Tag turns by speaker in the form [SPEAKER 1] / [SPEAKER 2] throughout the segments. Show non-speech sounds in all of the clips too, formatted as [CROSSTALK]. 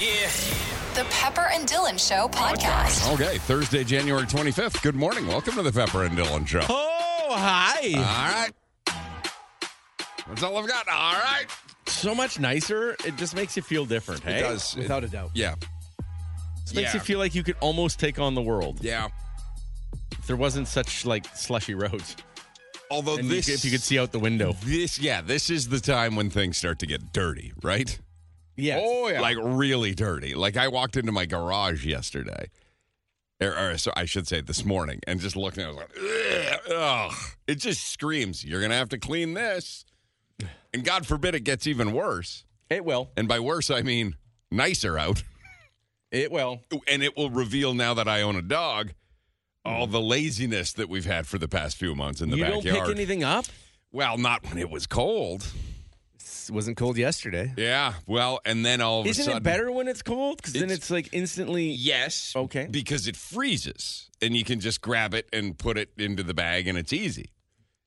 [SPEAKER 1] Yeah.
[SPEAKER 2] The Pepper and Dylan Show podcast.
[SPEAKER 3] Okay, Thursday, January 25th. Good morning. Welcome to the Pepper and Dylan Show. All
[SPEAKER 1] Oh, hi.
[SPEAKER 3] right. That's all I've got. All right.
[SPEAKER 1] so much nicer. It just makes you feel different, hey?
[SPEAKER 3] It does.
[SPEAKER 4] Without
[SPEAKER 3] it,
[SPEAKER 4] a doubt.
[SPEAKER 3] Yeah.
[SPEAKER 1] Just makes
[SPEAKER 3] Yeah.
[SPEAKER 1] you feel like you could almost take on the world.
[SPEAKER 3] Yeah.
[SPEAKER 1] If there wasn't such like slushy roads.
[SPEAKER 3] Although
[SPEAKER 1] And you
[SPEAKER 3] this.
[SPEAKER 1] could- if you could see out the window.
[SPEAKER 3] This, yeah, this is the time when things start to get dirty, right? Oh,
[SPEAKER 1] Yeah.
[SPEAKER 3] Like really dirty. Like I walked into my garage yesterday, or, or so I should say this morning, and just looked and I was like, "Ugh, ugh." it just screams, you're going to have to clean this. And God forbid it gets even worse.
[SPEAKER 1] It will.
[SPEAKER 3] And by worse, I mean nicer out.
[SPEAKER 1] It will.
[SPEAKER 3] And it will reveal now that I own a dog all the laziness that we've had for the past few months in the
[SPEAKER 1] you
[SPEAKER 3] backyard.
[SPEAKER 1] don't pick anything up?
[SPEAKER 3] well, not when it was cold.
[SPEAKER 4] It wasn't cold yesterday.
[SPEAKER 3] Yeah. Well, and then all of a
[SPEAKER 1] Isn't
[SPEAKER 3] sudden.
[SPEAKER 1] it better when it's cold? Because then
[SPEAKER 3] It's-
[SPEAKER 1] it's like instantly.
[SPEAKER 3] Yes.
[SPEAKER 1] Okay.
[SPEAKER 3] Because it freezes and you can just grab it and put it into the bag and it's easy.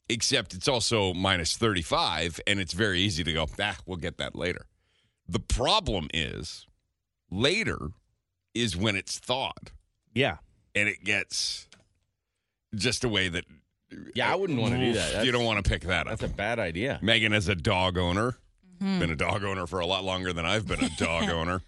[SPEAKER 3] Except it's also minus 35 and it's very easy to go, ah, we'll get that later. The problem is later is when it's thawed
[SPEAKER 4] Yeah.
[SPEAKER 3] and it gets just a way that.
[SPEAKER 1] Yeah, I wouldn't wanna do
[SPEAKER 3] Oof,
[SPEAKER 1] that.
[SPEAKER 3] you
[SPEAKER 1] That's-
[SPEAKER 3] don't want to pick that up.
[SPEAKER 1] That's a bad idea.
[SPEAKER 3] Megan is a dog owner. Been a dog owner for a lot longer than I've been a dog owner.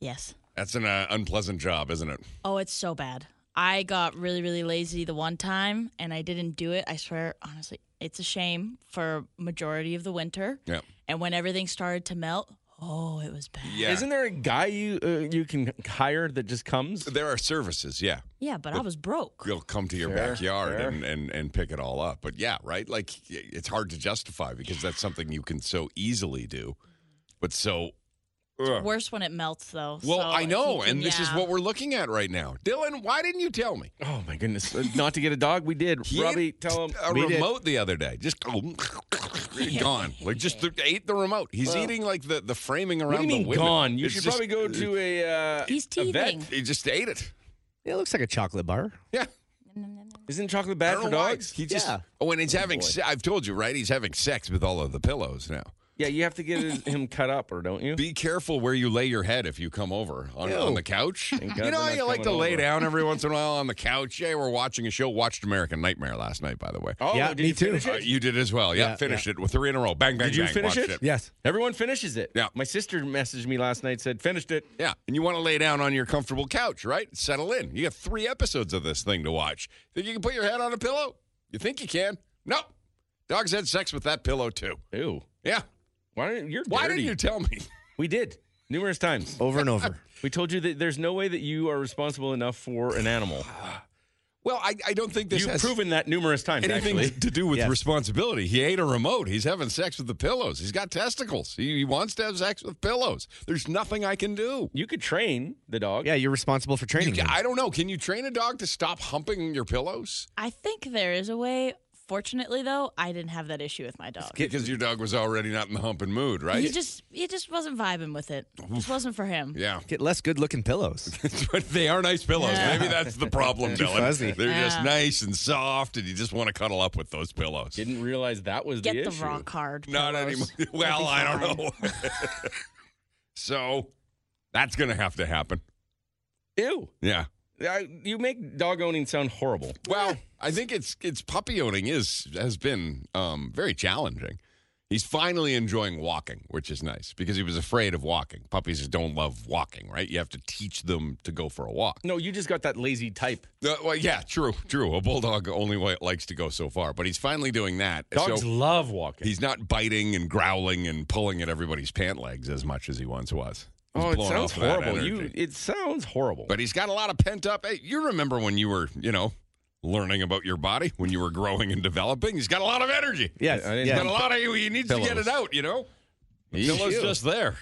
[SPEAKER 5] Yes.
[SPEAKER 3] That's an uh, unpleasant job, isn't it?
[SPEAKER 5] Oh, it's so bad. I got really, really lazy the one time and I didn't do it. I swear, honestly, it's a shame for majority of the winter.
[SPEAKER 3] Yeah.
[SPEAKER 5] And when everything started to melt, oh, it was bad.
[SPEAKER 3] Yeah.
[SPEAKER 1] Isn't there a guy you uh, you can hire that just comes?
[SPEAKER 3] There are services, yeah.
[SPEAKER 5] Yeah, but I was broke.
[SPEAKER 3] They'll come to your
[SPEAKER 1] Fair,
[SPEAKER 3] backyard
[SPEAKER 1] fair.
[SPEAKER 3] And, and, and pick it all up. But yeah, right? Like y- it's hard to justify because that's something you can so easily do. But so. Ugh.
[SPEAKER 5] Worse when it melts, though.
[SPEAKER 3] Oh. Well,
[SPEAKER 5] So
[SPEAKER 3] I
[SPEAKER 5] if
[SPEAKER 3] know.
[SPEAKER 5] you can-
[SPEAKER 3] And this is
[SPEAKER 5] yeah.
[SPEAKER 3] what we're looking at right now. Dylan, why didn't you tell me?
[SPEAKER 1] Oh my goodness! Uh, Not to get a dog, we did.
[SPEAKER 3] He
[SPEAKER 1] Robbie,
[SPEAKER 3] ate
[SPEAKER 1] tell him
[SPEAKER 3] a
[SPEAKER 1] we did.
[SPEAKER 3] remote the other day. Just
[SPEAKER 5] [LAUGHS]
[SPEAKER 3] oh, gone. Like just th- ate the remote. He's eating like the, the framing around
[SPEAKER 1] What do you mean
[SPEAKER 3] the window.
[SPEAKER 1] gone? You
[SPEAKER 3] It's
[SPEAKER 1] should
[SPEAKER 3] just-
[SPEAKER 1] probably go to a. Uh,
[SPEAKER 5] He's
[SPEAKER 1] a vet. Oh,
[SPEAKER 5] teething.
[SPEAKER 3] He just ate it.
[SPEAKER 4] It looks like a chocolate bar.
[SPEAKER 3] Yeah.
[SPEAKER 1] Isn't chocolate
[SPEAKER 3] I
[SPEAKER 1] bad for
[SPEAKER 3] don't know why.
[SPEAKER 1] dogs?
[SPEAKER 3] He just.
[SPEAKER 4] Yeah.
[SPEAKER 3] Oh, and he's having. Se- I've told you, right? He's having sex with all of the pillows now.
[SPEAKER 1] Yeah, you have to get his, him cut up, or don't you?
[SPEAKER 3] Be careful where you lay your head if you come over on, on the
[SPEAKER 1] [LAUGHS]
[SPEAKER 3] couch.
[SPEAKER 1] God
[SPEAKER 3] you know
[SPEAKER 1] they're
[SPEAKER 3] how
[SPEAKER 1] not
[SPEAKER 3] you like to
[SPEAKER 1] coming
[SPEAKER 3] lay
[SPEAKER 1] over.
[SPEAKER 3] down every once
[SPEAKER 1] [LAUGHS]
[SPEAKER 3] in a while on the couch? Yeah, we're watching a show. Watched American Nightmare last night, by the way.
[SPEAKER 1] Oh,
[SPEAKER 4] Yeah,
[SPEAKER 1] did
[SPEAKER 4] me
[SPEAKER 1] you
[SPEAKER 4] too.
[SPEAKER 1] finish
[SPEAKER 3] Uh,
[SPEAKER 1] it?
[SPEAKER 3] you did as well. Yeah,
[SPEAKER 4] Yeah,
[SPEAKER 3] finished it with three in a row. Bang, bang,
[SPEAKER 1] Did you
[SPEAKER 3] bang.
[SPEAKER 1] finish
[SPEAKER 3] Watched
[SPEAKER 1] it?
[SPEAKER 4] Yes.
[SPEAKER 1] Everyone finishes it.
[SPEAKER 3] Yeah.
[SPEAKER 1] My sister messaged me last night, said finished it.
[SPEAKER 3] Yeah, and you want to lay down on your comfortable couch, right? Settle in. You got three episodes of this thing to watch. Think you can put your head on a pillow? You think you can? Nope. Dogs had sex with that pillow too.
[SPEAKER 1] Ew.
[SPEAKER 3] Yeah.
[SPEAKER 1] Why didn't you're
[SPEAKER 3] Why
[SPEAKER 1] dirty.
[SPEAKER 3] didn't you tell me?
[SPEAKER 1] We did numerous times.
[SPEAKER 4] Over and over.
[SPEAKER 1] We told you that there's no way that you are responsible enough for an animal.
[SPEAKER 3] [SIGHS] Well, I, I don't think this
[SPEAKER 1] You've
[SPEAKER 3] has
[SPEAKER 1] proven that numerous times.
[SPEAKER 3] anything
[SPEAKER 1] actually.
[SPEAKER 3] to do with
[SPEAKER 4] Yes.
[SPEAKER 3] responsibility. He ate a remote. He's having sex with the pillows. He's got testicles. He, he wants to have sex with pillows. There's nothing I can do.
[SPEAKER 1] You could train the dog.
[SPEAKER 4] Yeah, you're responsible for
[SPEAKER 3] You
[SPEAKER 4] training.
[SPEAKER 3] ca-
[SPEAKER 4] him.
[SPEAKER 3] I don't know. Can you train a dog to stop humping your pillows?
[SPEAKER 5] I think there is a way. Fortunately, though, I didn't have that issue with my dog.
[SPEAKER 3] Because your dog was already not in the humping mood, right?
[SPEAKER 5] He just he just wasn't vibing with it. This wasn't for him.
[SPEAKER 3] yeah.
[SPEAKER 4] Get less good looking pillows.
[SPEAKER 3] but they are nice pillows.
[SPEAKER 5] Yeah.
[SPEAKER 3] Maybe that's the problem,
[SPEAKER 4] [LAUGHS] Too
[SPEAKER 3] Dylan.
[SPEAKER 4] fuzzy.
[SPEAKER 3] They're just
[SPEAKER 5] Yeah.
[SPEAKER 3] nice and soft, and you just want to cuddle up with those pillows.
[SPEAKER 1] Didn't realize that was
[SPEAKER 5] Get
[SPEAKER 1] the
[SPEAKER 5] the,
[SPEAKER 1] issue.
[SPEAKER 5] wrong card.
[SPEAKER 3] Not anymore.
[SPEAKER 5] pillows.
[SPEAKER 3] [LAUGHS] Well, I
[SPEAKER 5] That'd be
[SPEAKER 3] don't
[SPEAKER 5] fine.
[SPEAKER 3] know.
[SPEAKER 1] [LAUGHS]
[SPEAKER 3] [LAUGHS] so that's going to have to happen.
[SPEAKER 1] Ew.
[SPEAKER 3] Yeah.
[SPEAKER 1] I, you make dog owning sound horrible.
[SPEAKER 3] Well, I think it's it's puppy owning is has been um, very challenging. He's finally enjoying walking, which is nice because he was afraid of walking. Puppies just don't love walking, right? You have to teach them to go for a walk.
[SPEAKER 1] No, you just got that lazy type.
[SPEAKER 3] Uh, well, yeah, true, true. A bulldog only wa- likes to go so far, but he's finally doing that.
[SPEAKER 1] Dogs
[SPEAKER 3] so
[SPEAKER 1] love walking.
[SPEAKER 3] he's not biting and growling and pulling at everybody's pant legs as much as he once was. He's
[SPEAKER 1] oh, it
[SPEAKER 3] blowing
[SPEAKER 1] sounds
[SPEAKER 3] off that
[SPEAKER 1] horrible. You,
[SPEAKER 3] energy.
[SPEAKER 1] it sounds horrible.
[SPEAKER 3] But he's got a lot of pent up. Hey, you remember when you were, you know, learning about your body when you were growing and developing? He's got a lot of energy.
[SPEAKER 4] yes.
[SPEAKER 1] I didn't
[SPEAKER 4] yeah.
[SPEAKER 3] He's got a lot of you. He needs to get it out. You know, the
[SPEAKER 1] Ew.
[SPEAKER 3] pillow's just there.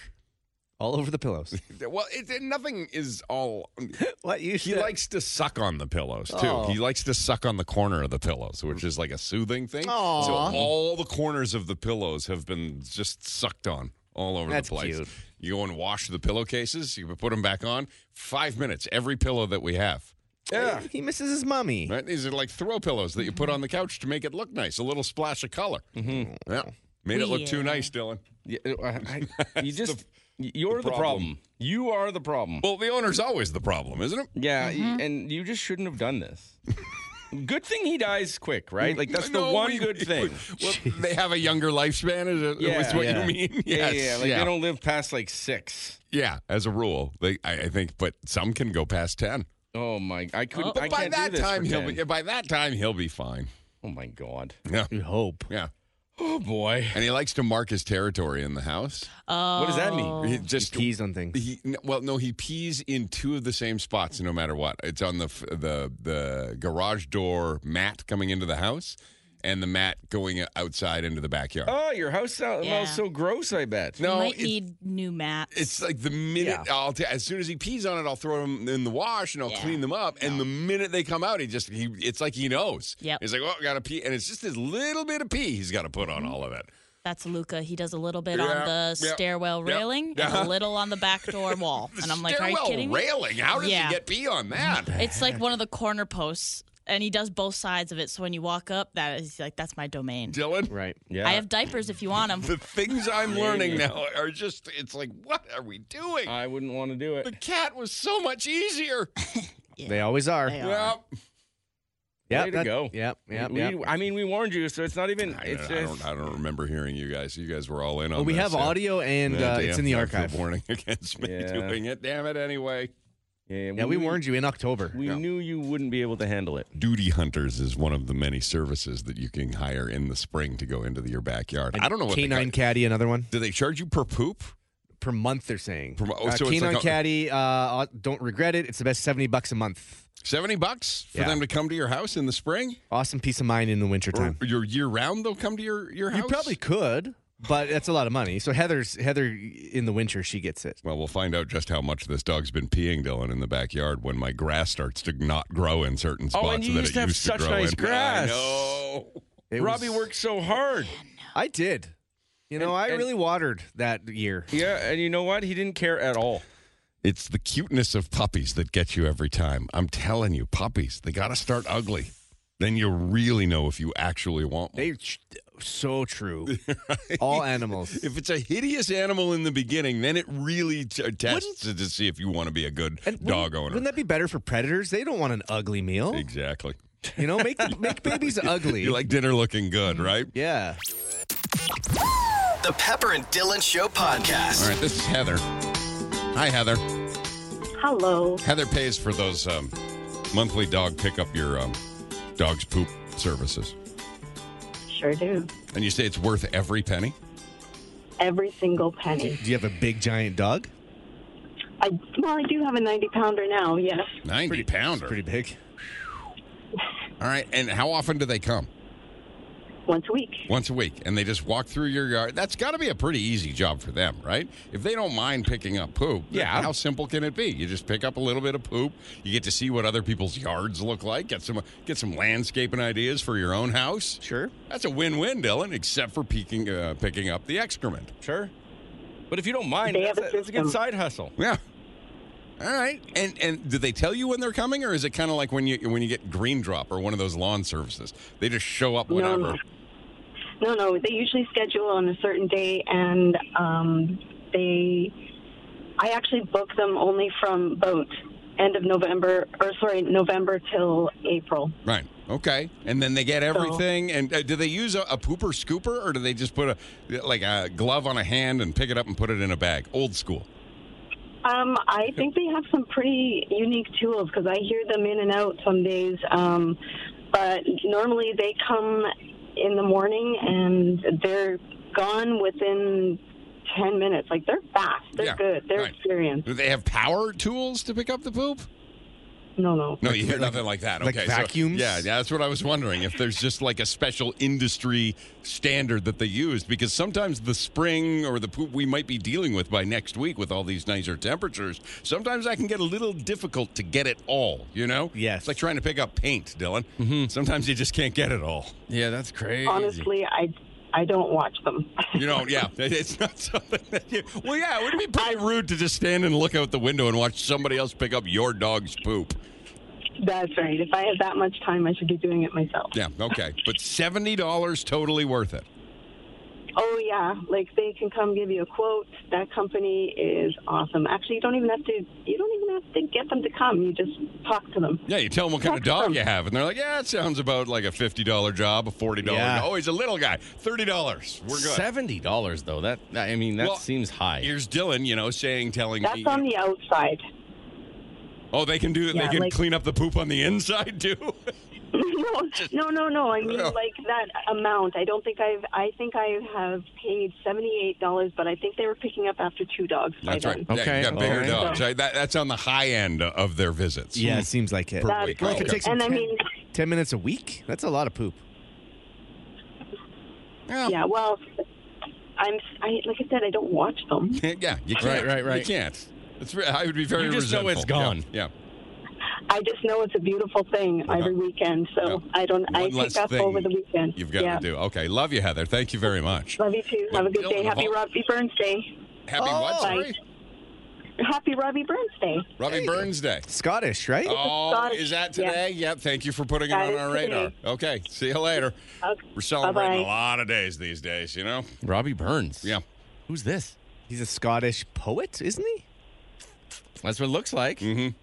[SPEAKER 4] All over the pillows. [LAUGHS]
[SPEAKER 3] Well, it, it- nothing is all.
[SPEAKER 4] what you
[SPEAKER 3] He likes to suck on the pillows too.
[SPEAKER 4] Oh.
[SPEAKER 3] He likes to suck on the corner of the pillows, which is like a soothing thing.
[SPEAKER 4] Aw.
[SPEAKER 3] So all the corners of the pillows have been just sucked on all over
[SPEAKER 4] That's
[SPEAKER 3] the place.
[SPEAKER 4] cute.
[SPEAKER 3] You go and wash the pillowcases. You put them back on. Five minutes every pillow that we have.
[SPEAKER 1] yeah.
[SPEAKER 4] He misses his mommy.
[SPEAKER 3] Right? These are like throw pillows that you put on the couch to make it look nice. A little splash of color. Mm-hmm. Yeah. Made it look too
[SPEAKER 5] Yeah.
[SPEAKER 3] nice, Dylan. [LAUGHS]
[SPEAKER 1] Yeah, I- I- uh, you just Y- You're the, problem.
[SPEAKER 3] problem.
[SPEAKER 1] You are the problem.
[SPEAKER 3] Well, the owner's always the problem, isn't it?
[SPEAKER 1] yeah, y- and you just shouldn't have done this. [LAUGHS] good thing he dies quick, right? Like that's the
[SPEAKER 3] No,
[SPEAKER 1] one
[SPEAKER 3] we-
[SPEAKER 1] good thing.
[SPEAKER 3] [LAUGHS] Well, they have a younger lifespan. Is, it,
[SPEAKER 1] Yeah.
[SPEAKER 3] is what
[SPEAKER 1] Yeah.
[SPEAKER 3] you mean?
[SPEAKER 1] Yeah,
[SPEAKER 3] Yes,
[SPEAKER 1] yeah, yeah. Like they don't live past like six.
[SPEAKER 3] Yeah, as a rule, they, I, I think, but some can go past ten.
[SPEAKER 1] Oh my! I couldn't.
[SPEAKER 5] Oh.
[SPEAKER 1] I
[SPEAKER 3] by
[SPEAKER 1] can't
[SPEAKER 3] that
[SPEAKER 1] do this
[SPEAKER 3] time,
[SPEAKER 1] for
[SPEAKER 3] he'll
[SPEAKER 1] 10.
[SPEAKER 3] be. By that time, he'll be fine.
[SPEAKER 1] Oh my god!
[SPEAKER 3] Yeah,
[SPEAKER 4] You hope.
[SPEAKER 3] yeah.
[SPEAKER 1] Oh boy!
[SPEAKER 3] And he likes to mark his territory in the house.
[SPEAKER 5] Oh,
[SPEAKER 1] What does that mean?
[SPEAKER 3] He just
[SPEAKER 4] Peas on things.
[SPEAKER 3] He, n- well, no, he pees in two of the same spots, no matter what. It's on the f- the the garage door mat coming into the house, and the mat going outside into the backyard.
[SPEAKER 1] Oh, your house sou-
[SPEAKER 5] Yeah.
[SPEAKER 1] smells so gross. I bet.
[SPEAKER 5] You
[SPEAKER 3] no,
[SPEAKER 5] might
[SPEAKER 3] it's,
[SPEAKER 5] need new mats.
[SPEAKER 3] it's like the minute I'll t- as soon as he pees on it, I'll throw them in the wash and I'll
[SPEAKER 5] Yeah.
[SPEAKER 3] clean them up. And the minute they come out, he just he it's like he knows.
[SPEAKER 5] Yep.
[SPEAKER 3] he's like, oh, I got to pee, and it's just this little bit of pee he's got to put on
[SPEAKER 5] Mm-hmm.
[SPEAKER 3] all of it.
[SPEAKER 5] That's Luca. He does a little bit
[SPEAKER 3] Yeah,
[SPEAKER 5] on the
[SPEAKER 3] yeah,
[SPEAKER 5] stairwell
[SPEAKER 3] yeah,
[SPEAKER 5] railing
[SPEAKER 3] yeah.
[SPEAKER 5] and a little on the back door
[SPEAKER 3] [LAUGHS]
[SPEAKER 5] wall.
[SPEAKER 3] The
[SPEAKER 5] and I'm like, are you
[SPEAKER 3] stairwell
[SPEAKER 5] kidding me?
[SPEAKER 3] railing? How does
[SPEAKER 5] Yeah.
[SPEAKER 3] he get pee on that?
[SPEAKER 5] It's like one of the corner posts, and he does both sides of it. So when you walk up, that is like that's my domain.
[SPEAKER 3] Dylan,
[SPEAKER 1] Right. Yeah.
[SPEAKER 5] I have diapers if you want them.
[SPEAKER 3] the things I'm learning now are just, it's like, what are we doing?
[SPEAKER 1] I wouldn't want to do
[SPEAKER 3] the
[SPEAKER 1] it.
[SPEAKER 3] cat was so much easier.
[SPEAKER 4] They always are.
[SPEAKER 5] They
[SPEAKER 4] Yep.
[SPEAKER 5] are.
[SPEAKER 4] Yep.
[SPEAKER 1] Way to
[SPEAKER 4] that-
[SPEAKER 1] go.
[SPEAKER 4] Yep. Yep.
[SPEAKER 1] We-
[SPEAKER 4] yep.
[SPEAKER 1] I mean, we warned you, so it's not even.
[SPEAKER 3] I,
[SPEAKER 1] it's
[SPEAKER 3] don't, I, [LAUGHS]
[SPEAKER 1] just,
[SPEAKER 3] don't, I don't remember hearing you guys. You guys were all in on
[SPEAKER 4] Well, we
[SPEAKER 3] this,
[SPEAKER 4] have
[SPEAKER 3] yeah.
[SPEAKER 4] audio and
[SPEAKER 3] Yeah,
[SPEAKER 4] uh, it's
[SPEAKER 3] damn,
[SPEAKER 4] in the
[SPEAKER 3] yeah, for
[SPEAKER 4] archive.
[SPEAKER 3] Warning against me
[SPEAKER 1] Yeah.
[SPEAKER 3] doing it. Damn it, anyway.
[SPEAKER 1] yeah,
[SPEAKER 4] Yeah, we warned you in October.
[SPEAKER 1] We knew you wouldn't be able to handle it.
[SPEAKER 3] [LAUGHS] Duty Hunters is one of the many services that you can hire in the spring to go into the, your backyard. I don't know what they
[SPEAKER 4] Canine
[SPEAKER 3] ca-
[SPEAKER 4] caddy, another one
[SPEAKER 3] Do they charge you per poop?
[SPEAKER 4] per month. They're saying
[SPEAKER 3] Per mo- oh,
[SPEAKER 4] Uh,
[SPEAKER 3] so it's
[SPEAKER 4] canine
[SPEAKER 3] like a-
[SPEAKER 4] caddy. Uh, don't regret it. It's the best seventy bucks a month.
[SPEAKER 3] 70 bucks for
[SPEAKER 4] Yeah.
[SPEAKER 3] them to come to your house in the spring?
[SPEAKER 4] Awesome peace of mind in the wintertime.
[SPEAKER 3] Or your year round they'll come to your, your house?
[SPEAKER 4] You probably could, but that's a lot of money. So Heather's Heather in the winter, she gets it.
[SPEAKER 3] Well, we'll find out just how much this dog's been peeing, Dylan, in the backyard when my grass starts to not grow in certain spots
[SPEAKER 1] Oh, and you
[SPEAKER 3] that
[SPEAKER 1] used
[SPEAKER 3] it
[SPEAKER 1] to have
[SPEAKER 3] used
[SPEAKER 1] such
[SPEAKER 3] to grow
[SPEAKER 1] nice
[SPEAKER 3] in.
[SPEAKER 1] grass.
[SPEAKER 3] I know.
[SPEAKER 4] It
[SPEAKER 1] Robbie
[SPEAKER 4] was-
[SPEAKER 1] worked so hard.
[SPEAKER 4] I did. You know,
[SPEAKER 1] And-
[SPEAKER 4] I
[SPEAKER 1] and-
[SPEAKER 4] really watered that year.
[SPEAKER 1] Yeah, and you know what? He didn't care at all.
[SPEAKER 3] It's the cuteness of puppies that gets you every time. I'm telling you, puppies, they got to start ugly. Then you really know if you actually want one.
[SPEAKER 4] They so true.
[SPEAKER 3] [LAUGHS]
[SPEAKER 4] All animals.
[SPEAKER 3] if it's a hideous animal in the beginning, then it really t- tests to, to see if you want to be a good
[SPEAKER 4] And
[SPEAKER 3] dog
[SPEAKER 4] wouldn't,
[SPEAKER 3] owner.
[SPEAKER 4] Wouldn't that be better for predators? They don't want an ugly meal.
[SPEAKER 3] exactly.
[SPEAKER 4] You know, make make babies
[SPEAKER 3] [LAUGHS]
[SPEAKER 4] ugly. Mm-hmm.
[SPEAKER 3] You like dinner looking good, right?
[SPEAKER 4] yeah.
[SPEAKER 6] The Pepper and Dylan Show Podcast.
[SPEAKER 3] All right, this is Heather. Hi, Heather.
[SPEAKER 7] Hello.
[SPEAKER 3] Heather pays for those um, monthly dog pickup your um, dog's poop services,
[SPEAKER 7] Sure do.
[SPEAKER 3] and you say it's worth every penny.
[SPEAKER 7] Every single penny.
[SPEAKER 4] Do you have a big giant dog?
[SPEAKER 7] I well, I do have a ninety pounder now. Yes,
[SPEAKER 3] Ninety pounder.
[SPEAKER 4] Pretty big.
[SPEAKER 3] All right, and how often do they come?
[SPEAKER 7] once a week.
[SPEAKER 3] Once a week, and they just walk through your yard. That's got to be a pretty easy job for them, right? If they don't mind picking up poop,
[SPEAKER 1] Yeah.
[SPEAKER 3] How simple can it be? You just pick up a little bit of poop. You get to see what other people's yards look like. Get some get some landscaping ideas for your own house.
[SPEAKER 4] Sure.
[SPEAKER 3] That's a win-win, Dylan, except for peeking, uh, picking up the excrement.
[SPEAKER 1] Sure. But if you don't mind,
[SPEAKER 7] They
[SPEAKER 1] that's
[SPEAKER 7] have
[SPEAKER 1] a,
[SPEAKER 7] a
[SPEAKER 1] that's a good
[SPEAKER 7] system.
[SPEAKER 1] side hustle.
[SPEAKER 3] Yeah. All right. And and do they tell you when they're coming, or is it kind of like when you when you get Green Drop or one of those lawn services? They just show up whenever.
[SPEAKER 7] No, no, no. They usually schedule on a certain day, and um, they. I actually book them only from boat end of November, or sorry, November till April.
[SPEAKER 3] Right. Okay. And then they get everything. And uh, do they use a, a pooper scooper, or do they just put a like a glove on a hand and pick it up and put it in a bag? Old school.
[SPEAKER 7] Um, I think they have some pretty unique tools because I hear them in and out some days. Um, but normally they come in the morning and they're gone within 10 minutes. Like they're fast, they're
[SPEAKER 3] Yeah,
[SPEAKER 7] good, they're
[SPEAKER 3] right.
[SPEAKER 7] experienced.
[SPEAKER 3] Do they have power tools to pick up the poop?
[SPEAKER 7] No, no.
[SPEAKER 3] No, you hear nothing like that.
[SPEAKER 4] like
[SPEAKER 3] okay, so-
[SPEAKER 4] vacuums?
[SPEAKER 3] yeah, yeah, that's what I was wondering. If there's just like a special industry standard that they used, because sometimes the spring or the poop we might be dealing with by next week with all these nicer temperatures, sometimes I can get a little difficult to get it all. You know?
[SPEAKER 4] Yes. Mm-hmm.
[SPEAKER 3] It's like trying to pick up paint, Dylan. Sometimes you just can't get it all.
[SPEAKER 1] Yeah, that's crazy.
[SPEAKER 7] Honestly, I, I don't watch them. [LAUGHS]
[SPEAKER 3] You know? Yeah. [LAUGHS] It- It's not something. That you, well, yeah, it would be pretty rude to just stand and look out the window and watch somebody else pick up your dog's poop.
[SPEAKER 7] That's right. If I had that much time, I should be doing it myself.
[SPEAKER 3] Yeah. Okay. But seventy dollars totally worth it.
[SPEAKER 7] Oh yeah, like they can come give you a quote. That company is awesome. Actually, you don't even have to. You don't even have to get them to come. You just talk to them.
[SPEAKER 3] Yeah, you tell them what kind of dog you have, and they're like, "Yeah, it sounds about like a fifty dollar job, a forty dollar.
[SPEAKER 4] Yeah.
[SPEAKER 3] Oh, he's a little guy, thirty dollars. We're good."
[SPEAKER 1] Seventy dollars though. That I mean, that
[SPEAKER 3] Well,
[SPEAKER 1] seems high.
[SPEAKER 3] Here's Dylan, you know, saying, telling me,
[SPEAKER 7] That's on the outside. [LAUGHS]
[SPEAKER 3] "Oh, they can do.
[SPEAKER 7] Yeah,
[SPEAKER 3] they can
[SPEAKER 7] like-
[SPEAKER 3] clean up the poop on the inside too."
[SPEAKER 7] no, no, no, no. I mean, like that amount. I don't think I've. I think I have paid seventy-eight dollars, but I think they were picking up after two dogs. by
[SPEAKER 3] That's right.
[SPEAKER 7] then.
[SPEAKER 3] Yeah,
[SPEAKER 1] Okay,
[SPEAKER 3] you got bigger
[SPEAKER 1] all right.
[SPEAKER 3] dogs. Right? That, that's on the high end of their visits.
[SPEAKER 4] Yeah, it seems like it.
[SPEAKER 3] Per
[SPEAKER 7] That's
[SPEAKER 3] week.
[SPEAKER 7] right.
[SPEAKER 3] Okay.
[SPEAKER 4] It takes them
[SPEAKER 7] And I
[SPEAKER 4] 10
[SPEAKER 7] mean-
[SPEAKER 4] 10 minutes a week? That's a lot of poop.
[SPEAKER 7] Yeah. Well, I'm. I like I said, I don't watch them.
[SPEAKER 3] [LAUGHS] yeah, you can't.
[SPEAKER 1] Right, right, right.
[SPEAKER 3] You can't. It's. re- I would be very.
[SPEAKER 1] You just know it's
[SPEAKER 3] resentful.
[SPEAKER 1] gone.
[SPEAKER 3] Yeah.
[SPEAKER 7] I just know it's a beautiful thing every weekend. So
[SPEAKER 3] Yeah.
[SPEAKER 7] I don't. I
[SPEAKER 3] One less
[SPEAKER 7] pick up
[SPEAKER 3] thing
[SPEAKER 7] over the weekend.
[SPEAKER 3] You've got
[SPEAKER 7] yeah.
[SPEAKER 3] to do. Okay, love you, Heather. Thank you very much.
[SPEAKER 7] Love you too. Have a good
[SPEAKER 3] Dylan,
[SPEAKER 7] day.
[SPEAKER 3] of
[SPEAKER 7] Happy
[SPEAKER 3] all-
[SPEAKER 7] Robbie Burns Day.
[SPEAKER 3] Happy what?
[SPEAKER 4] Oh.
[SPEAKER 3] Sorry,
[SPEAKER 7] Happy Robbie Burns Day.
[SPEAKER 3] Robbie Burns Day.
[SPEAKER 4] Scottish, right?
[SPEAKER 3] Oh,
[SPEAKER 7] Scottish,
[SPEAKER 3] is that
[SPEAKER 7] yeah.
[SPEAKER 3] today? Yep. Thank you for putting
[SPEAKER 7] That
[SPEAKER 3] it
[SPEAKER 7] is
[SPEAKER 3] on our
[SPEAKER 7] today.
[SPEAKER 3] radar. Okay. See you later.
[SPEAKER 7] Okay,
[SPEAKER 3] We're celebrating a
[SPEAKER 7] bye-bye.
[SPEAKER 3] lot of days these days, you know?
[SPEAKER 1] Robbie Burns.
[SPEAKER 3] Yeah.
[SPEAKER 1] Who's this?
[SPEAKER 4] He's a Scottish poet, isn't he?
[SPEAKER 1] That's what it looks like.
[SPEAKER 3] Mm-hmm.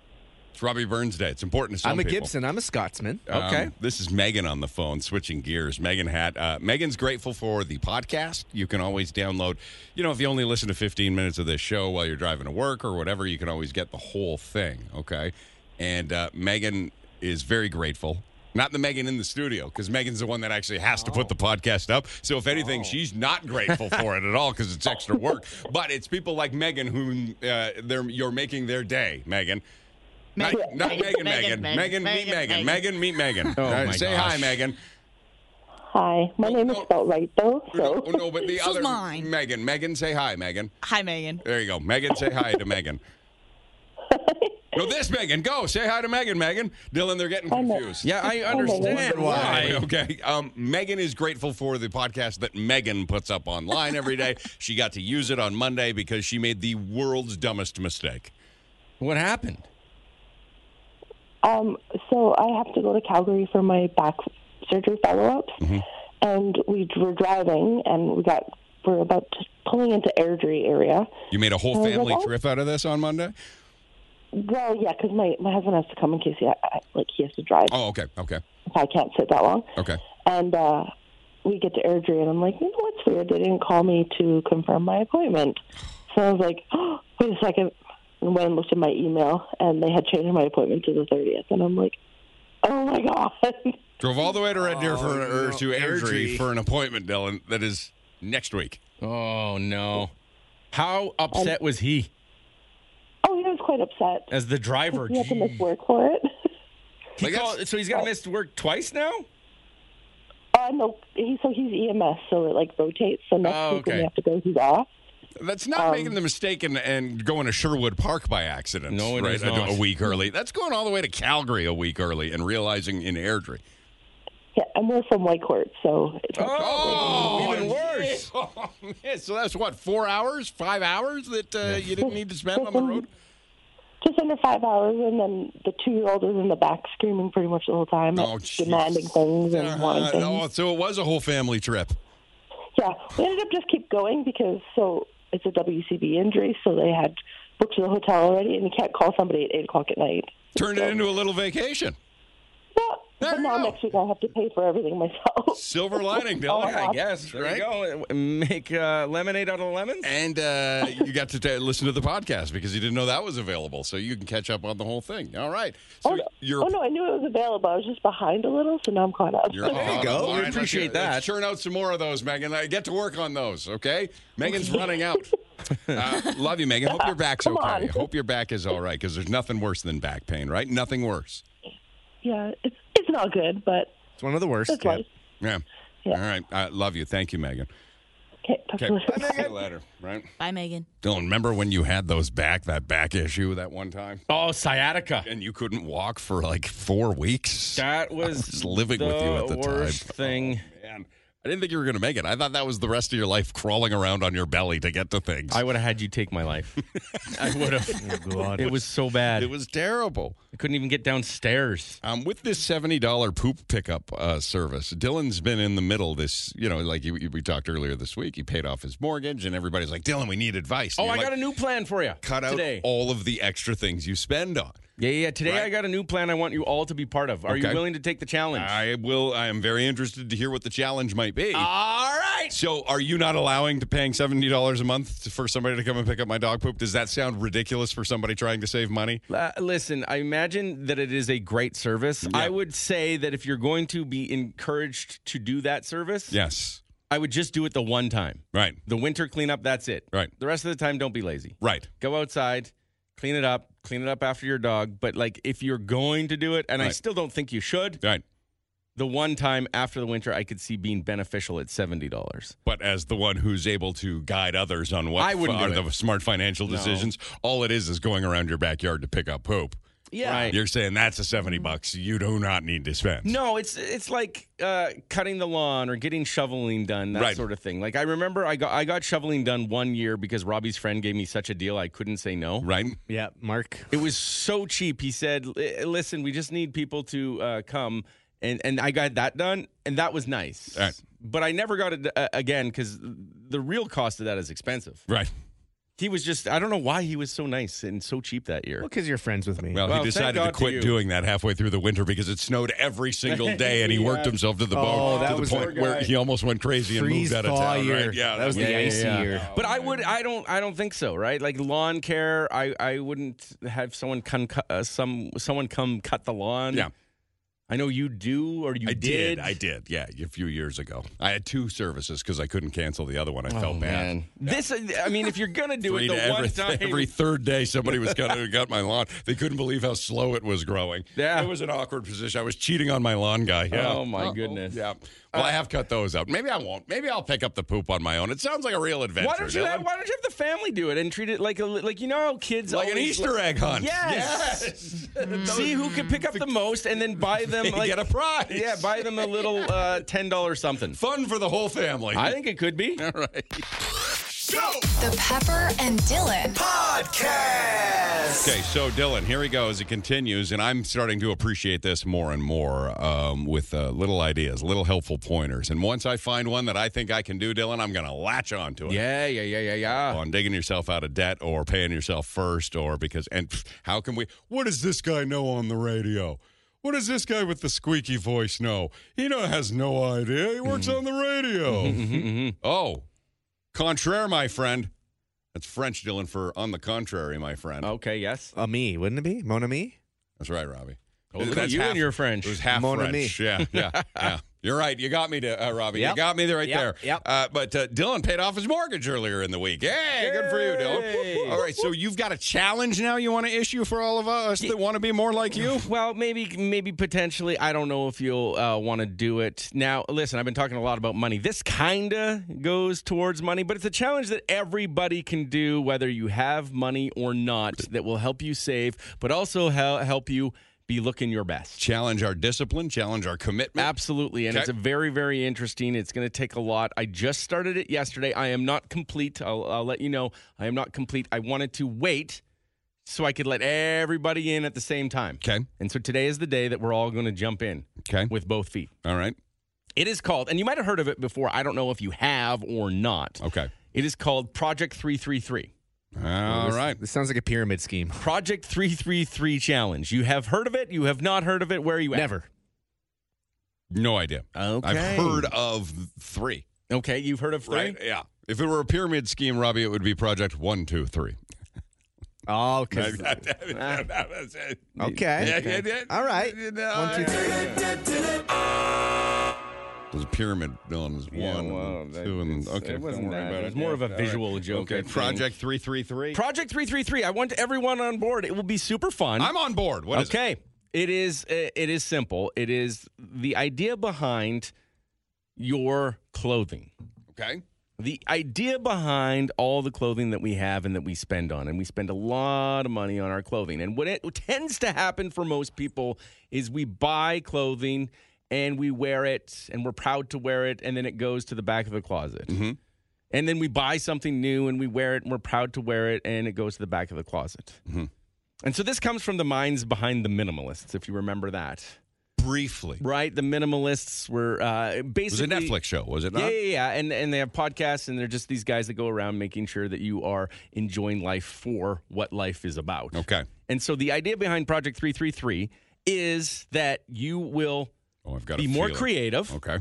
[SPEAKER 3] It's Robbie Burns Day. It's important to some
[SPEAKER 4] I'm a
[SPEAKER 3] people.
[SPEAKER 4] Gibson. I'm a Scotsman.
[SPEAKER 3] Um,
[SPEAKER 1] Okay.
[SPEAKER 3] this is Megan on the phone, switching gears. Megan had uh, Megan's grateful for the podcast. You can always download, you know, if you only listen to 15 minutes of this show while you're driving to work or whatever, you can always get the whole thing. Okay. And uh, Megan is very grateful. Not the Megan in the studio, because Megan's the one that actually has to put the podcast up. So, if anything, she's not grateful for it at all because it's extra work. But it's people like Megan who uh, they're, you're making their day, Megan. Not, not Megan,
[SPEAKER 5] Megan,
[SPEAKER 3] Megan. Megan,
[SPEAKER 5] Megan,
[SPEAKER 3] meet Megan.
[SPEAKER 5] Megan.
[SPEAKER 3] Megan, meet Megan.
[SPEAKER 1] Oh,
[SPEAKER 3] All right,
[SPEAKER 1] my
[SPEAKER 3] say hi,
[SPEAKER 1] gosh.
[SPEAKER 3] Megan.
[SPEAKER 8] Hi, my
[SPEAKER 3] No,
[SPEAKER 8] name
[SPEAKER 3] Oh, no.
[SPEAKER 8] is spelled right though.
[SPEAKER 3] No,
[SPEAKER 8] So
[SPEAKER 3] Oh, no, but the
[SPEAKER 5] This was
[SPEAKER 3] other
[SPEAKER 5] mine.
[SPEAKER 3] Megan. Megan, say hi, Megan.
[SPEAKER 5] Hi, Megan.
[SPEAKER 3] There you go. Megan, say hi to Megan. No, this Megan. Go say hi to Megan. Megan, Dylan, they're getting
[SPEAKER 8] know.
[SPEAKER 3] confused.
[SPEAKER 1] Yeah, I understand
[SPEAKER 8] Megan.
[SPEAKER 1] why.
[SPEAKER 3] Okay. Um, Megan is grateful for the podcast that Megan puts up online every day. she got to use it on Monday because she made the world's dumbest mistake.
[SPEAKER 1] What happened?
[SPEAKER 8] um, so I have to go to Calgary for my back surgery follow up,
[SPEAKER 3] Mm-hmm.
[SPEAKER 8] and we were driving, and we got we're about to, pulling into Airdrie area.
[SPEAKER 3] You made a whole
[SPEAKER 8] Oh,
[SPEAKER 3] family
[SPEAKER 8] well.
[SPEAKER 3] trip out of this on Monday.
[SPEAKER 8] Well, yeah, because my my husband has to come in case he I, I- like he has to drive
[SPEAKER 3] Oh, okay, okay,
[SPEAKER 8] if I can't sit that long,
[SPEAKER 3] okay.
[SPEAKER 8] and uh, we get to Airdrie, and I'm like, you know what's weird? They didn't call me to confirm my appointment, so I was like, oh, wait a second. And went and looked at my email, and they had changed my appointment to the 30th, and I'm like, oh my god.
[SPEAKER 3] Drove all the way to Red Deer for an, or
[SPEAKER 4] no,
[SPEAKER 3] to Airdrie
[SPEAKER 4] Airdrie.
[SPEAKER 3] for an appointment, Dylan. That is next week.
[SPEAKER 1] Oh no. How upset was he
[SPEAKER 8] Oh, he was quite upset.
[SPEAKER 1] as the
[SPEAKER 3] Oh,
[SPEAKER 1] driver?
[SPEAKER 8] He had to miss
[SPEAKER 1] Gee.
[SPEAKER 8] work for it.
[SPEAKER 1] He
[SPEAKER 3] Like, that's-
[SPEAKER 1] called- so he's got to miss work twice now?
[SPEAKER 8] Uh, no, he, so he's EMS, so it like rotates. So next
[SPEAKER 1] Oh,
[SPEAKER 8] week when
[SPEAKER 1] okay.
[SPEAKER 8] we have to go, he's off.
[SPEAKER 3] That's
[SPEAKER 1] Um,
[SPEAKER 3] not making the mistake and, and going to Sherwood Park by accident.
[SPEAKER 1] No, it
[SPEAKER 3] right?
[SPEAKER 1] is
[SPEAKER 3] a-
[SPEAKER 1] not.
[SPEAKER 3] A, week early. That's going all the way to Calgary a week early and realizing in Airdrie.
[SPEAKER 8] Yeah, and we're from Whitecourt, so it's
[SPEAKER 1] Oh,
[SPEAKER 3] [LAUGHS]
[SPEAKER 1] even worse.
[SPEAKER 3] yeah, Oh, so that's what four hours, five hours that uh, you didn't need to spend on the
[SPEAKER 1] [LAUGHS]
[SPEAKER 3] road.
[SPEAKER 8] just under five hours. And then the two-year-old was in the back screaming pretty much the whole time,
[SPEAKER 3] Oh,
[SPEAKER 8] like,
[SPEAKER 3] jeez.
[SPEAKER 8] demanding things and wanting
[SPEAKER 3] Uh,
[SPEAKER 8] things.
[SPEAKER 3] oh, so it was a whole family trip.
[SPEAKER 8] Yeah, we ended up just keep going because so it's a WCB injury, so they had booked the hotel already, and you can't call somebody at eight o'clock at night.
[SPEAKER 3] Turned it into a little vacation.
[SPEAKER 8] Yeah,
[SPEAKER 3] There
[SPEAKER 8] but
[SPEAKER 3] you
[SPEAKER 8] now
[SPEAKER 3] go.
[SPEAKER 8] next week I have to pay for everything myself.
[SPEAKER 3] Silver lining, Dylan.
[SPEAKER 1] Oh, I guess. There you go. Make uh, lemonade out
[SPEAKER 3] [LAUGHS]
[SPEAKER 1] of lemons?
[SPEAKER 3] And uh, you got to t- listen to the podcast because you didn't know that was available. So you can catch up on the whole thing. All right. So
[SPEAKER 8] Oh no.
[SPEAKER 3] you're.
[SPEAKER 8] [LAUGHS] oh no, I knew it was available. I was just behind a little, so now I'm caught up. [LAUGHS]
[SPEAKER 3] You're there
[SPEAKER 1] Oh, you go. We
[SPEAKER 3] let's
[SPEAKER 1] appreciate
[SPEAKER 3] get- let's
[SPEAKER 1] that.
[SPEAKER 3] churn out some more of those, Megan. Uh, Get to work on those, okay?
[SPEAKER 1] [LAUGHS]
[SPEAKER 3] Megan's running out. Uh, love you, Megan. Hope your back's
[SPEAKER 8] Come
[SPEAKER 3] okay.
[SPEAKER 8] on.
[SPEAKER 3] Hope your back is all right because there's nothing worse than back pain, right? Nothing worse.
[SPEAKER 8] yeah, it's it's not good, but
[SPEAKER 4] It's one of the worst.
[SPEAKER 8] it's life.
[SPEAKER 3] Yeah.
[SPEAKER 8] Yeah.
[SPEAKER 3] All right. Uh, love you. Thank you, Megan.
[SPEAKER 8] Okay, talk to
[SPEAKER 3] Okay.
[SPEAKER 8] you later.
[SPEAKER 3] See you later, right?
[SPEAKER 5] Bye, Megan.
[SPEAKER 3] Dylan, remember when you had those back, that back issue that one time?
[SPEAKER 1] oh, sciatica.
[SPEAKER 3] And you couldn't walk for like four weeks?
[SPEAKER 1] That was
[SPEAKER 3] was living with you at the time. Oh,
[SPEAKER 1] worst thing.
[SPEAKER 3] Man, I didn't think you were going to make it. I thought that was the rest of your life crawling around on your belly to get to things.
[SPEAKER 1] I would have had you take
[SPEAKER 3] [LAUGHS]
[SPEAKER 1] my life. I would [LAUGHS] have. It was so bad.
[SPEAKER 3] Oh, it was terrible.
[SPEAKER 1] I couldn't even get downstairs.
[SPEAKER 3] Um, with this seventy dollar poop pickup uh, service, Dylan's been in the middle. This, you know, like you, you- we talked earlier this week, he paid off his mortgage, and everybody's like, "Dylan, we need advice."
[SPEAKER 1] Oh,
[SPEAKER 3] And
[SPEAKER 1] I
[SPEAKER 3] you're
[SPEAKER 1] got a
[SPEAKER 3] like,
[SPEAKER 1] new plan for you.
[SPEAKER 3] cut out
[SPEAKER 1] today.
[SPEAKER 3] all of the extra things you spend on.
[SPEAKER 1] Yeah, yeah. yeah. Today
[SPEAKER 3] Right.
[SPEAKER 1] I got a new plan. I want you all to be part of. Are you
[SPEAKER 3] Okay.
[SPEAKER 1] willing to take the challenge?
[SPEAKER 3] I will. I am very interested to hear what the challenge might be.
[SPEAKER 1] all right.
[SPEAKER 3] so, are you not allowing to paying seventy dollars a month to- for somebody to come and pick up my dog poop? Does that sound ridiculous for somebody trying to save money?
[SPEAKER 1] Uh, listen, I imagine that it is a great service. I would say that if you're going to be encouraged to do that service,
[SPEAKER 3] Yes.
[SPEAKER 1] I would just do it the one time.
[SPEAKER 3] Right.
[SPEAKER 1] The winter cleanup, that's it.
[SPEAKER 3] Right.
[SPEAKER 1] The rest of the time, don't be lazy.
[SPEAKER 3] Right.
[SPEAKER 1] Go outside, clean it up, clean it up after your dog. But like, if you're going to do it, and I
[SPEAKER 3] Right.
[SPEAKER 1] still don't think you should,
[SPEAKER 3] Right.
[SPEAKER 1] the one time after the winter, I could see being beneficial at seventy dollars.
[SPEAKER 3] But as the one who's able to guide others on what
[SPEAKER 1] I wouldn't
[SPEAKER 3] are
[SPEAKER 1] do
[SPEAKER 3] the smart financial decisions, all it is is going around your backyard to pick up poop.
[SPEAKER 1] Yeah.
[SPEAKER 3] You're saying that's a 70 bucks you do not need to spend.
[SPEAKER 1] No, it's it's like uh, cutting the lawn or getting shoveling done, that
[SPEAKER 3] Right.
[SPEAKER 1] sort of thing. Like I remember I got I got shoveling done one year because Robbie's friend gave me such a deal I couldn't say no.
[SPEAKER 3] Right?
[SPEAKER 4] Yeah, Mark.
[SPEAKER 1] It was so cheap. He said, "Li- "Listen, we just need people to uh, come." And and I got that done, and that was nice.
[SPEAKER 3] All right.
[SPEAKER 1] But I never got it uh, again because the real cost of that is expensive.
[SPEAKER 3] Right.
[SPEAKER 1] He was just I don't know why he was so nice and so cheap that year.
[SPEAKER 4] Well, because you're friends with me.
[SPEAKER 3] Well,
[SPEAKER 1] Well,
[SPEAKER 3] he
[SPEAKER 1] thank
[SPEAKER 3] decided
[SPEAKER 1] God
[SPEAKER 3] to
[SPEAKER 1] to
[SPEAKER 3] quit
[SPEAKER 1] you.
[SPEAKER 3] doing that halfway through the winter because it snowed every
[SPEAKER 1] [LAUGHS]
[SPEAKER 3] single day and he worked himself to the
[SPEAKER 4] Oh,
[SPEAKER 3] bone
[SPEAKER 4] that
[SPEAKER 3] to the
[SPEAKER 4] was
[SPEAKER 3] point
[SPEAKER 4] our
[SPEAKER 3] where
[SPEAKER 4] guy.
[SPEAKER 3] he almost went crazy and moved
[SPEAKER 4] Freeze
[SPEAKER 3] out of
[SPEAKER 4] thaw
[SPEAKER 3] town.
[SPEAKER 4] year.
[SPEAKER 3] Right? Yeah.
[SPEAKER 4] that was the icy year.
[SPEAKER 1] But I would, I don't, I don't think so, right? Like lawn care, I, I wouldn't have someone come, cu- uh, some, someone come cut the lawn.
[SPEAKER 3] Yeah.
[SPEAKER 1] I know you do, or you
[SPEAKER 3] I did.
[SPEAKER 1] did.
[SPEAKER 3] I did. Yeah, a few years ago. I had two services because I couldn't cancel the other one. I felt bad.
[SPEAKER 1] This, uh, I mean, if you're gonna do it
[SPEAKER 3] Three
[SPEAKER 1] Oh, the
[SPEAKER 3] to
[SPEAKER 1] one
[SPEAKER 3] every,
[SPEAKER 1] time,
[SPEAKER 3] every third day, somebody was cutting [LAUGHS] and cut my lawn. They couldn't believe how slow it was growing.
[SPEAKER 1] Yeah.
[SPEAKER 3] it was an awkward position. I was cheating on my lawn guy. Yeah.
[SPEAKER 1] oh my goodness.
[SPEAKER 3] Yeah. Well, I have cut those out. Maybe I won't. Maybe I'll pick up the poop on my own. It sounds like a real adventure.
[SPEAKER 1] Why don't you?
[SPEAKER 3] Dylan.
[SPEAKER 1] Have, why don't you have the family do it and treat it like a, li- like you know how kids
[SPEAKER 3] like an
[SPEAKER 1] always-
[SPEAKER 3] Easter egg hunt.
[SPEAKER 1] Yes. See who can pick up the most, and
[SPEAKER 3] [LAUGHS]
[SPEAKER 1] then buy them
[SPEAKER 3] They
[SPEAKER 1] like
[SPEAKER 3] get a prize.
[SPEAKER 1] yeah, buy them a little uh, ten dollars something.
[SPEAKER 3] Fun for the whole family.
[SPEAKER 1] I think it could be.
[SPEAKER 3] [LAUGHS] All right.
[SPEAKER 2] The Pepper and Dylan
[SPEAKER 6] Podcast.
[SPEAKER 3] Okay, so Dylan, here he goes. It continues, and I'm starting to appreciate this more and more um, with uh, little ideas, little helpful pointers. And once I find one that I think I can do, Dylan, I'm going to latch on to it.
[SPEAKER 1] Yeah, yeah, yeah, yeah, yeah.
[SPEAKER 3] On digging yourself out of debt or paying yourself first, or because, and pff, how can we, what does this guy know on the radio? What does this guy with the squeaky voice know? He no, has no idea. He works
[SPEAKER 4] Mm-hmm.
[SPEAKER 3] on the radio. oh, contraire, my friend. That's French, Dylan, for on the contrary, my friend.
[SPEAKER 1] Okay, yes.
[SPEAKER 4] A me, wouldn't it be? Mon ami?
[SPEAKER 3] That's right, Robbie.
[SPEAKER 1] Look at you and your French.
[SPEAKER 3] It was half
[SPEAKER 4] Mon ami.
[SPEAKER 3] French. Yeah, yeah,
[SPEAKER 1] [LAUGHS]
[SPEAKER 3] yeah. You're right. You got me to uh, Robbie. You
[SPEAKER 4] Yep.
[SPEAKER 3] got me there right
[SPEAKER 4] Yep,
[SPEAKER 3] there.
[SPEAKER 4] yep.
[SPEAKER 3] Uh, but uh, Dylan paid off his mortgage earlier in the week. Hey, good for you, Dylan.
[SPEAKER 1] Yay.
[SPEAKER 3] All right, so you've got a challenge now you want to issue for all of us that want to be more like you.
[SPEAKER 1] [LAUGHS] Well, maybe, maybe potentially. I don't know if you'll uh, want to do it. Now, listen, I've been talking a lot about money. This kind of goes towards money, but it's a challenge that everybody can do, whether you have money or not, that will help you save, but also hel- help you be looking your best.
[SPEAKER 3] Challenge our discipline. Challenge our commitment.
[SPEAKER 1] Absolutely. And
[SPEAKER 3] Okay.
[SPEAKER 1] it's a very, very interesting. It's going to take a lot. I just started it yesterday. I am not complete. I'll, I'll let you know. I am not complete. I wanted to wait so I could let everybody in at the same time.
[SPEAKER 3] Okay.
[SPEAKER 1] And so today is the day that we're all going to jump in
[SPEAKER 3] Okay.
[SPEAKER 1] with both feet.
[SPEAKER 3] All right.
[SPEAKER 1] It is called, and you might have heard of it before. I don't know if you have or not.
[SPEAKER 3] Okay.
[SPEAKER 1] It is called Project 333.
[SPEAKER 3] All
[SPEAKER 4] This-
[SPEAKER 3] right.
[SPEAKER 4] This sounds like a pyramid scheme.
[SPEAKER 1] Project 333 Challenge. You have heard of it. You have not heard of it. Where are you at?
[SPEAKER 4] Never.
[SPEAKER 3] No idea.
[SPEAKER 1] Okay.
[SPEAKER 3] I've heard of three.
[SPEAKER 1] Okay. You've heard of three?
[SPEAKER 3] Right. Yeah. If it were a pyramid scheme, Robbie, it would be Project One, Two, Three.
[SPEAKER 4] Oh,
[SPEAKER 3] [LAUGHS]
[SPEAKER 4] 'cause-
[SPEAKER 1] [LAUGHS] Ah.
[SPEAKER 4] okay.
[SPEAKER 3] Yeah, yeah, yeah.
[SPEAKER 4] All right.
[SPEAKER 3] No,
[SPEAKER 4] One, two, three.
[SPEAKER 3] There's a pyramid villain. There's
[SPEAKER 1] Yeah,
[SPEAKER 3] one,
[SPEAKER 1] well,
[SPEAKER 3] and
[SPEAKER 1] that-
[SPEAKER 3] two, and
[SPEAKER 1] it's-
[SPEAKER 3] okay.
[SPEAKER 1] it wasn't
[SPEAKER 3] don't worry
[SPEAKER 1] that.
[SPEAKER 3] about
[SPEAKER 1] It was more of a
[SPEAKER 3] All
[SPEAKER 1] visual joke, I
[SPEAKER 3] Okay,
[SPEAKER 1] think.
[SPEAKER 3] Project three three three.
[SPEAKER 1] Project 333. I want everyone on board. It will be super fun.
[SPEAKER 3] I'm on board. What is it?
[SPEAKER 1] okay. It is it is simple. It is the idea behind your clothing.
[SPEAKER 3] Okay.
[SPEAKER 1] the idea behind all the clothing that we have and that we spend on and we spend a lot of money on our clothing and what it tends to happen for most people is we buy clothing and we wear it and we're proud to wear it and then it goes to the back of the closet.
[SPEAKER 3] Mhm.
[SPEAKER 1] And then we buy something new and we wear it and we're proud to wear it and it goes to the back of the closet.
[SPEAKER 3] Mhm.
[SPEAKER 1] And so this comes from the minds behind the minimalists, if you remember that.
[SPEAKER 3] Briefly.
[SPEAKER 1] Right? The minimalists were uh,
[SPEAKER 3] It was a
[SPEAKER 1] basically.
[SPEAKER 3] Netflix show, was it not?
[SPEAKER 1] Yeah, yeah, yeah. And and they have podcasts, and they're just these guys that go around making sure that you are enjoying life for what life is about.
[SPEAKER 3] Okay.
[SPEAKER 1] And so the idea behind Project Three Three Three is that you will
[SPEAKER 3] Oh, I've got
[SPEAKER 1] be
[SPEAKER 3] a
[SPEAKER 1] more
[SPEAKER 3] feeling.
[SPEAKER 1] creative,
[SPEAKER 3] Okay.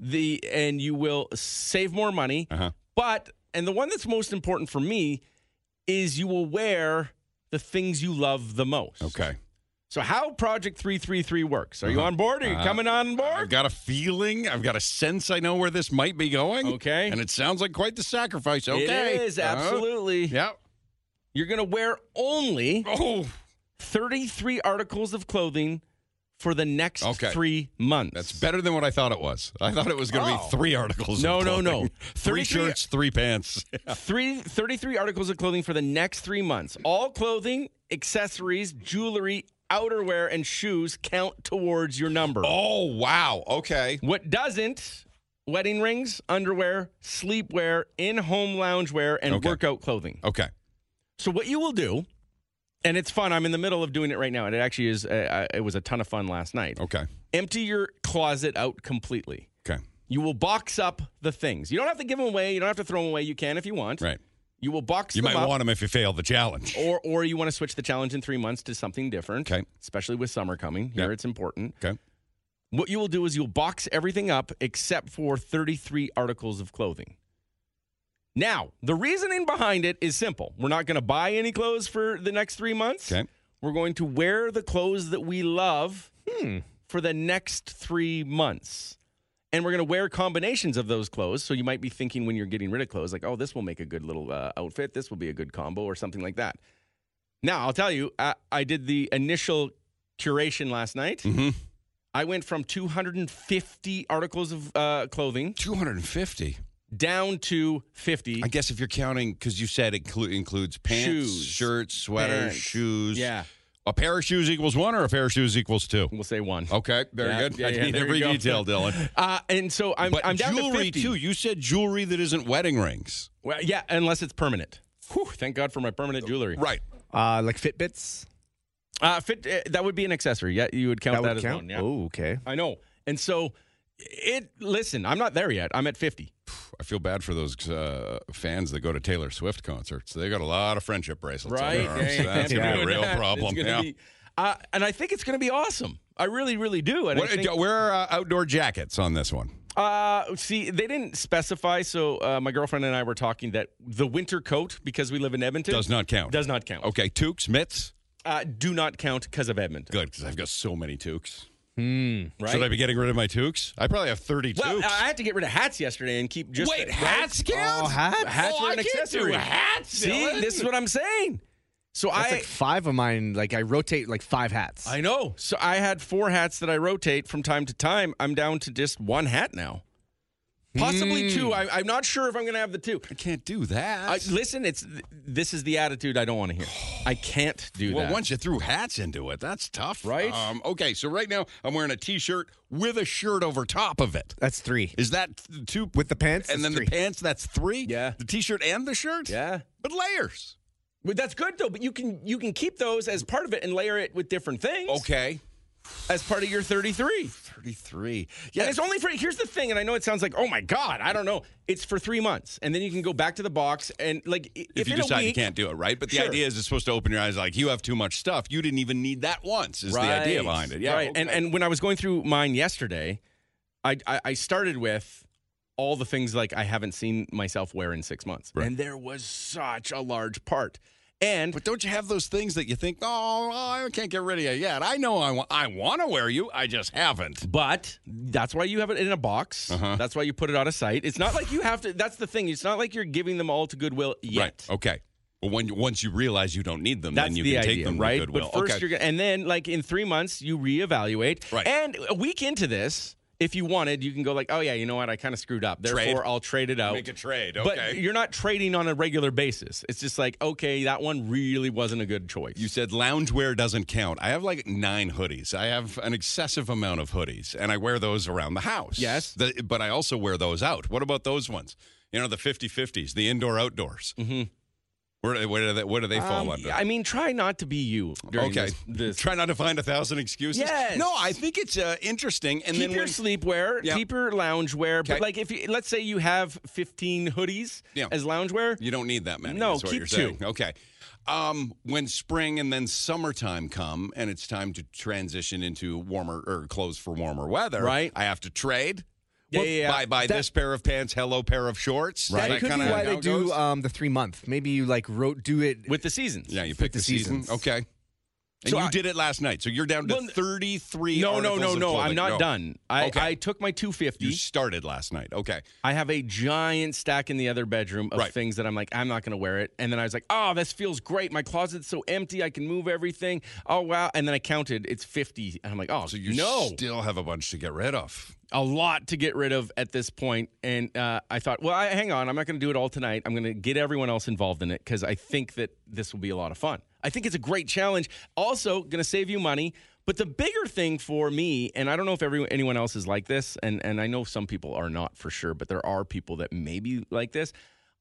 [SPEAKER 1] the and you will save more money.
[SPEAKER 3] Uh-huh.
[SPEAKER 1] But and the one that's most important for me is you will wear the things you love the most.
[SPEAKER 3] Okay.
[SPEAKER 1] So how Project Three Three Three works? Are you
[SPEAKER 3] Uh-huh.
[SPEAKER 1] on board? Are you
[SPEAKER 3] Uh,
[SPEAKER 1] coming on board?
[SPEAKER 3] I've got a feeling. I've got a sense. I know where this might be going.
[SPEAKER 1] Okay.
[SPEAKER 3] And it sounds like quite the sacrifice. Okay.
[SPEAKER 1] It is
[SPEAKER 3] Uh-huh.
[SPEAKER 1] absolutely.
[SPEAKER 3] Yeah.
[SPEAKER 1] You're going to wear only
[SPEAKER 3] Oh,
[SPEAKER 1] 33 articles of clothing for the next
[SPEAKER 3] Okay.
[SPEAKER 1] three months.
[SPEAKER 3] that's better than what I thought it was. I thought it was going to
[SPEAKER 1] Oh.
[SPEAKER 3] be three articles.
[SPEAKER 1] No,
[SPEAKER 3] of
[SPEAKER 1] no, no.
[SPEAKER 3] clothing. [LAUGHS] three
[SPEAKER 1] 33
[SPEAKER 3] shirts, three pants. [LAUGHS]
[SPEAKER 1] Three, 33 articles of clothing for the next three months. All clothing, accessories, jewelry, outerwear, and shoes count towards your number.
[SPEAKER 3] oh, wow. Okay.
[SPEAKER 1] What doesn't? Wedding rings, underwear, sleepwear, in home loungewear, and
[SPEAKER 3] Okay.
[SPEAKER 1] workout clothing.
[SPEAKER 3] Okay.
[SPEAKER 1] So what you will do, and it's fun. I'm in the middle of doing it right now, and it actually is. Uh, uh, it was a ton of fun last night.
[SPEAKER 3] Okay.
[SPEAKER 1] Empty your closet out completely.
[SPEAKER 3] Okay.
[SPEAKER 1] You will box up the things. You don't have to give them away. You don't have to throw them away. You can if you want.
[SPEAKER 3] Right.
[SPEAKER 1] You will box
[SPEAKER 3] You
[SPEAKER 1] them
[SPEAKER 3] might
[SPEAKER 1] up,
[SPEAKER 3] want them if you fail the challenge.
[SPEAKER 1] or or you want to switch the challenge in three months to something different.
[SPEAKER 3] Okay.
[SPEAKER 1] Especially with summer coming, here
[SPEAKER 3] Yep.
[SPEAKER 1] it's important.
[SPEAKER 3] Okay.
[SPEAKER 1] What you will do is you'll box everything up except for 33 articles of clothing. Now, the reasoning behind it is simple. We're not going to buy any clothes for the next three months.
[SPEAKER 3] Okay.
[SPEAKER 1] We're going to wear the clothes that we love for the next three months. And we're going to wear combinations of those clothes. So you might be thinking when you're getting rid of clothes, like, oh, this will make a good little uh, outfit. This will be a good combo or something like that. Now, I'll tell you, I, I did the initial curation last night.
[SPEAKER 3] Mhm.
[SPEAKER 1] I went from 250 articles of uh, clothing
[SPEAKER 3] 250.
[SPEAKER 1] down to 50.
[SPEAKER 3] I guess if you're counting, because you said it inclu- includes pants,
[SPEAKER 1] Shoes.
[SPEAKER 3] shirts, sweaters,
[SPEAKER 1] Pants.
[SPEAKER 3] shoes.
[SPEAKER 1] Yeah,
[SPEAKER 3] A pair of shoes equals one or a pair of shoes equals two?
[SPEAKER 1] we'll say one.
[SPEAKER 3] Okay, very
[SPEAKER 1] Yeah,
[SPEAKER 3] good.
[SPEAKER 1] yeah,
[SPEAKER 3] I
[SPEAKER 1] yeah,
[SPEAKER 3] need
[SPEAKER 1] there you
[SPEAKER 3] every
[SPEAKER 1] go.
[SPEAKER 3] detail, Dylan.
[SPEAKER 1] [LAUGHS] Uh, and so I'm,
[SPEAKER 3] but
[SPEAKER 1] I'm down to
[SPEAKER 3] jewelry
[SPEAKER 1] 50.
[SPEAKER 3] too. You said jewelry that isn't wedding rings.
[SPEAKER 1] Well, yeah, unless it's permanent. Whew, thank God for my permanent jewelry.
[SPEAKER 3] Right.
[SPEAKER 4] Uh, like Fitbits.
[SPEAKER 1] Uh, fit, uh, that would be an accessory. Yeah, you would count that,
[SPEAKER 4] would
[SPEAKER 1] as
[SPEAKER 4] count.
[SPEAKER 1] one. Yeah.
[SPEAKER 4] Oh, okay.
[SPEAKER 1] I know. And so it. Listen, I'm not there yet. I'm at 50.
[SPEAKER 3] I feel bad for those uh, fans that go to Taylor Swift concerts. They got a lot of friendship bracelets. on
[SPEAKER 1] Right?
[SPEAKER 3] their arms.
[SPEAKER 1] Yeah, you
[SPEAKER 3] That's
[SPEAKER 1] can't
[SPEAKER 3] gonna be
[SPEAKER 1] do
[SPEAKER 3] a real
[SPEAKER 1] that.
[SPEAKER 3] problem.
[SPEAKER 1] [LAUGHS] It's gonna
[SPEAKER 3] Yeah.
[SPEAKER 1] be- uh, and I think it's going to be awesome. I really, really do. And I
[SPEAKER 3] What,
[SPEAKER 1] think-
[SPEAKER 3] uh, where are uh, outdoor jackets on this one?
[SPEAKER 1] Uh, see, they didn't specify. So uh, my girlfriend and I were talking that the winter coat, because we live in Edmonton,
[SPEAKER 3] Does not count.
[SPEAKER 1] does not count.
[SPEAKER 3] Okay, toques, mitts.
[SPEAKER 1] Uh, do not count because of Edmonton. Hmm,
[SPEAKER 3] Good, because I've got so many toques.
[SPEAKER 1] Right?
[SPEAKER 3] Should I be getting rid of my toques? I probably have 30
[SPEAKER 1] well, uh,
[SPEAKER 3] toques.
[SPEAKER 1] I had to get rid of hats yesterday and keep just
[SPEAKER 3] Wait,
[SPEAKER 1] right?
[SPEAKER 3] hats count?
[SPEAKER 4] Oh, hats?
[SPEAKER 1] Hats
[SPEAKER 3] Oh,
[SPEAKER 1] were an
[SPEAKER 3] I can't do
[SPEAKER 1] accessory.
[SPEAKER 3] hats,
[SPEAKER 1] See,
[SPEAKER 3] Dylan.
[SPEAKER 1] this is what I'm saying. So
[SPEAKER 4] That's
[SPEAKER 1] I,
[SPEAKER 4] like five of mine. Like I rotate like five hats.
[SPEAKER 1] I know. So I had four hats that I rotate from time to time. I'm down to just one hat now, possibly two. I, I'm not sure if I'm going to have the two.
[SPEAKER 3] Hmm. I can't do that.
[SPEAKER 1] I, listen, it's this is the attitude I don't want to hear. I can't do
[SPEAKER 3] well,
[SPEAKER 1] that.
[SPEAKER 3] once you threw hats into it, that's tough.
[SPEAKER 1] Right?
[SPEAKER 3] Um, okay, so right now I'm wearing a t shirt with a shirt over top of it.
[SPEAKER 4] That's three.
[SPEAKER 3] Is that th- two?
[SPEAKER 4] With the pants,
[SPEAKER 3] And
[SPEAKER 4] it's
[SPEAKER 3] then
[SPEAKER 4] three.
[SPEAKER 3] the pants, that's three?
[SPEAKER 1] Yeah.
[SPEAKER 3] The t shirt and the shirt?
[SPEAKER 1] Yeah.
[SPEAKER 3] But layers.
[SPEAKER 1] But that's good though. But you can you can keep those as part of it and layer it with different things.
[SPEAKER 3] Okay.
[SPEAKER 1] As part of your 33.
[SPEAKER 3] 33.
[SPEAKER 1] Yeah. And it's only for here's the thing, and I know it sounds like oh my god, I don't know. It's for three months, and then you can go back to the box and like i-
[SPEAKER 3] if,
[SPEAKER 1] if
[SPEAKER 3] you
[SPEAKER 1] in a
[SPEAKER 3] decide you
[SPEAKER 1] week-
[SPEAKER 3] can't do it, right? But the
[SPEAKER 1] Sure.
[SPEAKER 3] idea is it's supposed to open your eyes like you have too much stuff. You didn't even need that once, is the idea
[SPEAKER 1] Right.
[SPEAKER 3] behind it. Yeah.
[SPEAKER 1] Right. And
[SPEAKER 3] okay.
[SPEAKER 1] and when I was going through mine yesterday, I I, I started with. All the things like I haven't seen myself wear in six months,
[SPEAKER 3] Right.
[SPEAKER 1] and there was such a large part. And
[SPEAKER 3] But don't you have those things that you think, oh, I can't get rid of you yet? I know I, wa- I want to wear you, I just haven't.
[SPEAKER 1] But that's why you have it in a box.
[SPEAKER 3] Uh-huh.
[SPEAKER 1] That's why you put it out of sight. It's not like you have to. That's the thing. It's not like you're giving them all to Goodwill yet.
[SPEAKER 3] Right. Okay. Well, when you, once you realize you don't need them,
[SPEAKER 1] That's
[SPEAKER 3] then you
[SPEAKER 1] the
[SPEAKER 3] can
[SPEAKER 1] idea,
[SPEAKER 3] take them to
[SPEAKER 1] right?
[SPEAKER 3] Goodwill.
[SPEAKER 1] But first,
[SPEAKER 3] okay.
[SPEAKER 1] you're gonna, and then like in three months, you reevaluate.
[SPEAKER 3] Right.
[SPEAKER 1] And a week into this, if you wanted, you can go like, oh yeah, you know what? I kind of screwed up. Therefore,
[SPEAKER 3] Trade.
[SPEAKER 1] I'll trade it out.
[SPEAKER 3] Make a trade.
[SPEAKER 1] But
[SPEAKER 3] Okay.
[SPEAKER 1] you're not trading on a regular basis. It's just like, okay, that one really wasn't a good choice.
[SPEAKER 3] You said loungewear doesn't count. I have like nine hoodies. I have an excessive amount of hoodies, and I wear those around the house.
[SPEAKER 1] Yes.
[SPEAKER 3] The- but I also wear those out. What about those ones? You know, the 50 50s, the indoor outdoors.
[SPEAKER 1] Mhm.
[SPEAKER 3] Where, where, do they, where do they fall
[SPEAKER 1] Um,
[SPEAKER 3] under?
[SPEAKER 1] I mean, try not to be you. During
[SPEAKER 3] okay.
[SPEAKER 1] This, this.
[SPEAKER 3] Try not to find a thousand excuses.
[SPEAKER 1] Yes.
[SPEAKER 3] No, I think it's uh, interesting. And
[SPEAKER 1] keep
[SPEAKER 3] then
[SPEAKER 1] your
[SPEAKER 3] when,
[SPEAKER 1] sleepwear,
[SPEAKER 3] Yeah.
[SPEAKER 1] keep your loungewear. But
[SPEAKER 3] Okay.
[SPEAKER 1] like, if you, let's say you have 15 hoodies
[SPEAKER 3] Yeah.
[SPEAKER 1] as loungewear,
[SPEAKER 3] You don't need that many.
[SPEAKER 1] No,
[SPEAKER 3] is what
[SPEAKER 1] keep
[SPEAKER 3] you're saying.
[SPEAKER 1] two.
[SPEAKER 3] Okay. Um, when spring and then summertime come, and it's time to transition into warmer or clothes for warmer weather,
[SPEAKER 1] Right.
[SPEAKER 3] I have to trade.
[SPEAKER 1] Yeah, yeah, yeah.
[SPEAKER 3] Buy, buy
[SPEAKER 1] That-
[SPEAKER 3] this pair of pants. Hello, pair of shorts.
[SPEAKER 4] That could be
[SPEAKER 3] kinda
[SPEAKER 4] why
[SPEAKER 3] how
[SPEAKER 4] they
[SPEAKER 3] it
[SPEAKER 4] do
[SPEAKER 3] goes?
[SPEAKER 4] um, the three month. Maybe you like wrote do it
[SPEAKER 1] with the seasons.
[SPEAKER 3] yeah, you
[SPEAKER 4] with
[SPEAKER 3] pick the,
[SPEAKER 4] the
[SPEAKER 3] season.
[SPEAKER 4] seasons.
[SPEAKER 3] Okay. And
[SPEAKER 1] So
[SPEAKER 3] you
[SPEAKER 1] I-
[SPEAKER 3] did it last night, so you're down to
[SPEAKER 1] Well,
[SPEAKER 3] thirty-three.
[SPEAKER 1] No, no,
[SPEAKER 3] articles
[SPEAKER 1] no,
[SPEAKER 3] of
[SPEAKER 1] no.
[SPEAKER 3] clothing.
[SPEAKER 1] I'm not
[SPEAKER 3] No.
[SPEAKER 1] done. I,
[SPEAKER 3] Okay.
[SPEAKER 1] I took my 250.
[SPEAKER 3] You started last night. Okay.
[SPEAKER 1] I have a giant stack in the other bedroom of
[SPEAKER 3] Right.
[SPEAKER 1] things that I'm like, I'm not going to wear it. And then I was like, oh, this feels great. My closet's so empty. I can move everything. Oh, wow. And then I counted, it's 50. And I'm like, oh,
[SPEAKER 3] So you
[SPEAKER 1] no.
[SPEAKER 3] still have a bunch to get rid of.
[SPEAKER 1] a lot to get rid of at this point. And uh, I thought, well, I, hang on. I'm not going to do it all tonight. I'm going to get everyone else involved in it because I think that this will be a lot of fun. I think it's a great challenge. Also, going to save you money. But the bigger thing for me, and I don't know if everyone, anyone else is like this, and, and I know some people are not for sure, but there are people that may be like this.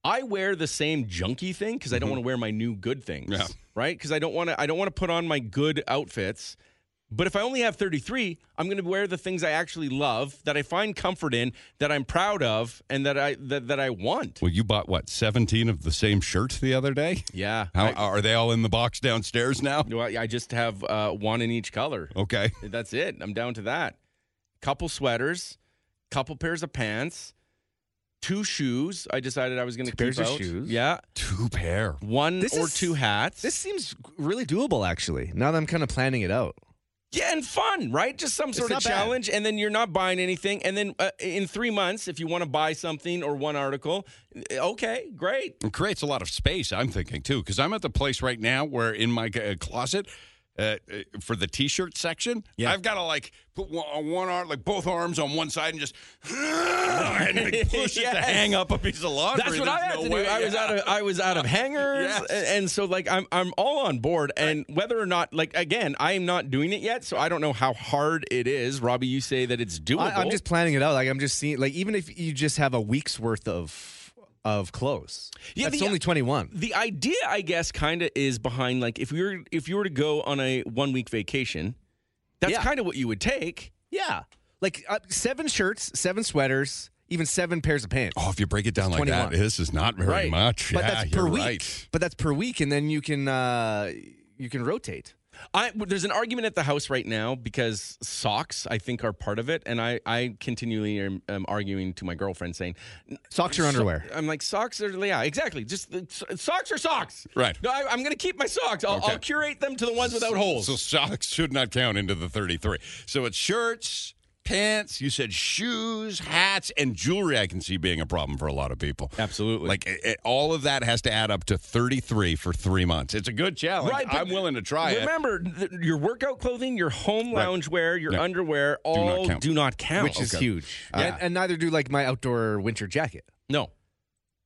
[SPEAKER 1] I wear the same junky thing because I don't want to wear my new good things,
[SPEAKER 3] Yeah.
[SPEAKER 1] right? Because I don't want to. I don't want to put on my good outfits. But if I only have 33, I'm going to wear the things I actually love, that I find comfort in, that I'm proud of, and that I that, that I want.
[SPEAKER 3] Well, you bought what? Seventeen of the same shirts the other day.
[SPEAKER 1] Yeah.
[SPEAKER 3] How,
[SPEAKER 1] I,
[SPEAKER 3] are they all in the box downstairs now?
[SPEAKER 1] well, I just have uh, one in each color.
[SPEAKER 3] Okay.
[SPEAKER 1] That's it. I'm down to that. Couple sweaters, couple pairs of pants, two shoes. I decided I was going to
[SPEAKER 4] Two
[SPEAKER 1] keep
[SPEAKER 4] pairs of
[SPEAKER 1] out.
[SPEAKER 4] shoes?
[SPEAKER 1] Yeah.
[SPEAKER 3] Two pair.
[SPEAKER 1] One
[SPEAKER 4] This
[SPEAKER 1] or
[SPEAKER 4] is-
[SPEAKER 1] two hats.
[SPEAKER 4] This seems really doable, actually. Now that I'm kind of planning it out.
[SPEAKER 1] Yeah, and fun, right? Just some sort of
[SPEAKER 4] not bad.
[SPEAKER 1] challenge, and then you're not buying anything. And then uh, in three months, if you want to buy something or one article, eh, okay, great.
[SPEAKER 3] It creates a lot of space, I'm thinking, too, because I'm at the place right now where in my uh, closet, uh, uh, for the t-shirt section,
[SPEAKER 1] Yeah.
[SPEAKER 3] I've got to like put one, on one arm, like both arms on one side, and just [LAUGHS] and like, push it
[SPEAKER 1] [LAUGHS] Yes.
[SPEAKER 3] to hang up a piece of laundry.
[SPEAKER 1] That's what I
[SPEAKER 3] There's
[SPEAKER 1] had
[SPEAKER 3] no
[SPEAKER 1] to do.
[SPEAKER 3] way.
[SPEAKER 1] I was
[SPEAKER 3] Yeah.
[SPEAKER 1] out of I was [LAUGHS] out of hangers,
[SPEAKER 3] Yes.
[SPEAKER 1] and, and so like I'm I'm all on board. And whether or not like again, I am not doing it yet, so I don't know how hard it is. Robbie, you say that it's doable.
[SPEAKER 4] I, am just planning it out. Like I'm just seeing. Like even if you just have a week's worth of of clothes,
[SPEAKER 1] Yeah,
[SPEAKER 4] that's
[SPEAKER 1] the- uh
[SPEAKER 4] only 21.
[SPEAKER 1] the idea i guess kind of is behind like if you were if you were to go on a one week vacation that's
[SPEAKER 4] Yeah.
[SPEAKER 1] kind of what you would take
[SPEAKER 4] Yeah, like uh, seven shirts, seven sweaters, even seven pairs of pants.
[SPEAKER 3] Oh, if you break it down like
[SPEAKER 4] 21.
[SPEAKER 3] that, this is not very
[SPEAKER 1] Right.
[SPEAKER 3] much.
[SPEAKER 4] but
[SPEAKER 3] yeah,
[SPEAKER 4] that's
[SPEAKER 3] you're
[SPEAKER 4] per week.
[SPEAKER 3] right.
[SPEAKER 4] But that's per week, and then you can uh you can rotate.
[SPEAKER 1] I w- there's an argument at the house right now because socks I think are part of it, and I I continually am, am arguing to my girlfriend saying
[SPEAKER 4] Socks or underwear.
[SPEAKER 1] I'm like socks are yeah exactly just the- so- socks are socks
[SPEAKER 3] Right.
[SPEAKER 1] No, I, I'm gonna keep my socks. I'll,
[SPEAKER 3] Okay.
[SPEAKER 1] I'll curate them to the ones without holes.
[SPEAKER 3] So socks should not count into the 33. So it's shirts, pants, you said shoes, hats, and jewelry I can see being a problem for a lot of people.
[SPEAKER 1] Absolutely.
[SPEAKER 3] Like it, it- all of that has to add up to 33 for three months. It's a good challenge.
[SPEAKER 1] Right, but
[SPEAKER 3] I'm willing to try it.
[SPEAKER 1] Remember, th- your workout clothing, your home
[SPEAKER 3] Right.
[SPEAKER 1] loungewear, your
[SPEAKER 3] Yeah.
[SPEAKER 1] underwear,
[SPEAKER 3] not
[SPEAKER 1] all
[SPEAKER 3] count.
[SPEAKER 1] do not count.
[SPEAKER 4] which is huge.
[SPEAKER 3] Yeah.
[SPEAKER 4] And, and neither do like my outdoor winter jacket.
[SPEAKER 1] No.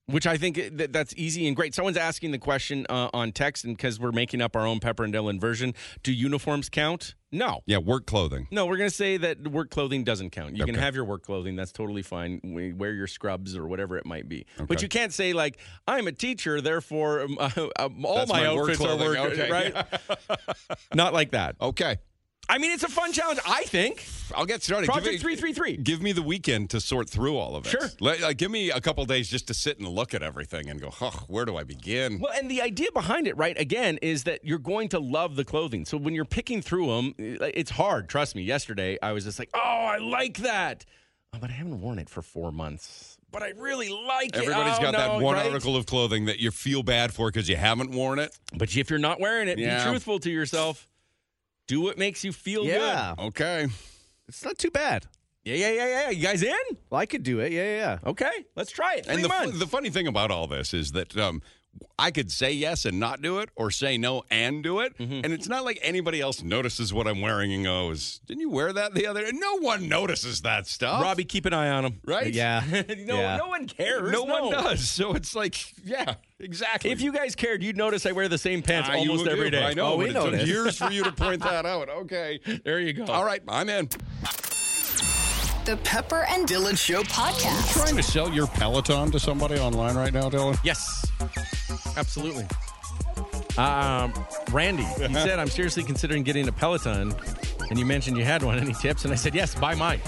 [SPEAKER 1] Which I think uh, that that's easy and great. Someone's asking the question uh, on text, and because we're making up our own Pepper and Dylan version, do uniforms count? No.
[SPEAKER 3] Yeah, work clothing.
[SPEAKER 1] No, we're going to say that work clothing doesn't count. You can
[SPEAKER 3] Okay.
[SPEAKER 1] have your work clothing. That's totally fine. We- Wear your scrubs or whatever it might be.
[SPEAKER 3] Okay.
[SPEAKER 1] But you can't say, like, I'm a teacher, therefore um, [LAUGHS] uh, um, all
[SPEAKER 3] That's
[SPEAKER 1] my,
[SPEAKER 3] my work
[SPEAKER 1] outfits are work,
[SPEAKER 3] clothing. Okay. [LAUGHS]
[SPEAKER 1] right? Not like that.
[SPEAKER 3] Okay,
[SPEAKER 1] I mean, it's a fun challenge, I think.
[SPEAKER 3] I'll get started. Give
[SPEAKER 1] Project
[SPEAKER 3] me-
[SPEAKER 1] 333.
[SPEAKER 3] Give me the weekend to sort through all of it.
[SPEAKER 1] Sure.
[SPEAKER 3] Let- like, give me a couple days just to sit and look at everything and go, huh, where do I begin?
[SPEAKER 1] Well, and the idea behind it, right, again, is that you're going to love the clothing. So when you're picking through them, it's hard. Trust me. Yesterday, I was just like, oh, I like that. Oh, but I haven't worn it for four months. But I really like
[SPEAKER 3] Everybody's
[SPEAKER 1] it.
[SPEAKER 3] got
[SPEAKER 1] Oh,
[SPEAKER 3] that
[SPEAKER 1] no,
[SPEAKER 3] one
[SPEAKER 1] right?
[SPEAKER 3] article of clothing that you feel bad for because you haven't worn it.
[SPEAKER 1] But if you're not wearing it,
[SPEAKER 3] Yeah.
[SPEAKER 1] be truthful to yourself. Do what makes you feel
[SPEAKER 4] Yeah,
[SPEAKER 3] Okay.
[SPEAKER 4] it's not too bad.
[SPEAKER 1] good. Yeah, yeah, yeah, yeah. You guys in?
[SPEAKER 4] Well, I could do it. Yeah, yeah, yeah.
[SPEAKER 1] Okay, let's try it. Three
[SPEAKER 3] And the, fu-
[SPEAKER 1] months.
[SPEAKER 3] the funny thing about all this is that um, I could say yes and not do it, or say no and do it.
[SPEAKER 1] Mm-hmm.
[SPEAKER 3] And it's not like anybody else notices what I'm wearing and goes, "Didn't you wear that the other?" day? No one notices that stuff,
[SPEAKER 1] Robbie, keep an eye on him.
[SPEAKER 3] Right?
[SPEAKER 4] Yeah.
[SPEAKER 1] [LAUGHS] no,
[SPEAKER 4] Yeah.
[SPEAKER 1] no one cares.
[SPEAKER 3] Uh, No, one does. So it's like, yeah, exactly.
[SPEAKER 1] If you guys cared, you'd notice I wear the same pants
[SPEAKER 3] Ah, you
[SPEAKER 1] almost
[SPEAKER 3] do.
[SPEAKER 1] every day.
[SPEAKER 3] I know.
[SPEAKER 4] Oh, we
[SPEAKER 3] but it took
[SPEAKER 4] noticed.
[SPEAKER 3] years for you to point
[SPEAKER 1] [LAUGHS]
[SPEAKER 3] that out. Okay.
[SPEAKER 1] There you go.
[SPEAKER 3] All right, I'm in.
[SPEAKER 9] The Pepper and Dylan Show podcast.
[SPEAKER 3] Trying to sell your Peloton to somebody online right now, [LAUGHS] Dylan?
[SPEAKER 1] Yes, absolutely. Um, Randy, he said, I'm seriously considering getting a Peloton. And you mentioned you had one. [LAUGHS] Any tips? And I said, yes, buy mine.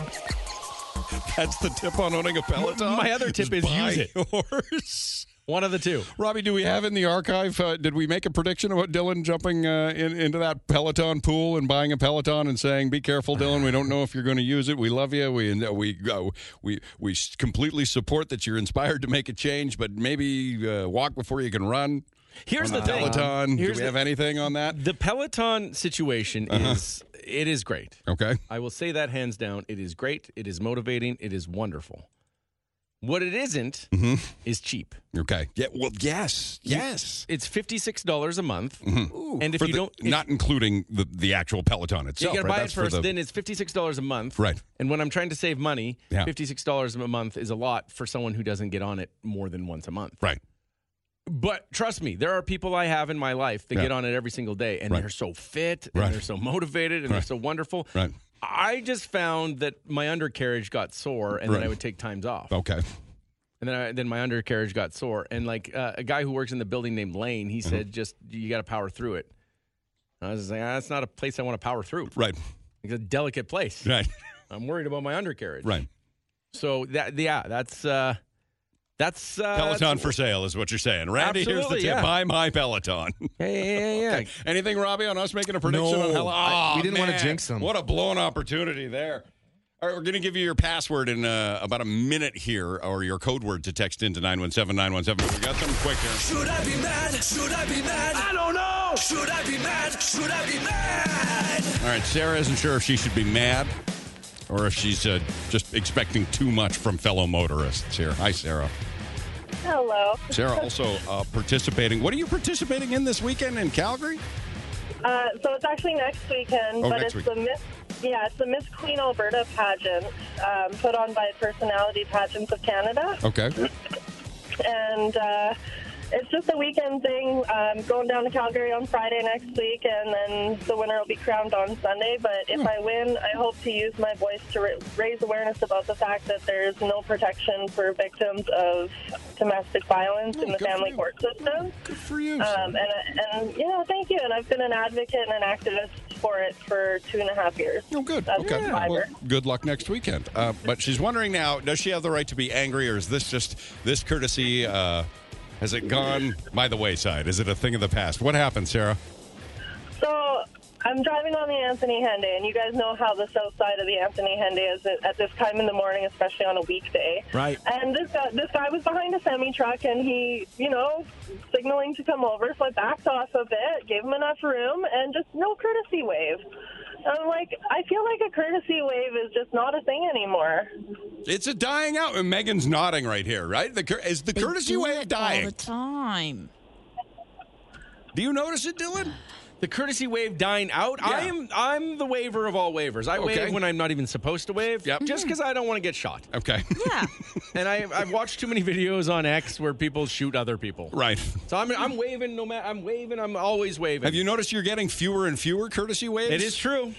[SPEAKER 3] That's the tip on owning a Peloton.
[SPEAKER 1] My other tip is
[SPEAKER 3] buy
[SPEAKER 1] use it.
[SPEAKER 3] [LAUGHS] Yours.
[SPEAKER 1] One of the two.
[SPEAKER 3] Robbie, do we have in the archive? Uh, did we make a prediction about Dylan jumping uh, in, into that Peloton pool and buying a Peloton and saying, "Be careful, Dylan. We don't know if you're going to use it. We love you. We uh, we uh, we we s- completely support that you're inspired to make a change, but maybe uh, walk before you can run."
[SPEAKER 1] Here's the thing.
[SPEAKER 3] Peloton. Do we
[SPEAKER 1] Here's
[SPEAKER 3] have
[SPEAKER 1] the,
[SPEAKER 3] anything on that? Uh-huh.
[SPEAKER 1] the Peloton situation is it is great.
[SPEAKER 3] Okay.
[SPEAKER 1] I will say that hands down. It is great. It is motivating. It is wonderful. What it isn't is cheap.
[SPEAKER 3] Mm-hmm. Okay. Yeah. Well, yes. Yes. Mm-hmm.
[SPEAKER 1] It's fifty six dollars a month, and if
[SPEAKER 3] For
[SPEAKER 1] you
[SPEAKER 3] the-
[SPEAKER 1] don't, if
[SPEAKER 3] not including the, the actual Peloton
[SPEAKER 1] you
[SPEAKER 3] itself.
[SPEAKER 1] gotta
[SPEAKER 3] right?
[SPEAKER 1] buy
[SPEAKER 3] That's
[SPEAKER 1] it
[SPEAKER 3] for
[SPEAKER 1] first,
[SPEAKER 3] the-
[SPEAKER 1] then it's fifty six dollars a month.
[SPEAKER 3] Right.
[SPEAKER 1] And when I'm trying to save money,
[SPEAKER 3] Yeah.
[SPEAKER 1] fifty six dollars a month is a lot for someone who doesn't get on it more than once a month.
[SPEAKER 3] right.
[SPEAKER 1] But trust me, there are people I have in my life that
[SPEAKER 3] Yeah.
[SPEAKER 1] get on it every single day, and
[SPEAKER 3] Right.
[SPEAKER 1] they're so fit, and
[SPEAKER 3] Right.
[SPEAKER 1] they're so motivated, and they're
[SPEAKER 3] Right.
[SPEAKER 1] so wonderful.
[SPEAKER 3] Right.
[SPEAKER 1] I just found that my undercarriage got sore, and then
[SPEAKER 3] Right.
[SPEAKER 1] I would take times off.
[SPEAKER 3] Okay.
[SPEAKER 1] And then I, then my undercarriage got sore. And like uh, a guy who works in the building named Lane, he
[SPEAKER 3] Mm-hmm.
[SPEAKER 1] said, just you got to power through it. And I was just like, "Ah, that's not a place I want to power through.
[SPEAKER 3] Right.
[SPEAKER 1] It's a delicate place.
[SPEAKER 3] Right.
[SPEAKER 1] [LAUGHS] I'm worried about my undercarriage.
[SPEAKER 3] Right.
[SPEAKER 1] So that yeah, that's uh, that's uh,
[SPEAKER 3] Peloton for sale is what you're saying. Randy, here's the
[SPEAKER 1] Absolutely,
[SPEAKER 3] tip.
[SPEAKER 1] yeah.
[SPEAKER 3] Buy my Peloton.
[SPEAKER 1] [LAUGHS]
[SPEAKER 3] [LAUGHS]
[SPEAKER 1] Yeah, yeah, yeah, yeah.
[SPEAKER 3] Anything, Robbie, on us making a prediction
[SPEAKER 4] No.
[SPEAKER 3] on how
[SPEAKER 4] I-
[SPEAKER 3] Aw,
[SPEAKER 4] we didn't wanna
[SPEAKER 3] man.
[SPEAKER 4] jinx 'em.
[SPEAKER 3] What a blown opportunity there. All right, we're going to give you your password in uh, about a minute here, or your code word to text into 917 917. We got some quick here.
[SPEAKER 10] Should I be mad? Should I be mad? I don't know. Should I be mad? Should I be mad?
[SPEAKER 3] All right, Sarah isn't sure if she should be mad or if she's uh, just expecting too much from fellow motorists here. Hi, Sarah.
[SPEAKER 11] Hello.
[SPEAKER 3] Sarah also uh, participating. What are you participating in this weekend in Calgary?
[SPEAKER 11] Uh, so it's actually next weekend,
[SPEAKER 3] Oh,
[SPEAKER 11] but
[SPEAKER 3] next
[SPEAKER 11] it's
[SPEAKER 3] week.
[SPEAKER 11] the Miss. Yeah, it's the Miss Queen Alberta pageant um, put on by Personality Pageants of Canada,
[SPEAKER 3] Okay.
[SPEAKER 11] and uh, it's just a weekend thing. Um, going down to Calgary on Friday next week, and then the winner will be crowned on Sunday. But
[SPEAKER 3] Hmm.
[SPEAKER 11] if I win, I hope to use my voice to ra- raise awareness about the fact that there's no protection for victims of domestic violence in the
[SPEAKER 3] Oh, good for
[SPEAKER 11] family
[SPEAKER 3] you.
[SPEAKER 11] court system.
[SPEAKER 3] Good for you.
[SPEAKER 11] Um, and, and you know, thank you. And I've been an advocate and an activist for it for two and a half years.
[SPEAKER 3] Oh, good.
[SPEAKER 11] That's
[SPEAKER 3] okay.
[SPEAKER 11] a
[SPEAKER 3] Well,
[SPEAKER 11] fiber.
[SPEAKER 3] good luck next weekend. Uh, but she's wondering now: Does she have the right to be angry, or is this just this courtesy? Uh, has it gone by the wayside? Is it a thing of the past? What happened, Sarah?
[SPEAKER 11] So I'm driving on the Anthony Henday, and you guys know how the south side of the Anthony Henday is at- at this time in the morning, especially on a weekday.
[SPEAKER 1] Right.
[SPEAKER 11] And this guy, this guy was behind a semi truck, and he, you know, signaling to come over. So I backed off a bit, gave him enough room, and just no courtesy wave. I'm like, I feel like a courtesy wave is just not a thing anymore.
[SPEAKER 3] It's a dying out. And Megan's nodding right here, right? The, cur- is the
[SPEAKER 5] They
[SPEAKER 3] courtesy
[SPEAKER 5] do
[SPEAKER 3] way
[SPEAKER 5] it
[SPEAKER 3] of dying?
[SPEAKER 5] all the time.
[SPEAKER 3] Do you notice it, Dylan?
[SPEAKER 1] The courtesy wave dying out. I
[SPEAKER 3] Yeah.
[SPEAKER 1] am I'm the waiver of all waivers. I
[SPEAKER 3] Okay.
[SPEAKER 1] wave when I'm not even supposed to wave.
[SPEAKER 3] Yep.
[SPEAKER 1] Just because I don't want to get shot.
[SPEAKER 3] Okay.
[SPEAKER 5] Yeah.
[SPEAKER 1] [LAUGHS] and I, I've watched too many videos on X where people shoot other people.
[SPEAKER 3] right.
[SPEAKER 1] So I'm, I'm waving no matter. I'm waving. I'm always waving.
[SPEAKER 3] Have you noticed you're getting fewer and fewer courtesy waves?
[SPEAKER 1] It is true.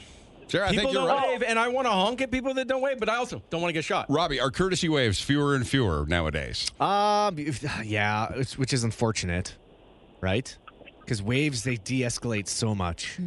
[SPEAKER 3] Sarah, I
[SPEAKER 1] people
[SPEAKER 3] think you're
[SPEAKER 1] don't
[SPEAKER 3] right.
[SPEAKER 1] wave, and I want to honk at people that don't wave, but I also don't want to get shot.
[SPEAKER 3] Robbie, are courtesy waves fewer and fewer nowadays?
[SPEAKER 4] Um, if- yeah, it's, which is unfortunate, right? Because waves they de-escalate so much.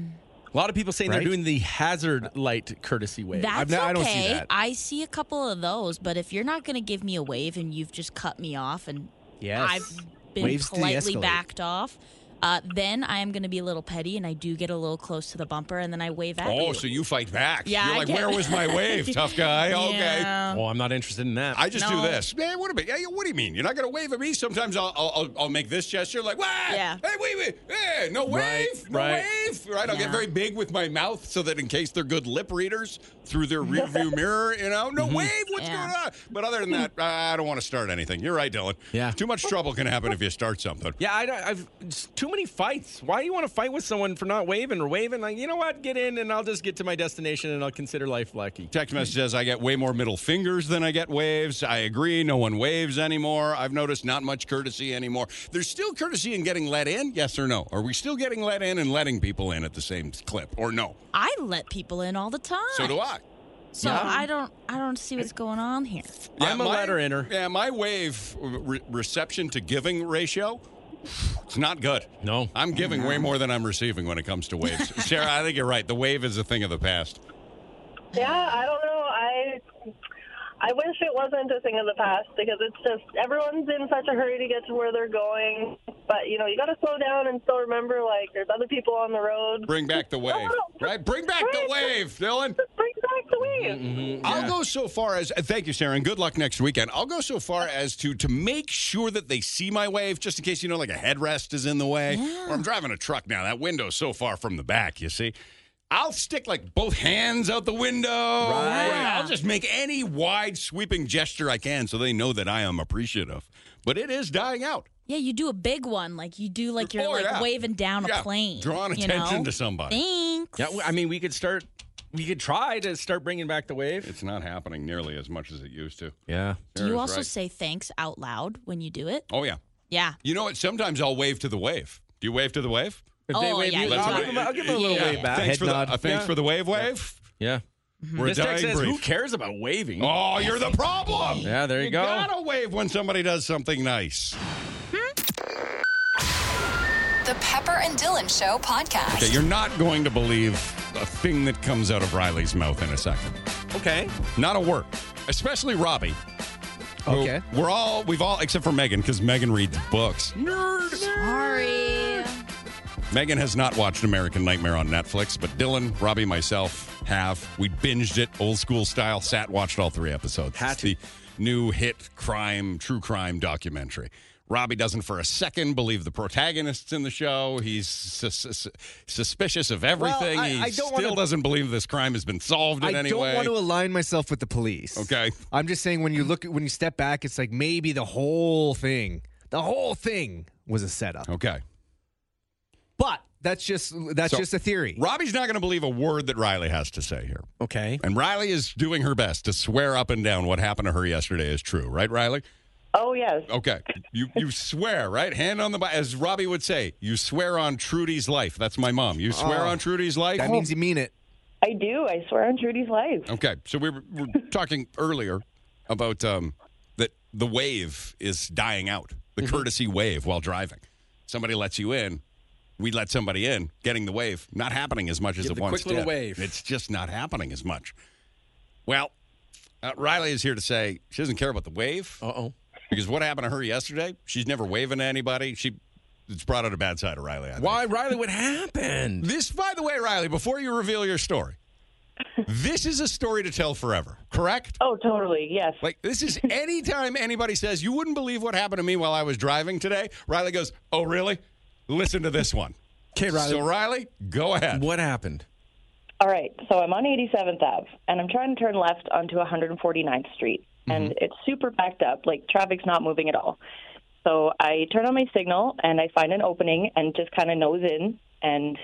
[SPEAKER 1] A lot of people saying
[SPEAKER 4] Right?
[SPEAKER 1] they're doing the hazard light courtesy wave.
[SPEAKER 5] That's
[SPEAKER 4] not-
[SPEAKER 5] okay.
[SPEAKER 4] I don't see that.
[SPEAKER 5] I see a couple of those, but if you're not going to give me a wave and you've just cut me off and
[SPEAKER 4] Yes.
[SPEAKER 5] I've been
[SPEAKER 4] Waves
[SPEAKER 5] politely
[SPEAKER 4] de-escalate.
[SPEAKER 5] backed off, Uh, then I am going to be a little petty, and I do get a little close to the bumper, and then I wave at
[SPEAKER 3] Oh,
[SPEAKER 5] you.
[SPEAKER 3] so you fight back.
[SPEAKER 5] Yeah,
[SPEAKER 3] You're
[SPEAKER 5] I
[SPEAKER 3] like,
[SPEAKER 5] get-
[SPEAKER 3] where was my wave,
[SPEAKER 5] [LAUGHS]
[SPEAKER 3] tough guy? Okay.
[SPEAKER 5] Yeah.
[SPEAKER 1] Oh, I'm not interested in that.
[SPEAKER 3] I just
[SPEAKER 5] No.
[SPEAKER 3] do this. Man, what, about, yeah, what do you mean? You're not going to wave at me? Sometimes I'll, I'll, I'll, I'll make this gesture like, wow.
[SPEAKER 5] Yeah.
[SPEAKER 3] Hey, wait, wait. Hey, no wave.
[SPEAKER 1] Right,
[SPEAKER 3] no
[SPEAKER 1] right.
[SPEAKER 3] wave. Right? I'll get
[SPEAKER 5] Yeah.
[SPEAKER 3] very big with my mouth so that in case they're good lip readers through their
[SPEAKER 5] [LAUGHS]
[SPEAKER 3] rearview mirror, you know,
[SPEAKER 1] Mm-hmm.
[SPEAKER 3] no wave. What's
[SPEAKER 5] Yeah.
[SPEAKER 3] going on? But other than that, I don't want to start anything. You're right, Dylan.
[SPEAKER 1] Yeah.
[SPEAKER 3] Too much trouble can happen if you start something.
[SPEAKER 1] Yeah, I don't, I've it's too many fights. Why do you want to fight with someone for not waving or waving? Like, you know what? Get in, and I'll just get to my destination, and I'll consider life lucky.
[SPEAKER 3] Text message says I get way more middle fingers than I get waves. I agree. No one waves anymore. I've noticed not much courtesy anymore. There's still courtesy in getting let in. Yes or no? Are we still getting let in and letting people in at the same clip or no?
[SPEAKER 5] I let people in all the time.
[SPEAKER 3] So do I.
[SPEAKER 5] So
[SPEAKER 1] Yeah.
[SPEAKER 5] I don't. I don't see what's going on here.
[SPEAKER 1] I'm a
[SPEAKER 3] my-
[SPEAKER 1] letter inner.
[SPEAKER 3] Yeah, my wave re- reception to giving ratio. It's not good.
[SPEAKER 1] No.
[SPEAKER 3] I'm giving way more than I'm receiving when it comes to waves.
[SPEAKER 1] [LAUGHS]
[SPEAKER 3] Sarah, I think you're right. The wave is a thing of the past.
[SPEAKER 12] Yeah, I don't know. I I wish it wasn't a thing of the past because it's just everyone's in such a hurry to get to where they're going. But you know, you got to slow down and still remember like there's other people on the road.
[SPEAKER 3] Bring back the wave. Right? Bring back the wave, Dylan. Mm-hmm,
[SPEAKER 12] Just bring back the wave.
[SPEAKER 3] I'll go so far as uh, thank you, Sarah, and good luck next weekend. I'll go so far as to to make sure that they see my wave, just in case you know, like a headrest is in the way, or I'm driving a truck now. That window's so far from the back, you see. I'll stick like both hands out the window. Right. I'll just make any wide sweeping gesture I can, so they know that I am appreciative. But it is dying out.
[SPEAKER 5] Yeah, you do a big one, like you do, like you're
[SPEAKER 3] Oh,
[SPEAKER 5] like
[SPEAKER 3] yeah.
[SPEAKER 5] waving down
[SPEAKER 3] Yeah,
[SPEAKER 5] a plane,
[SPEAKER 3] drawing
[SPEAKER 5] you
[SPEAKER 3] attention
[SPEAKER 5] know?
[SPEAKER 3] to somebody.
[SPEAKER 5] Thanks.
[SPEAKER 1] Yeah, w- I mean, we could start. We could try to start bringing back the wave.
[SPEAKER 3] It's not happening nearly as much as it used to.
[SPEAKER 1] Yeah.
[SPEAKER 5] do you
[SPEAKER 3] Sarah's
[SPEAKER 5] also
[SPEAKER 3] right.
[SPEAKER 5] say thanks out loud when you do it?
[SPEAKER 3] Oh yeah.
[SPEAKER 5] Yeah.
[SPEAKER 3] You know what? Sometimes I'll wave to the wave. Do you wave to the wave?
[SPEAKER 1] If
[SPEAKER 5] Oh, yeah,
[SPEAKER 1] you,
[SPEAKER 5] you
[SPEAKER 1] I'll,
[SPEAKER 5] do.
[SPEAKER 1] give them, I'll give them a little
[SPEAKER 5] Yeah.
[SPEAKER 1] wave back.
[SPEAKER 3] Thanks for the
[SPEAKER 4] nod.
[SPEAKER 3] uh, thanks
[SPEAKER 1] Yeah.
[SPEAKER 3] for the wave wave. We're
[SPEAKER 1] Yeah. Mm-hmm. This text
[SPEAKER 3] dying
[SPEAKER 1] says, "Who
[SPEAKER 3] brief.
[SPEAKER 1] cares about waving?"
[SPEAKER 3] Oh, you're
[SPEAKER 1] [LAUGHS]
[SPEAKER 3] the problem.
[SPEAKER 1] Yeah, there you go.
[SPEAKER 3] Gotta wave when somebody does something nice.
[SPEAKER 2] The Pepper and Dylan Show podcast.
[SPEAKER 3] Okay, you're not going to believe a thing that comes out of Riley's mouth in a second.
[SPEAKER 1] Okay.
[SPEAKER 3] Not a word, especially Robbie. who-
[SPEAKER 4] Okay.
[SPEAKER 3] we're all we've all except for Megan because Megan reads books. Nerd.
[SPEAKER 5] Sorry.
[SPEAKER 3] Megan has not watched American Nightmare on Netflix, but Dylan, Robbie, myself have. We binged it old school style, sat, watched all three episodes.
[SPEAKER 1] Had
[SPEAKER 3] It's
[SPEAKER 1] to.
[SPEAKER 3] the new hit crime, true crime documentary. Robbie doesn't for a second believe the protagonists in the show. He's sus- sus- suspicious of everything.
[SPEAKER 4] I-
[SPEAKER 3] he
[SPEAKER 4] I don't
[SPEAKER 3] still
[SPEAKER 4] wanna-
[SPEAKER 3] doesn't believe this crime has been solved in
[SPEAKER 4] I
[SPEAKER 3] any
[SPEAKER 4] don't
[SPEAKER 3] way.
[SPEAKER 4] want to align myself with the police.
[SPEAKER 3] Okay.
[SPEAKER 4] I'm just saying when you look when you step back, it's like maybe the whole thing, the whole thing was a setup.
[SPEAKER 3] okay.
[SPEAKER 4] But that's just that's
[SPEAKER 3] So-
[SPEAKER 4] just a theory.
[SPEAKER 3] Robbie's not going to believe a word that Riley has to say here.
[SPEAKER 1] Okay.
[SPEAKER 3] And Riley is doing her best to swear up and down what happened to her yesterday is true, right, Riley?
[SPEAKER 12] Oh yes.
[SPEAKER 3] Okay, you
[SPEAKER 12] [LAUGHS]
[SPEAKER 3] you swear right, hand on the Bi- as Robbie would say, you swear on Trudy's life. That's my mom. You swear
[SPEAKER 4] Oh.
[SPEAKER 3] on Trudy's life.
[SPEAKER 4] That means you mean it.
[SPEAKER 12] I
[SPEAKER 1] [LAUGHS]
[SPEAKER 12] do. I swear on Trudy's life.
[SPEAKER 3] okay, so we were, we were talking earlier about um, that the wave is dying out, the
[SPEAKER 1] Mm-hmm.
[SPEAKER 3] courtesy wave while driving. Somebody lets you in, we let somebody in, getting the wave not happening as much as
[SPEAKER 1] Give
[SPEAKER 3] it
[SPEAKER 1] the
[SPEAKER 3] once
[SPEAKER 1] quick little
[SPEAKER 3] did.
[SPEAKER 1] wave.
[SPEAKER 3] It's just not happening as much. Well, uh, Riley is here to say she doesn't care about the wave.
[SPEAKER 1] Uh oh.
[SPEAKER 3] Because what happened to her yesterday? She's never waving to anybody. She it's brought out a bad side of Riley. I think.
[SPEAKER 1] Why, Riley? What happened?
[SPEAKER 3] This, by the way, Riley. Before you reveal your
[SPEAKER 1] [LAUGHS]
[SPEAKER 3] story, this is a story to tell forever. Correct?
[SPEAKER 12] Oh, totally. Yes.
[SPEAKER 3] Like this
[SPEAKER 12] [LAUGHS]
[SPEAKER 3] is anytime anybody says you wouldn't believe what happened to me while I was driving today. Riley goes, "Oh, really? Listen to this one."
[SPEAKER 1] Okay,
[SPEAKER 3] So, Riley, go ahead.
[SPEAKER 1] What happened?
[SPEAKER 12] All right, so I'm on 87th Ave, and I'm trying to turn left onto 149th Street, and it's super backed up. Like traffic's not moving at all. So I turn on my signal, and I find an opening, and just kind of nose in and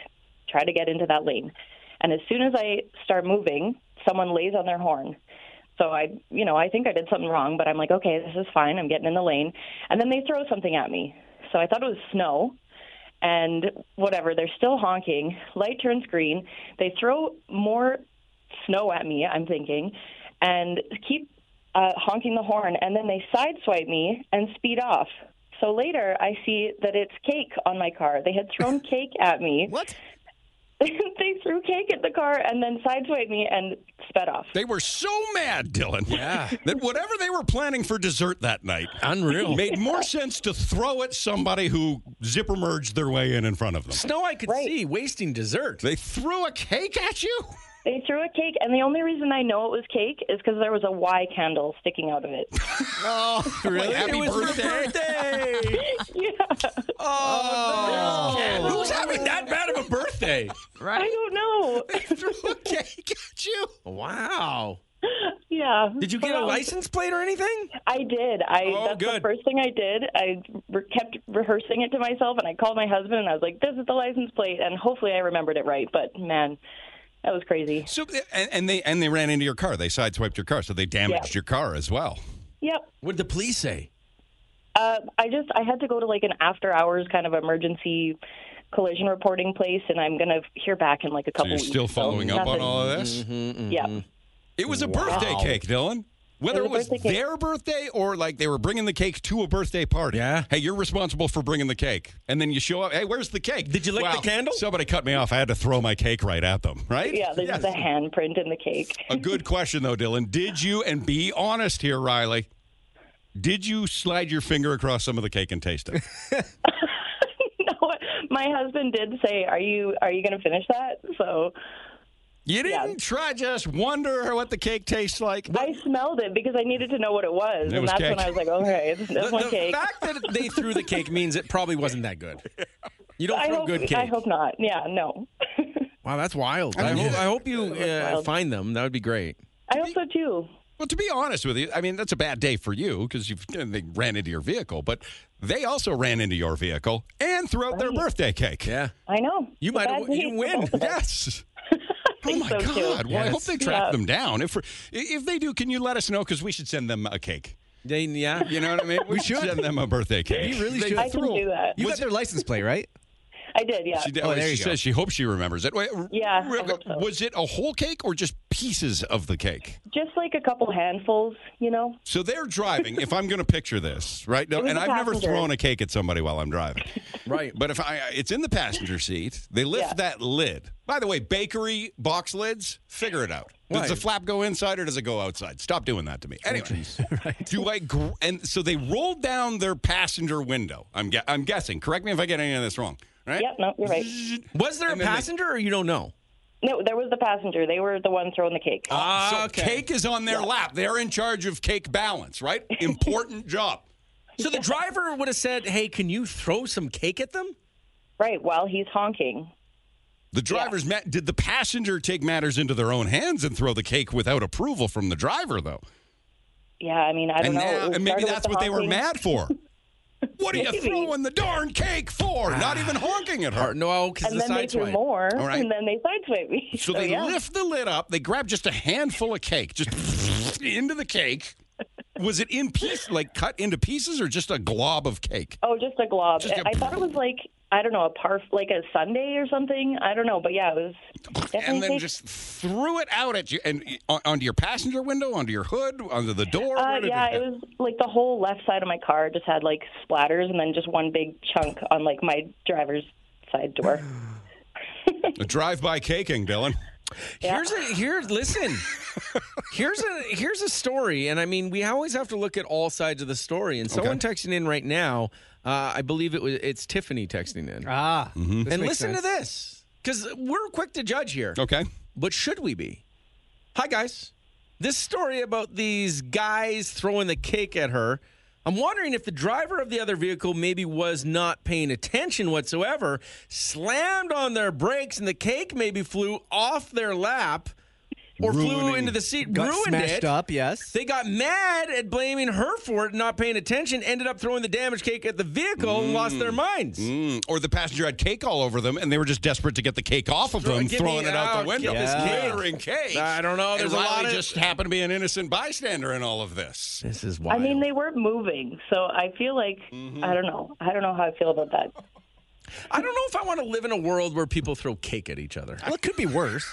[SPEAKER 12] try to get into that lane. And as soon as I start moving, someone lays on their horn. So I, you know, I think I did something wrong, but I'm like, okay, this is fine. I'm getting in the lane, and then they throw something at me. So I thought it was snow, and whatever they're still honking light turns green they throw more snow at me i'm thinking and keep uh, honking the horn and then they sideswipe me and speed off so later i see that it's cake on my car they had thrown cake at me
[SPEAKER 4] What?
[SPEAKER 12] [LAUGHS] they threw cake at the car and then sideswayed me and sped off.
[SPEAKER 3] They were so mad, Dylan.
[SPEAKER 1] Yeah.
[SPEAKER 3] [LAUGHS] That whatever they were planning for dessert that night
[SPEAKER 1] Unreal.
[SPEAKER 3] made more sense to throw at somebody who zipper merged their way in in front of them.
[SPEAKER 1] Snow, I could
[SPEAKER 12] Right.
[SPEAKER 1] see wasting dessert.
[SPEAKER 3] They threw a cake at you?
[SPEAKER 12] They threw a cake, and the only reason I know it was cake is because there was a Y candle sticking out of it.
[SPEAKER 3] Oh, really? Happy
[SPEAKER 1] it was her
[SPEAKER 3] birthday.
[SPEAKER 1] birthday.
[SPEAKER 12] [LAUGHS] yeah,
[SPEAKER 1] oh,
[SPEAKER 3] Who's having that bad of a birthday?
[SPEAKER 12] I don't know.
[SPEAKER 3] threw a cake at you.
[SPEAKER 1] Wow.
[SPEAKER 12] yeah.
[SPEAKER 1] Did you get a license plate or anything?
[SPEAKER 12] I did. I
[SPEAKER 1] Oh,
[SPEAKER 12] that's
[SPEAKER 1] good.
[SPEAKER 12] the first thing I did. I re- kept rehearsing it to myself, and I called my husband, and I was like, "This is the license plate," and hopefully I remembered it right. But man, that was crazy.
[SPEAKER 3] So and, and they and they ran into your car. They sideswiped your car, so they damaged your car as well.
[SPEAKER 12] Yep.
[SPEAKER 1] What did the police say?
[SPEAKER 12] Uh, I just I had to go to like an after hours kind of emergency collision reporting place, and I'm gonna hear back in like a
[SPEAKER 3] So
[SPEAKER 12] couple.
[SPEAKER 3] you're still
[SPEAKER 12] weeks,
[SPEAKER 3] following
[SPEAKER 12] so
[SPEAKER 3] up on
[SPEAKER 12] nothing-
[SPEAKER 3] all of this?
[SPEAKER 1] Mm-hmm.
[SPEAKER 3] Mm-hmm.
[SPEAKER 12] Yeah.
[SPEAKER 3] It was a birthday cake, Dylan. Whether
[SPEAKER 12] It
[SPEAKER 3] it was
[SPEAKER 12] was a birthday cake.
[SPEAKER 3] their birthday or like they were bringing the cake to a birthday party.
[SPEAKER 1] Yeah.
[SPEAKER 3] Hey, you're responsible for bringing the cake. And then you show up. Hey, where's the cake?
[SPEAKER 1] Did you lick the
[SPEAKER 3] Well,
[SPEAKER 1] candle?
[SPEAKER 3] Somebody cut me off. I had to throw my cake right at them, right?
[SPEAKER 12] Yeah, there's just a handprint in the cake. [LAUGHS]
[SPEAKER 3] A good question, though, Dylan. Did you, and be honest here, Riley, did you slide your finger across some of the cake and taste it?
[SPEAKER 12] no, my husband did say, "Are you are you going to finish that?" So
[SPEAKER 3] [LAUGHS] You didn't try just wonder what the cake tastes like?
[SPEAKER 12] I smelled it because I needed to know what it was,
[SPEAKER 3] It
[SPEAKER 12] and
[SPEAKER 3] was
[SPEAKER 12] that's
[SPEAKER 3] cake.
[SPEAKER 12] when I was like, "Okay, this
[SPEAKER 1] The,
[SPEAKER 12] is my
[SPEAKER 1] the
[SPEAKER 12] cake."
[SPEAKER 1] fact that they threw the cake means it probably wasn't that good. You don't
[SPEAKER 12] I
[SPEAKER 1] throw
[SPEAKER 12] hope
[SPEAKER 1] good cake.
[SPEAKER 12] I hope not. Yeah, no.
[SPEAKER 1] wow, that's wild. I, hope, I hope you uh, find them. That would be great.
[SPEAKER 12] I hope so too.
[SPEAKER 3] Well, to be honest with you, I mean that's a bad day for you because you they ran into your vehicle, but they also ran into your vehicle and threw out their birthday cake.
[SPEAKER 1] Yeah.
[SPEAKER 12] I know.
[SPEAKER 1] You
[SPEAKER 12] It's a
[SPEAKER 1] might
[SPEAKER 12] bad
[SPEAKER 1] have,
[SPEAKER 12] day
[SPEAKER 1] you
[SPEAKER 12] for
[SPEAKER 1] win.
[SPEAKER 12] both [LAUGHS] of us.
[SPEAKER 3] Yes.
[SPEAKER 12] I
[SPEAKER 3] Oh my
[SPEAKER 12] think so, too.
[SPEAKER 3] God! Well, I hope they track
[SPEAKER 12] Yeah.
[SPEAKER 3] them down. If if they do, can you let us know? Because we should send them a cake.
[SPEAKER 1] They, yeah.
[SPEAKER 3] You know what I mean? [LAUGHS] We should send them a birthday cake.
[SPEAKER 4] You really
[SPEAKER 3] They
[SPEAKER 4] should.
[SPEAKER 12] I can
[SPEAKER 3] threw-
[SPEAKER 12] do that.
[SPEAKER 4] You got their license plate, right?
[SPEAKER 12] I did. Yeah.
[SPEAKER 3] [LAUGHS] She, did-
[SPEAKER 4] Oh,
[SPEAKER 3] oh,
[SPEAKER 4] there
[SPEAKER 3] she
[SPEAKER 4] you go.
[SPEAKER 3] says she hopes she remembers it. Wait, r-
[SPEAKER 12] Yeah, I
[SPEAKER 3] r-
[SPEAKER 12] hope so.
[SPEAKER 3] Was it a whole cake or just pieces of the cake?
[SPEAKER 12] Just like a couple handfuls, you know.
[SPEAKER 3] So they're driving. if I'm going to picture this, right? No,
[SPEAKER 12] It was
[SPEAKER 3] and
[SPEAKER 12] a
[SPEAKER 3] I've never
[SPEAKER 12] passenger.
[SPEAKER 3] thrown a cake at somebody while
[SPEAKER 12] [LAUGHS]
[SPEAKER 3] I'm driving.
[SPEAKER 1] Right.
[SPEAKER 3] But if I, it's in the passenger seat, they lift
[SPEAKER 12] Yeah.
[SPEAKER 3] that lid. By the way, bakery box lids, figure it out.
[SPEAKER 1] Why?
[SPEAKER 3] Does the flap go inside or does it go outside? Stop doing that to me. Anyway,
[SPEAKER 12] [LAUGHS]
[SPEAKER 3] do I? Gr- and so they rolled down their passenger window. I'm, gue- I'm guessing. Correct me if I get any of this wrong. Right?
[SPEAKER 12] Yep. No, you're right.
[SPEAKER 1] Was there a
[SPEAKER 3] And then they-
[SPEAKER 1] passenger or you don't know?
[SPEAKER 12] No, there was the passenger. They were the one throwing the cake.
[SPEAKER 3] Uh, So cake is on their lap. They're in charge of cake balance. Right? Important job.
[SPEAKER 1] So the driver would have said, hey, can you throw some cake at them?
[SPEAKER 12] right. While he's honking.
[SPEAKER 3] The driver's ma did the passenger take matters into their own hands and throw the cake without approval from the driver though?
[SPEAKER 12] Yeah. I mean, I don't
[SPEAKER 3] and
[SPEAKER 12] know.
[SPEAKER 3] now-
[SPEAKER 12] It was
[SPEAKER 3] and maybe
[SPEAKER 12] started with
[SPEAKER 3] that's
[SPEAKER 12] the
[SPEAKER 3] what they were
[SPEAKER 12] honking.
[SPEAKER 3] mad for. What are you
[SPEAKER 12] Maybe.
[SPEAKER 3] throwing the darn cake for?
[SPEAKER 8] Ah.
[SPEAKER 3] Not even honking at
[SPEAKER 1] Or,
[SPEAKER 3] her.
[SPEAKER 1] no, because
[SPEAKER 12] And
[SPEAKER 1] the
[SPEAKER 12] then they
[SPEAKER 1] side
[SPEAKER 12] threw
[SPEAKER 1] swipe.
[SPEAKER 12] more,
[SPEAKER 3] All right.
[SPEAKER 12] and then they sideswiped me.
[SPEAKER 3] So they
[SPEAKER 12] yeah.
[SPEAKER 3] lift the lid up. They grab just a handful of cake, just [LAUGHS] into the cake. Was it in piece, like cut into pieces, or just a glob of cake?
[SPEAKER 12] Oh, just a glob.
[SPEAKER 3] Just a-
[SPEAKER 12] I thought it was like I don't know a parf, like a Sunday or something. I don't know, but yeah, it was. Definitely
[SPEAKER 3] And
[SPEAKER 1] Mm-hmm.
[SPEAKER 3] then
[SPEAKER 12] cake.
[SPEAKER 3] just threw it out at you and on- onto your passenger window, onto your hood, onto the door.
[SPEAKER 12] Uh,
[SPEAKER 3] Where did
[SPEAKER 12] yeah, it was like the whole left side of my car just had like splatters, and then just one big chunk on like my driver's side
[SPEAKER 1] [SIGHS]
[SPEAKER 12] door.
[SPEAKER 3] A drive-by caking, Dylan.
[SPEAKER 1] [LAUGHS] Here's a here.
[SPEAKER 12] [LAUGHS]
[SPEAKER 1] Listen, here's a here's a story, and I mean, we always have to look at all sides of the story. And someone texting in right now, uh, I believe it was it's Tiffany texting in,
[SPEAKER 4] Ah.
[SPEAKER 12] Mm-hmm.
[SPEAKER 1] and listen to this because we're quick to judge here,
[SPEAKER 3] Okay.
[SPEAKER 1] but should we be? Hi guys, this story about these guys throwing the cake at her. I'm wondering if the driver of the other vehicle maybe was not paying attention whatsoever, slammed on their brakes, and the cake maybe flew off their lap or flew
[SPEAKER 3] Ruining-
[SPEAKER 1] into the seat,
[SPEAKER 4] Got
[SPEAKER 1] ruined
[SPEAKER 4] smashed
[SPEAKER 1] it.
[SPEAKER 4] up, yes.
[SPEAKER 1] They got mad at blaming her for it, not paying attention, ended up throwing the damaged cake at the vehicle and lost their minds.
[SPEAKER 3] Mm, or the passenger had cake all over them, and they were just desperate to get the cake off of
[SPEAKER 1] Throw-
[SPEAKER 3] them,
[SPEAKER 1] get
[SPEAKER 3] throwing
[SPEAKER 1] me
[SPEAKER 3] it out the
[SPEAKER 1] out, get
[SPEAKER 3] window.
[SPEAKER 1] this
[SPEAKER 4] Yeah.
[SPEAKER 1] cake.
[SPEAKER 3] Catering cake.
[SPEAKER 1] I don't know,
[SPEAKER 3] And
[SPEAKER 1] there's a
[SPEAKER 3] Riley
[SPEAKER 1] lot of-
[SPEAKER 3] just happened to be an innocent bystander in all of this.
[SPEAKER 1] This is
[SPEAKER 12] I
[SPEAKER 1] wild. Mm-hmm.
[SPEAKER 12] mean, they weren't moving, so I feel like I don't know. I don't know how I feel about that.
[SPEAKER 1] I don't know if I want to live in a world where people throw cake at each other.
[SPEAKER 4] Well, it could be worse.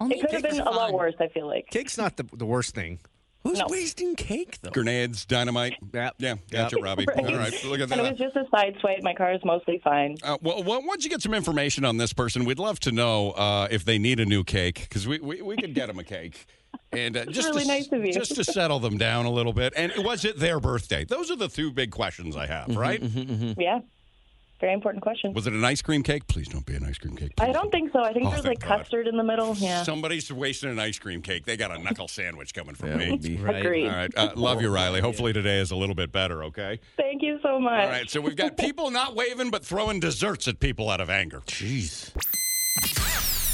[SPEAKER 5] Only
[SPEAKER 12] It could have
[SPEAKER 5] cake is
[SPEAKER 12] been a lot
[SPEAKER 5] fun.
[SPEAKER 12] worse. I feel like.
[SPEAKER 4] Cake's not the, the worst thing.
[SPEAKER 1] Who's wasting cake though?
[SPEAKER 3] Grenades, dynamite.
[SPEAKER 4] Yep.
[SPEAKER 3] Yeah, gotcha,
[SPEAKER 1] [LAUGHS]
[SPEAKER 4] Yep.
[SPEAKER 3] Robbie.
[SPEAKER 12] Right.
[SPEAKER 3] All right, look
[SPEAKER 12] [LAUGHS]
[SPEAKER 3] at
[SPEAKER 12] And it was
[SPEAKER 3] that.
[SPEAKER 12] just a side swipe. My car is mostly fine.
[SPEAKER 3] Uh, well, well, once you get some information on this person, we'd love to know uh, if they need a new cake because we, we, we could get them a cake. And uh, just,
[SPEAKER 12] really
[SPEAKER 3] to,
[SPEAKER 12] nice of you.
[SPEAKER 3] just to settle them down a little bit. And was it their birthday? Those are the two big questions I have, right?
[SPEAKER 12] Yeah. Very important question.
[SPEAKER 3] Was it an ice cream cake? Please don't be an ice cream cake.
[SPEAKER 12] I don't think so. I think
[SPEAKER 3] Oh,
[SPEAKER 12] there's
[SPEAKER 3] thank
[SPEAKER 12] like
[SPEAKER 3] God.
[SPEAKER 12] custard in the middle. Yeah.
[SPEAKER 3] Somebody's wasting an ice cream cake. They got a knuckle sandwich coming from
[SPEAKER 1] That would
[SPEAKER 3] me.
[SPEAKER 1] be-
[SPEAKER 4] Right.
[SPEAKER 12] Agreed.
[SPEAKER 3] All right. Uh, love you, Riley. Hopefully today is a little bit better, okay?
[SPEAKER 12] Thank you so much.
[SPEAKER 3] All right. So we've got people not waving but throwing desserts at people out of anger.
[SPEAKER 1] Jeez.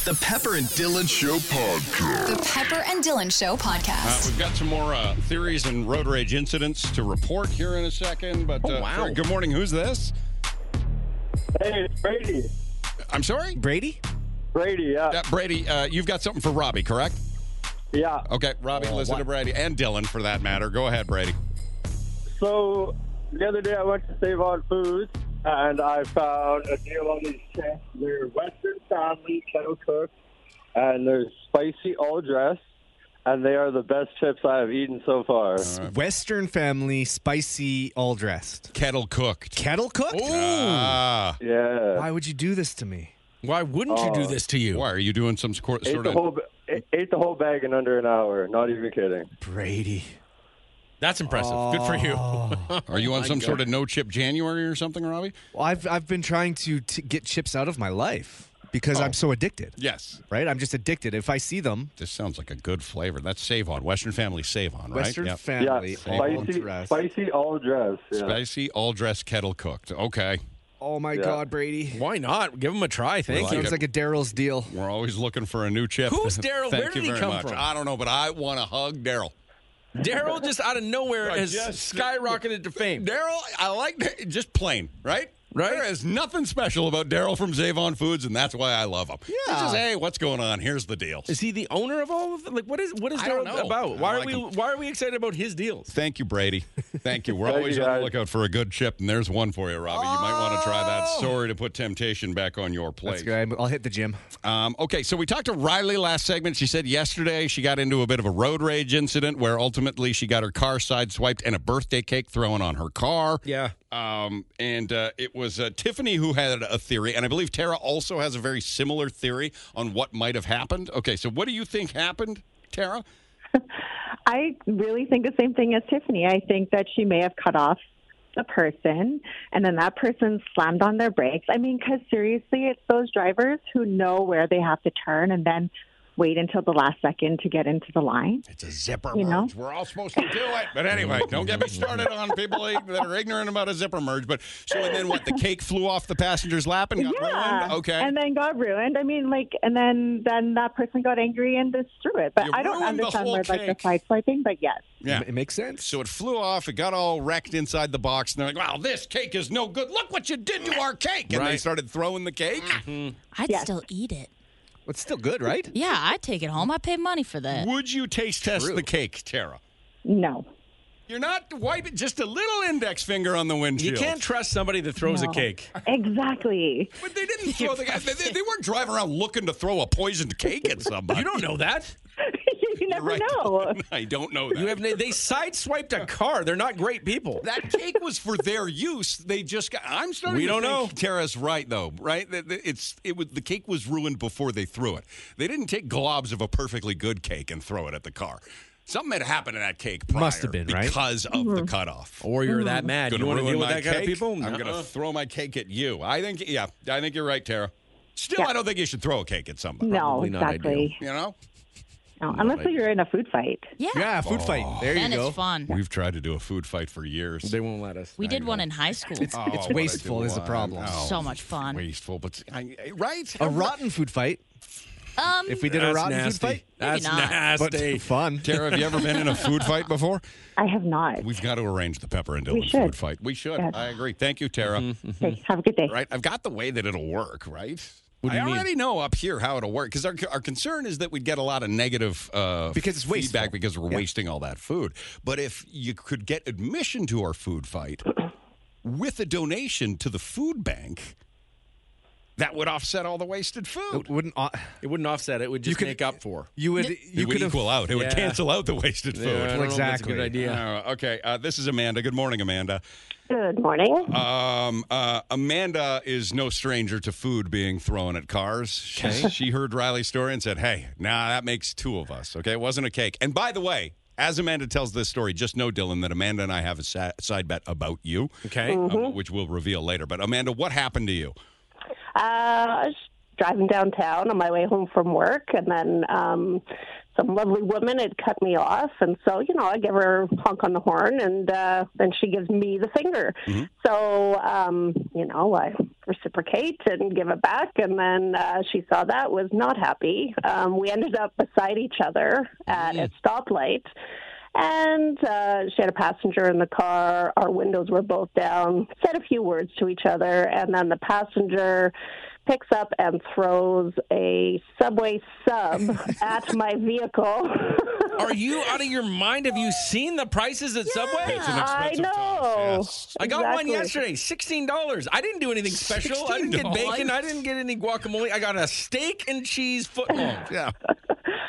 [SPEAKER 2] The Pepper and Dylan Show Podcast. The Pepper and Dylan Show
[SPEAKER 3] Uh,
[SPEAKER 2] Podcast.
[SPEAKER 3] we've got some more uh, theories and road rage incidents to report here in a second. But uh,
[SPEAKER 1] Oh, wow.
[SPEAKER 3] good morning. Who's this?
[SPEAKER 10] Hey, it's Brady.
[SPEAKER 3] I'm sorry?
[SPEAKER 4] Brady?
[SPEAKER 10] Brady, yeah.
[SPEAKER 3] Uh, Brady, uh, you've got something for Robbie, correct?
[SPEAKER 10] Yeah.
[SPEAKER 3] Okay, Robbie,
[SPEAKER 1] Oh,
[SPEAKER 3] listen to Brady and Dylan for that matter. Go ahead, Brady.
[SPEAKER 10] So the other day I went to Save On Foods and I found a deal on these chefs. They're Western family kettle cooked and they're spicy all dressed and they are the best chips I have eaten so far.
[SPEAKER 4] Western family, spicy, all dressed.
[SPEAKER 3] Kettle cooked.
[SPEAKER 4] Kettle cooked?
[SPEAKER 3] Ah.
[SPEAKER 10] Yeah. Uh,
[SPEAKER 4] Why would you do this to me?
[SPEAKER 1] Why wouldn't you do this to you?
[SPEAKER 3] Why are you doing some scor-
[SPEAKER 10] ate
[SPEAKER 3] sort
[SPEAKER 10] the
[SPEAKER 3] of?
[SPEAKER 10] Oh. whole ba- ate the whole bag in under an hour. Not even kidding.
[SPEAKER 4] Brady.
[SPEAKER 1] [LAUGHS] That's impressive. Good for you.
[SPEAKER 3] Are you on
[SPEAKER 1] [LAUGHS]
[SPEAKER 3] some sort of no chip January or something, Robbie?
[SPEAKER 4] Well, I've, I've been trying to t- get chips out of my life because I'm so addicted,
[SPEAKER 3] Yes.
[SPEAKER 4] right? I'm just addicted. If I see them,
[SPEAKER 3] Oh. This sounds like a good flavor. That's Save On. Western Family Save On, right?
[SPEAKER 4] Western
[SPEAKER 3] Yep.
[SPEAKER 10] Yeah,
[SPEAKER 4] family, all
[SPEAKER 10] spicy,
[SPEAKER 4] dressed.
[SPEAKER 10] spicy all dressed. Yeah.
[SPEAKER 3] Spicy, all dressed, kettle cooked. Okay.
[SPEAKER 4] Oh my
[SPEAKER 10] Yeah.
[SPEAKER 4] God, Brady.
[SPEAKER 1] Why not? Give him a try. Thank
[SPEAKER 3] like
[SPEAKER 1] you.
[SPEAKER 4] Sounds like a Daryl's deal.
[SPEAKER 3] We're always looking for a new chip.
[SPEAKER 1] Who's
[SPEAKER 3] [LAUGHS]
[SPEAKER 1] Daryl?
[SPEAKER 3] Thank
[SPEAKER 1] Where did
[SPEAKER 3] you
[SPEAKER 1] he
[SPEAKER 3] very
[SPEAKER 1] come
[SPEAKER 3] much.
[SPEAKER 1] from?
[SPEAKER 3] I don't know, but I want to hug Daryl.
[SPEAKER 1] Daryl just out of nowhere
[SPEAKER 3] I
[SPEAKER 1] has
[SPEAKER 3] just-
[SPEAKER 1] skyrocketed to fame.
[SPEAKER 3] Daryl, I like that- just plain, right?
[SPEAKER 1] Right.
[SPEAKER 3] There is nothing special about Daryl from Zavon Foods, and that's why I love him. Yeah. It's just, hey, what's going on? Here's the deal.
[SPEAKER 1] Is he the owner of all of it? Like, what is what is
[SPEAKER 3] I don't
[SPEAKER 1] Daryl
[SPEAKER 3] know. I
[SPEAKER 1] about? Why are
[SPEAKER 3] like
[SPEAKER 1] we
[SPEAKER 3] him.
[SPEAKER 1] why are we excited about his deals?
[SPEAKER 3] Thank you, Brady. Thank you. We're
[SPEAKER 10] [LAUGHS] Thank
[SPEAKER 3] always
[SPEAKER 10] you,
[SPEAKER 3] on the
[SPEAKER 10] guys.
[SPEAKER 3] lookout for a good chip, and there's one for you, Robbie. You might want to try that.
[SPEAKER 10] Oh!
[SPEAKER 3] Sorry to put temptation back on your plate.
[SPEAKER 4] That's good. I'll hit the gym.
[SPEAKER 3] Um, okay, so we talked to Riley last segment. She said yesterday she got into a bit of a road rage incident where ultimately she got her car sideswiped and a birthday cake thrown on her car.
[SPEAKER 1] Yeah.
[SPEAKER 3] Um, and uh, it was uh, Tiffany who had a theory, and I believe Tara also has a very similar theory on what might have happened. Okay, so what do you think happened, Tara?
[SPEAKER 13] I really think the same thing as Tiffany. I think that she may have cut off the person and then that person slammed on their brakes. I mean, because seriously, it's those drivers who know where they have to turn and then wait until the last second to get into the line.
[SPEAKER 3] It's a zipper
[SPEAKER 13] You know?
[SPEAKER 3] merge. We're all supposed to do it. But anyway, don't get me started on people that are ignorant about a zipper merge. But so, and then what? The cake flew off the passenger's lap and got ruined? Okay.
[SPEAKER 13] And then got ruined. I mean, like, and then then that person got angry and just threw it. But
[SPEAKER 3] You
[SPEAKER 13] I don't
[SPEAKER 3] ruined the
[SPEAKER 13] understand
[SPEAKER 3] whole
[SPEAKER 13] where like the
[SPEAKER 3] cake.
[SPEAKER 13] side swiping. But
[SPEAKER 3] [LAUGHS]
[SPEAKER 13] yes,
[SPEAKER 3] yeah.
[SPEAKER 4] It makes sense.
[SPEAKER 3] So it flew off. It got all wrecked inside the box. And they're like, wow, this cake is no good. Look what you did to our cake. And they
[SPEAKER 1] Right. Mm-hmm.
[SPEAKER 3] started throwing the cake.
[SPEAKER 5] I'd
[SPEAKER 13] Yes.
[SPEAKER 5] still eat it.
[SPEAKER 4] It's still good, right?
[SPEAKER 5] Yeah, I'd take it home. I pay money for that.
[SPEAKER 3] Would you taste test the cake, Tara?
[SPEAKER 13] no.
[SPEAKER 3] You're not wiping just a little index finger on the
[SPEAKER 1] You
[SPEAKER 3] windshield.
[SPEAKER 1] can't trust somebody that throws a
[SPEAKER 13] No.
[SPEAKER 1] cake.
[SPEAKER 13] Exactly.
[SPEAKER 3] But they
[SPEAKER 13] [LAUGHS]
[SPEAKER 3] didn't throw the guy. They, they weren't driving around looking to throw a poisoned cake at somebody.
[SPEAKER 1] You don't know that.
[SPEAKER 13] [LAUGHS] you never
[SPEAKER 3] Right.
[SPEAKER 13] know.
[SPEAKER 3] [LAUGHS] I don't know that.
[SPEAKER 1] You have they sideswiped a car. They're not great people.
[SPEAKER 3] that cake was for their use. They just got. I'm starting.
[SPEAKER 1] We
[SPEAKER 3] to
[SPEAKER 1] don't
[SPEAKER 3] think
[SPEAKER 1] know.
[SPEAKER 3] Tara's right though, right? That- that It's it was the cake was ruined before they threw it. They didn't take globs of a perfectly good cake and throw it at the car. Something had happened to that cake. Prior
[SPEAKER 4] Must have been, right?
[SPEAKER 3] because of
[SPEAKER 13] Mm-hmm.
[SPEAKER 3] the cutoff.
[SPEAKER 1] Or you're that mad.
[SPEAKER 3] Gonna
[SPEAKER 1] You want to
[SPEAKER 3] ruin
[SPEAKER 1] deal with
[SPEAKER 3] my
[SPEAKER 1] that kind of
[SPEAKER 3] cake?
[SPEAKER 1] people?
[SPEAKER 3] I'm
[SPEAKER 1] Nuh-uh.
[SPEAKER 3] gonna throw my cake at you. I think. Yeah, I think you're right, Tara. Still, I don't think you should throw a cake at somebody.
[SPEAKER 13] No,
[SPEAKER 1] Probably not
[SPEAKER 13] exactly.
[SPEAKER 3] You know.
[SPEAKER 13] No, unless you're in a food fight.
[SPEAKER 5] yeah.
[SPEAKER 4] Yeah, food fight. There you
[SPEAKER 5] and
[SPEAKER 4] go.
[SPEAKER 5] it's fun.
[SPEAKER 3] Oh. We've tried to do a food fight for years.
[SPEAKER 1] They won't let us.
[SPEAKER 5] We
[SPEAKER 1] I
[SPEAKER 5] did
[SPEAKER 1] know.
[SPEAKER 5] one in high school.
[SPEAKER 4] It's,
[SPEAKER 3] Oh,
[SPEAKER 4] it's
[SPEAKER 3] what a
[SPEAKER 4] wasteful is the
[SPEAKER 3] one.
[SPEAKER 4] problem.
[SPEAKER 3] Oh.
[SPEAKER 5] so much fun.
[SPEAKER 3] Wasteful, but I, right? Oh
[SPEAKER 4] A rotten food fight.
[SPEAKER 5] Um,
[SPEAKER 4] If we did a
[SPEAKER 1] That's
[SPEAKER 4] rotten
[SPEAKER 1] nasty.
[SPEAKER 4] food fight,
[SPEAKER 1] That's
[SPEAKER 5] not.
[SPEAKER 4] but [LAUGHS]
[SPEAKER 1] nasty.
[SPEAKER 4] fun.
[SPEAKER 3] Tara, have you ever been in a food fight before?
[SPEAKER 13] I have not.
[SPEAKER 3] We've got to arrange the Pepper and
[SPEAKER 13] We
[SPEAKER 3] Dylan
[SPEAKER 13] should.
[SPEAKER 3] food fight. We should.
[SPEAKER 13] Yes.
[SPEAKER 3] I agree. Thank you, Tara.
[SPEAKER 4] Mm-hmm.
[SPEAKER 13] Okay, have a good day.
[SPEAKER 3] Right? I've got the way that it'll work, right?
[SPEAKER 1] What do
[SPEAKER 3] I
[SPEAKER 1] you mean?
[SPEAKER 3] already know up here how it'll work because our, our concern is that we'd get a lot of negative uh,
[SPEAKER 4] Because it's wasteful.
[SPEAKER 3] feedback because we're wasting all that food. But if you could get admission
[SPEAKER 13] [CLEARS THROAT]
[SPEAKER 3] to our food fight with a donation to the food bank, That would offset all the wasted food.
[SPEAKER 4] It wouldn't.
[SPEAKER 1] It wouldn't offset. It would just make up for.
[SPEAKER 4] You would.
[SPEAKER 3] It
[SPEAKER 4] you
[SPEAKER 3] would
[SPEAKER 4] could have-
[SPEAKER 3] equal out. It would
[SPEAKER 4] Yeah.
[SPEAKER 3] cancel out the wasted food.
[SPEAKER 4] Yeah, I don't know if that's a good Exactly. idea.
[SPEAKER 3] Uh, okay, uh, this is Amanda. Good morning, Amanda.
[SPEAKER 14] Good morning.
[SPEAKER 3] Um, uh, Amanda is no stranger to food being thrown at cars. She, [LAUGHS] she heard Riley's story and said, "Hey, nah, that makes two of us." Okay, it wasn't a cake. And by the way, as Amanda tells this story, just know, Dylan, that Amanda and I have a sa- side bet about you. uh,
[SPEAKER 1] Okay,
[SPEAKER 14] Mhm.
[SPEAKER 3] which we'll reveal later. But Amanda, what happened to you?
[SPEAKER 14] Uh, I was driving downtown on my way home from work, and then um, some lovely woman had cut me off, and so you know I give her a honk on the horn, and uh, then she gives me the finger. So um, you know I reciprocate and give it back, and then uh, she saw that was not happy. Um, we ended up beside each other at a stoplight. And uh, she had a passenger in the car. Our windows were both down. Said a few words to each other, and then the passenger picks up and throws a subway
[SPEAKER 1] [LAUGHS]
[SPEAKER 14] sub at my vehicle. [LAUGHS]
[SPEAKER 1] Are you out of your mind? Have you seen the prices at Subway?
[SPEAKER 14] It's an expensive I know.
[SPEAKER 1] I got one
[SPEAKER 14] Exactly.
[SPEAKER 1] yesterday, sixteen dollars. I didn't do anything special. I didn't get
[SPEAKER 14] $16?
[SPEAKER 1] bacon. I didn't get any guacamole. I got a steak and cheese foot long.
[SPEAKER 3] [LAUGHS] yeah.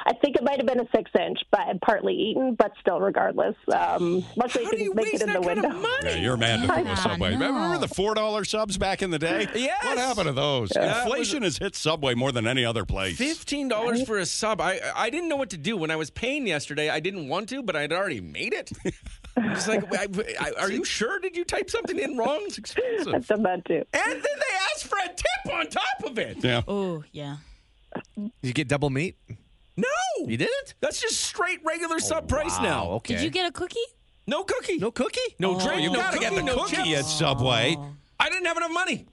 [SPEAKER 14] I think it might have been a six inch, but partly eaten, but still, regardless. Um, luckily, it didn't make it in the window.
[SPEAKER 3] Yeah, you're mad to
[SPEAKER 14] I
[SPEAKER 3] throw Subway. Remember the four dollar subs back in the day?
[SPEAKER 1] Yes.
[SPEAKER 3] What happened to those?
[SPEAKER 1] Yeah. That
[SPEAKER 3] Inflation has hit Subway more than any other place.
[SPEAKER 1] Fifteen dollars for a sub. I I didn't know what to do when I was paying yesterday. I didn't want to, but I'd already made
[SPEAKER 14] [LAUGHS]
[SPEAKER 1] it. I'm just like, I, I, are you sure? Did you type something in wrong? It's expensive.
[SPEAKER 14] That's about to.
[SPEAKER 1] And then they asked for a tip on top of it.
[SPEAKER 3] Yeah.
[SPEAKER 5] Oh, yeah.
[SPEAKER 4] You get double meat.
[SPEAKER 1] No,
[SPEAKER 4] you didn't.
[SPEAKER 1] That's just straight
[SPEAKER 3] Oh,
[SPEAKER 1] regular sub price
[SPEAKER 4] wow,
[SPEAKER 1] now.
[SPEAKER 4] okay.
[SPEAKER 5] Did you get a cookie?
[SPEAKER 1] No cookie.
[SPEAKER 4] No cookie.
[SPEAKER 1] No
[SPEAKER 5] Oh.
[SPEAKER 1] drink.
[SPEAKER 3] You
[SPEAKER 1] no
[SPEAKER 3] gotta
[SPEAKER 1] cookie,
[SPEAKER 3] get the
[SPEAKER 1] no
[SPEAKER 3] cookie
[SPEAKER 1] chips.
[SPEAKER 3] at Subway.
[SPEAKER 1] I didn't have enough money.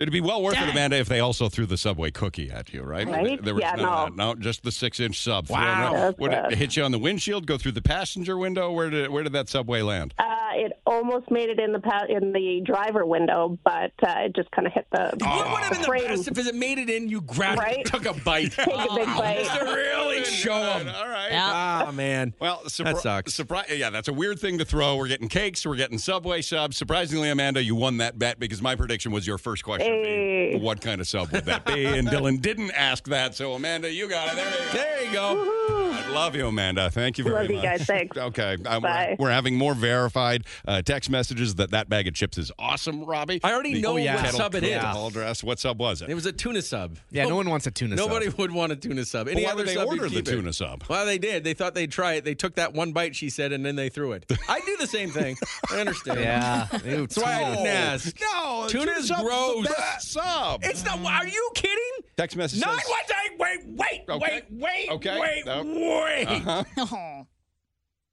[SPEAKER 3] It'd be well worth
[SPEAKER 1] Dang.
[SPEAKER 3] it, Amanda, if they also threw the Subway cookie at you, right?
[SPEAKER 14] Right?
[SPEAKER 3] There- there was
[SPEAKER 14] Yeah,
[SPEAKER 3] none of
[SPEAKER 14] no.
[SPEAKER 3] that. no, just the six inch sub.
[SPEAKER 14] Wow.
[SPEAKER 3] Thrown out.
[SPEAKER 14] That's
[SPEAKER 3] Would it
[SPEAKER 14] bad.
[SPEAKER 3] hit you on the windshield? Go through the passenger window? Where did where did that Subway land?
[SPEAKER 14] Uh, it almost made it in the pa- in the driver window, but uh, it just kind of hit the.
[SPEAKER 3] Oh.
[SPEAKER 1] What would have been the best if it made it in? You grabbed it,
[SPEAKER 14] Right?
[SPEAKER 1] took a bite. Take
[SPEAKER 14] a big bite.
[SPEAKER 1] really show them.
[SPEAKER 3] All right.
[SPEAKER 1] Ah, man.
[SPEAKER 3] Well, surpri-
[SPEAKER 1] That sucks.
[SPEAKER 3] surpri- yeah, that's a weird thing to throw. We're getting cakes, we're getting Subway subs. Surprisingly, Amanda, you won that bet because my prediction was your first question. would be,
[SPEAKER 14] Hey.
[SPEAKER 3] What kind of sub would that be? And Dylan didn't ask that, so Amanda, you got it. There you go.
[SPEAKER 1] There you go.
[SPEAKER 3] I love you, Amanda. Thank you very
[SPEAKER 14] Love
[SPEAKER 3] much.
[SPEAKER 14] you guys. Thanks.
[SPEAKER 3] [LAUGHS] Okay, uh, we're,
[SPEAKER 14] Bye.
[SPEAKER 3] we're having more verified uh, text messages that that bag of chips is awesome, Robbie.
[SPEAKER 1] I already
[SPEAKER 3] The
[SPEAKER 1] know
[SPEAKER 4] yeah.
[SPEAKER 1] what
[SPEAKER 3] kettle
[SPEAKER 1] sub it
[SPEAKER 3] cooked
[SPEAKER 1] is.
[SPEAKER 3] All dressed. What sub was it?
[SPEAKER 1] It was a tuna sub.
[SPEAKER 4] Yeah, no
[SPEAKER 1] Oh,
[SPEAKER 4] one wants a tuna. sub.
[SPEAKER 1] Nobody would want a tuna sub. Any
[SPEAKER 3] why
[SPEAKER 1] other
[SPEAKER 3] would they
[SPEAKER 1] sub, you'd
[SPEAKER 3] order the
[SPEAKER 1] keep it.
[SPEAKER 3] tuna sub?
[SPEAKER 1] Well, they did. They thought they'd try it. They took that one bite she said, and then they threw it. I do the same thing. I understand.
[SPEAKER 4] [LAUGHS] Yeah. Ew,
[SPEAKER 1] That's why I
[SPEAKER 4] tuna.
[SPEAKER 1] didn't ask.
[SPEAKER 3] No,
[SPEAKER 1] oh, Tuna is
[SPEAKER 3] Oh, sub's the
[SPEAKER 1] gross.
[SPEAKER 3] best sub.
[SPEAKER 1] It's not. Are you kidding?
[SPEAKER 3] Text message
[SPEAKER 1] Not
[SPEAKER 3] says-
[SPEAKER 1] what I wait, wait,
[SPEAKER 3] Okay.
[SPEAKER 1] wait, wait,
[SPEAKER 3] Okay.
[SPEAKER 1] wait,
[SPEAKER 3] Nope. Uh-huh.
[SPEAKER 1] wait. [LAUGHS]
[SPEAKER 5] Oh.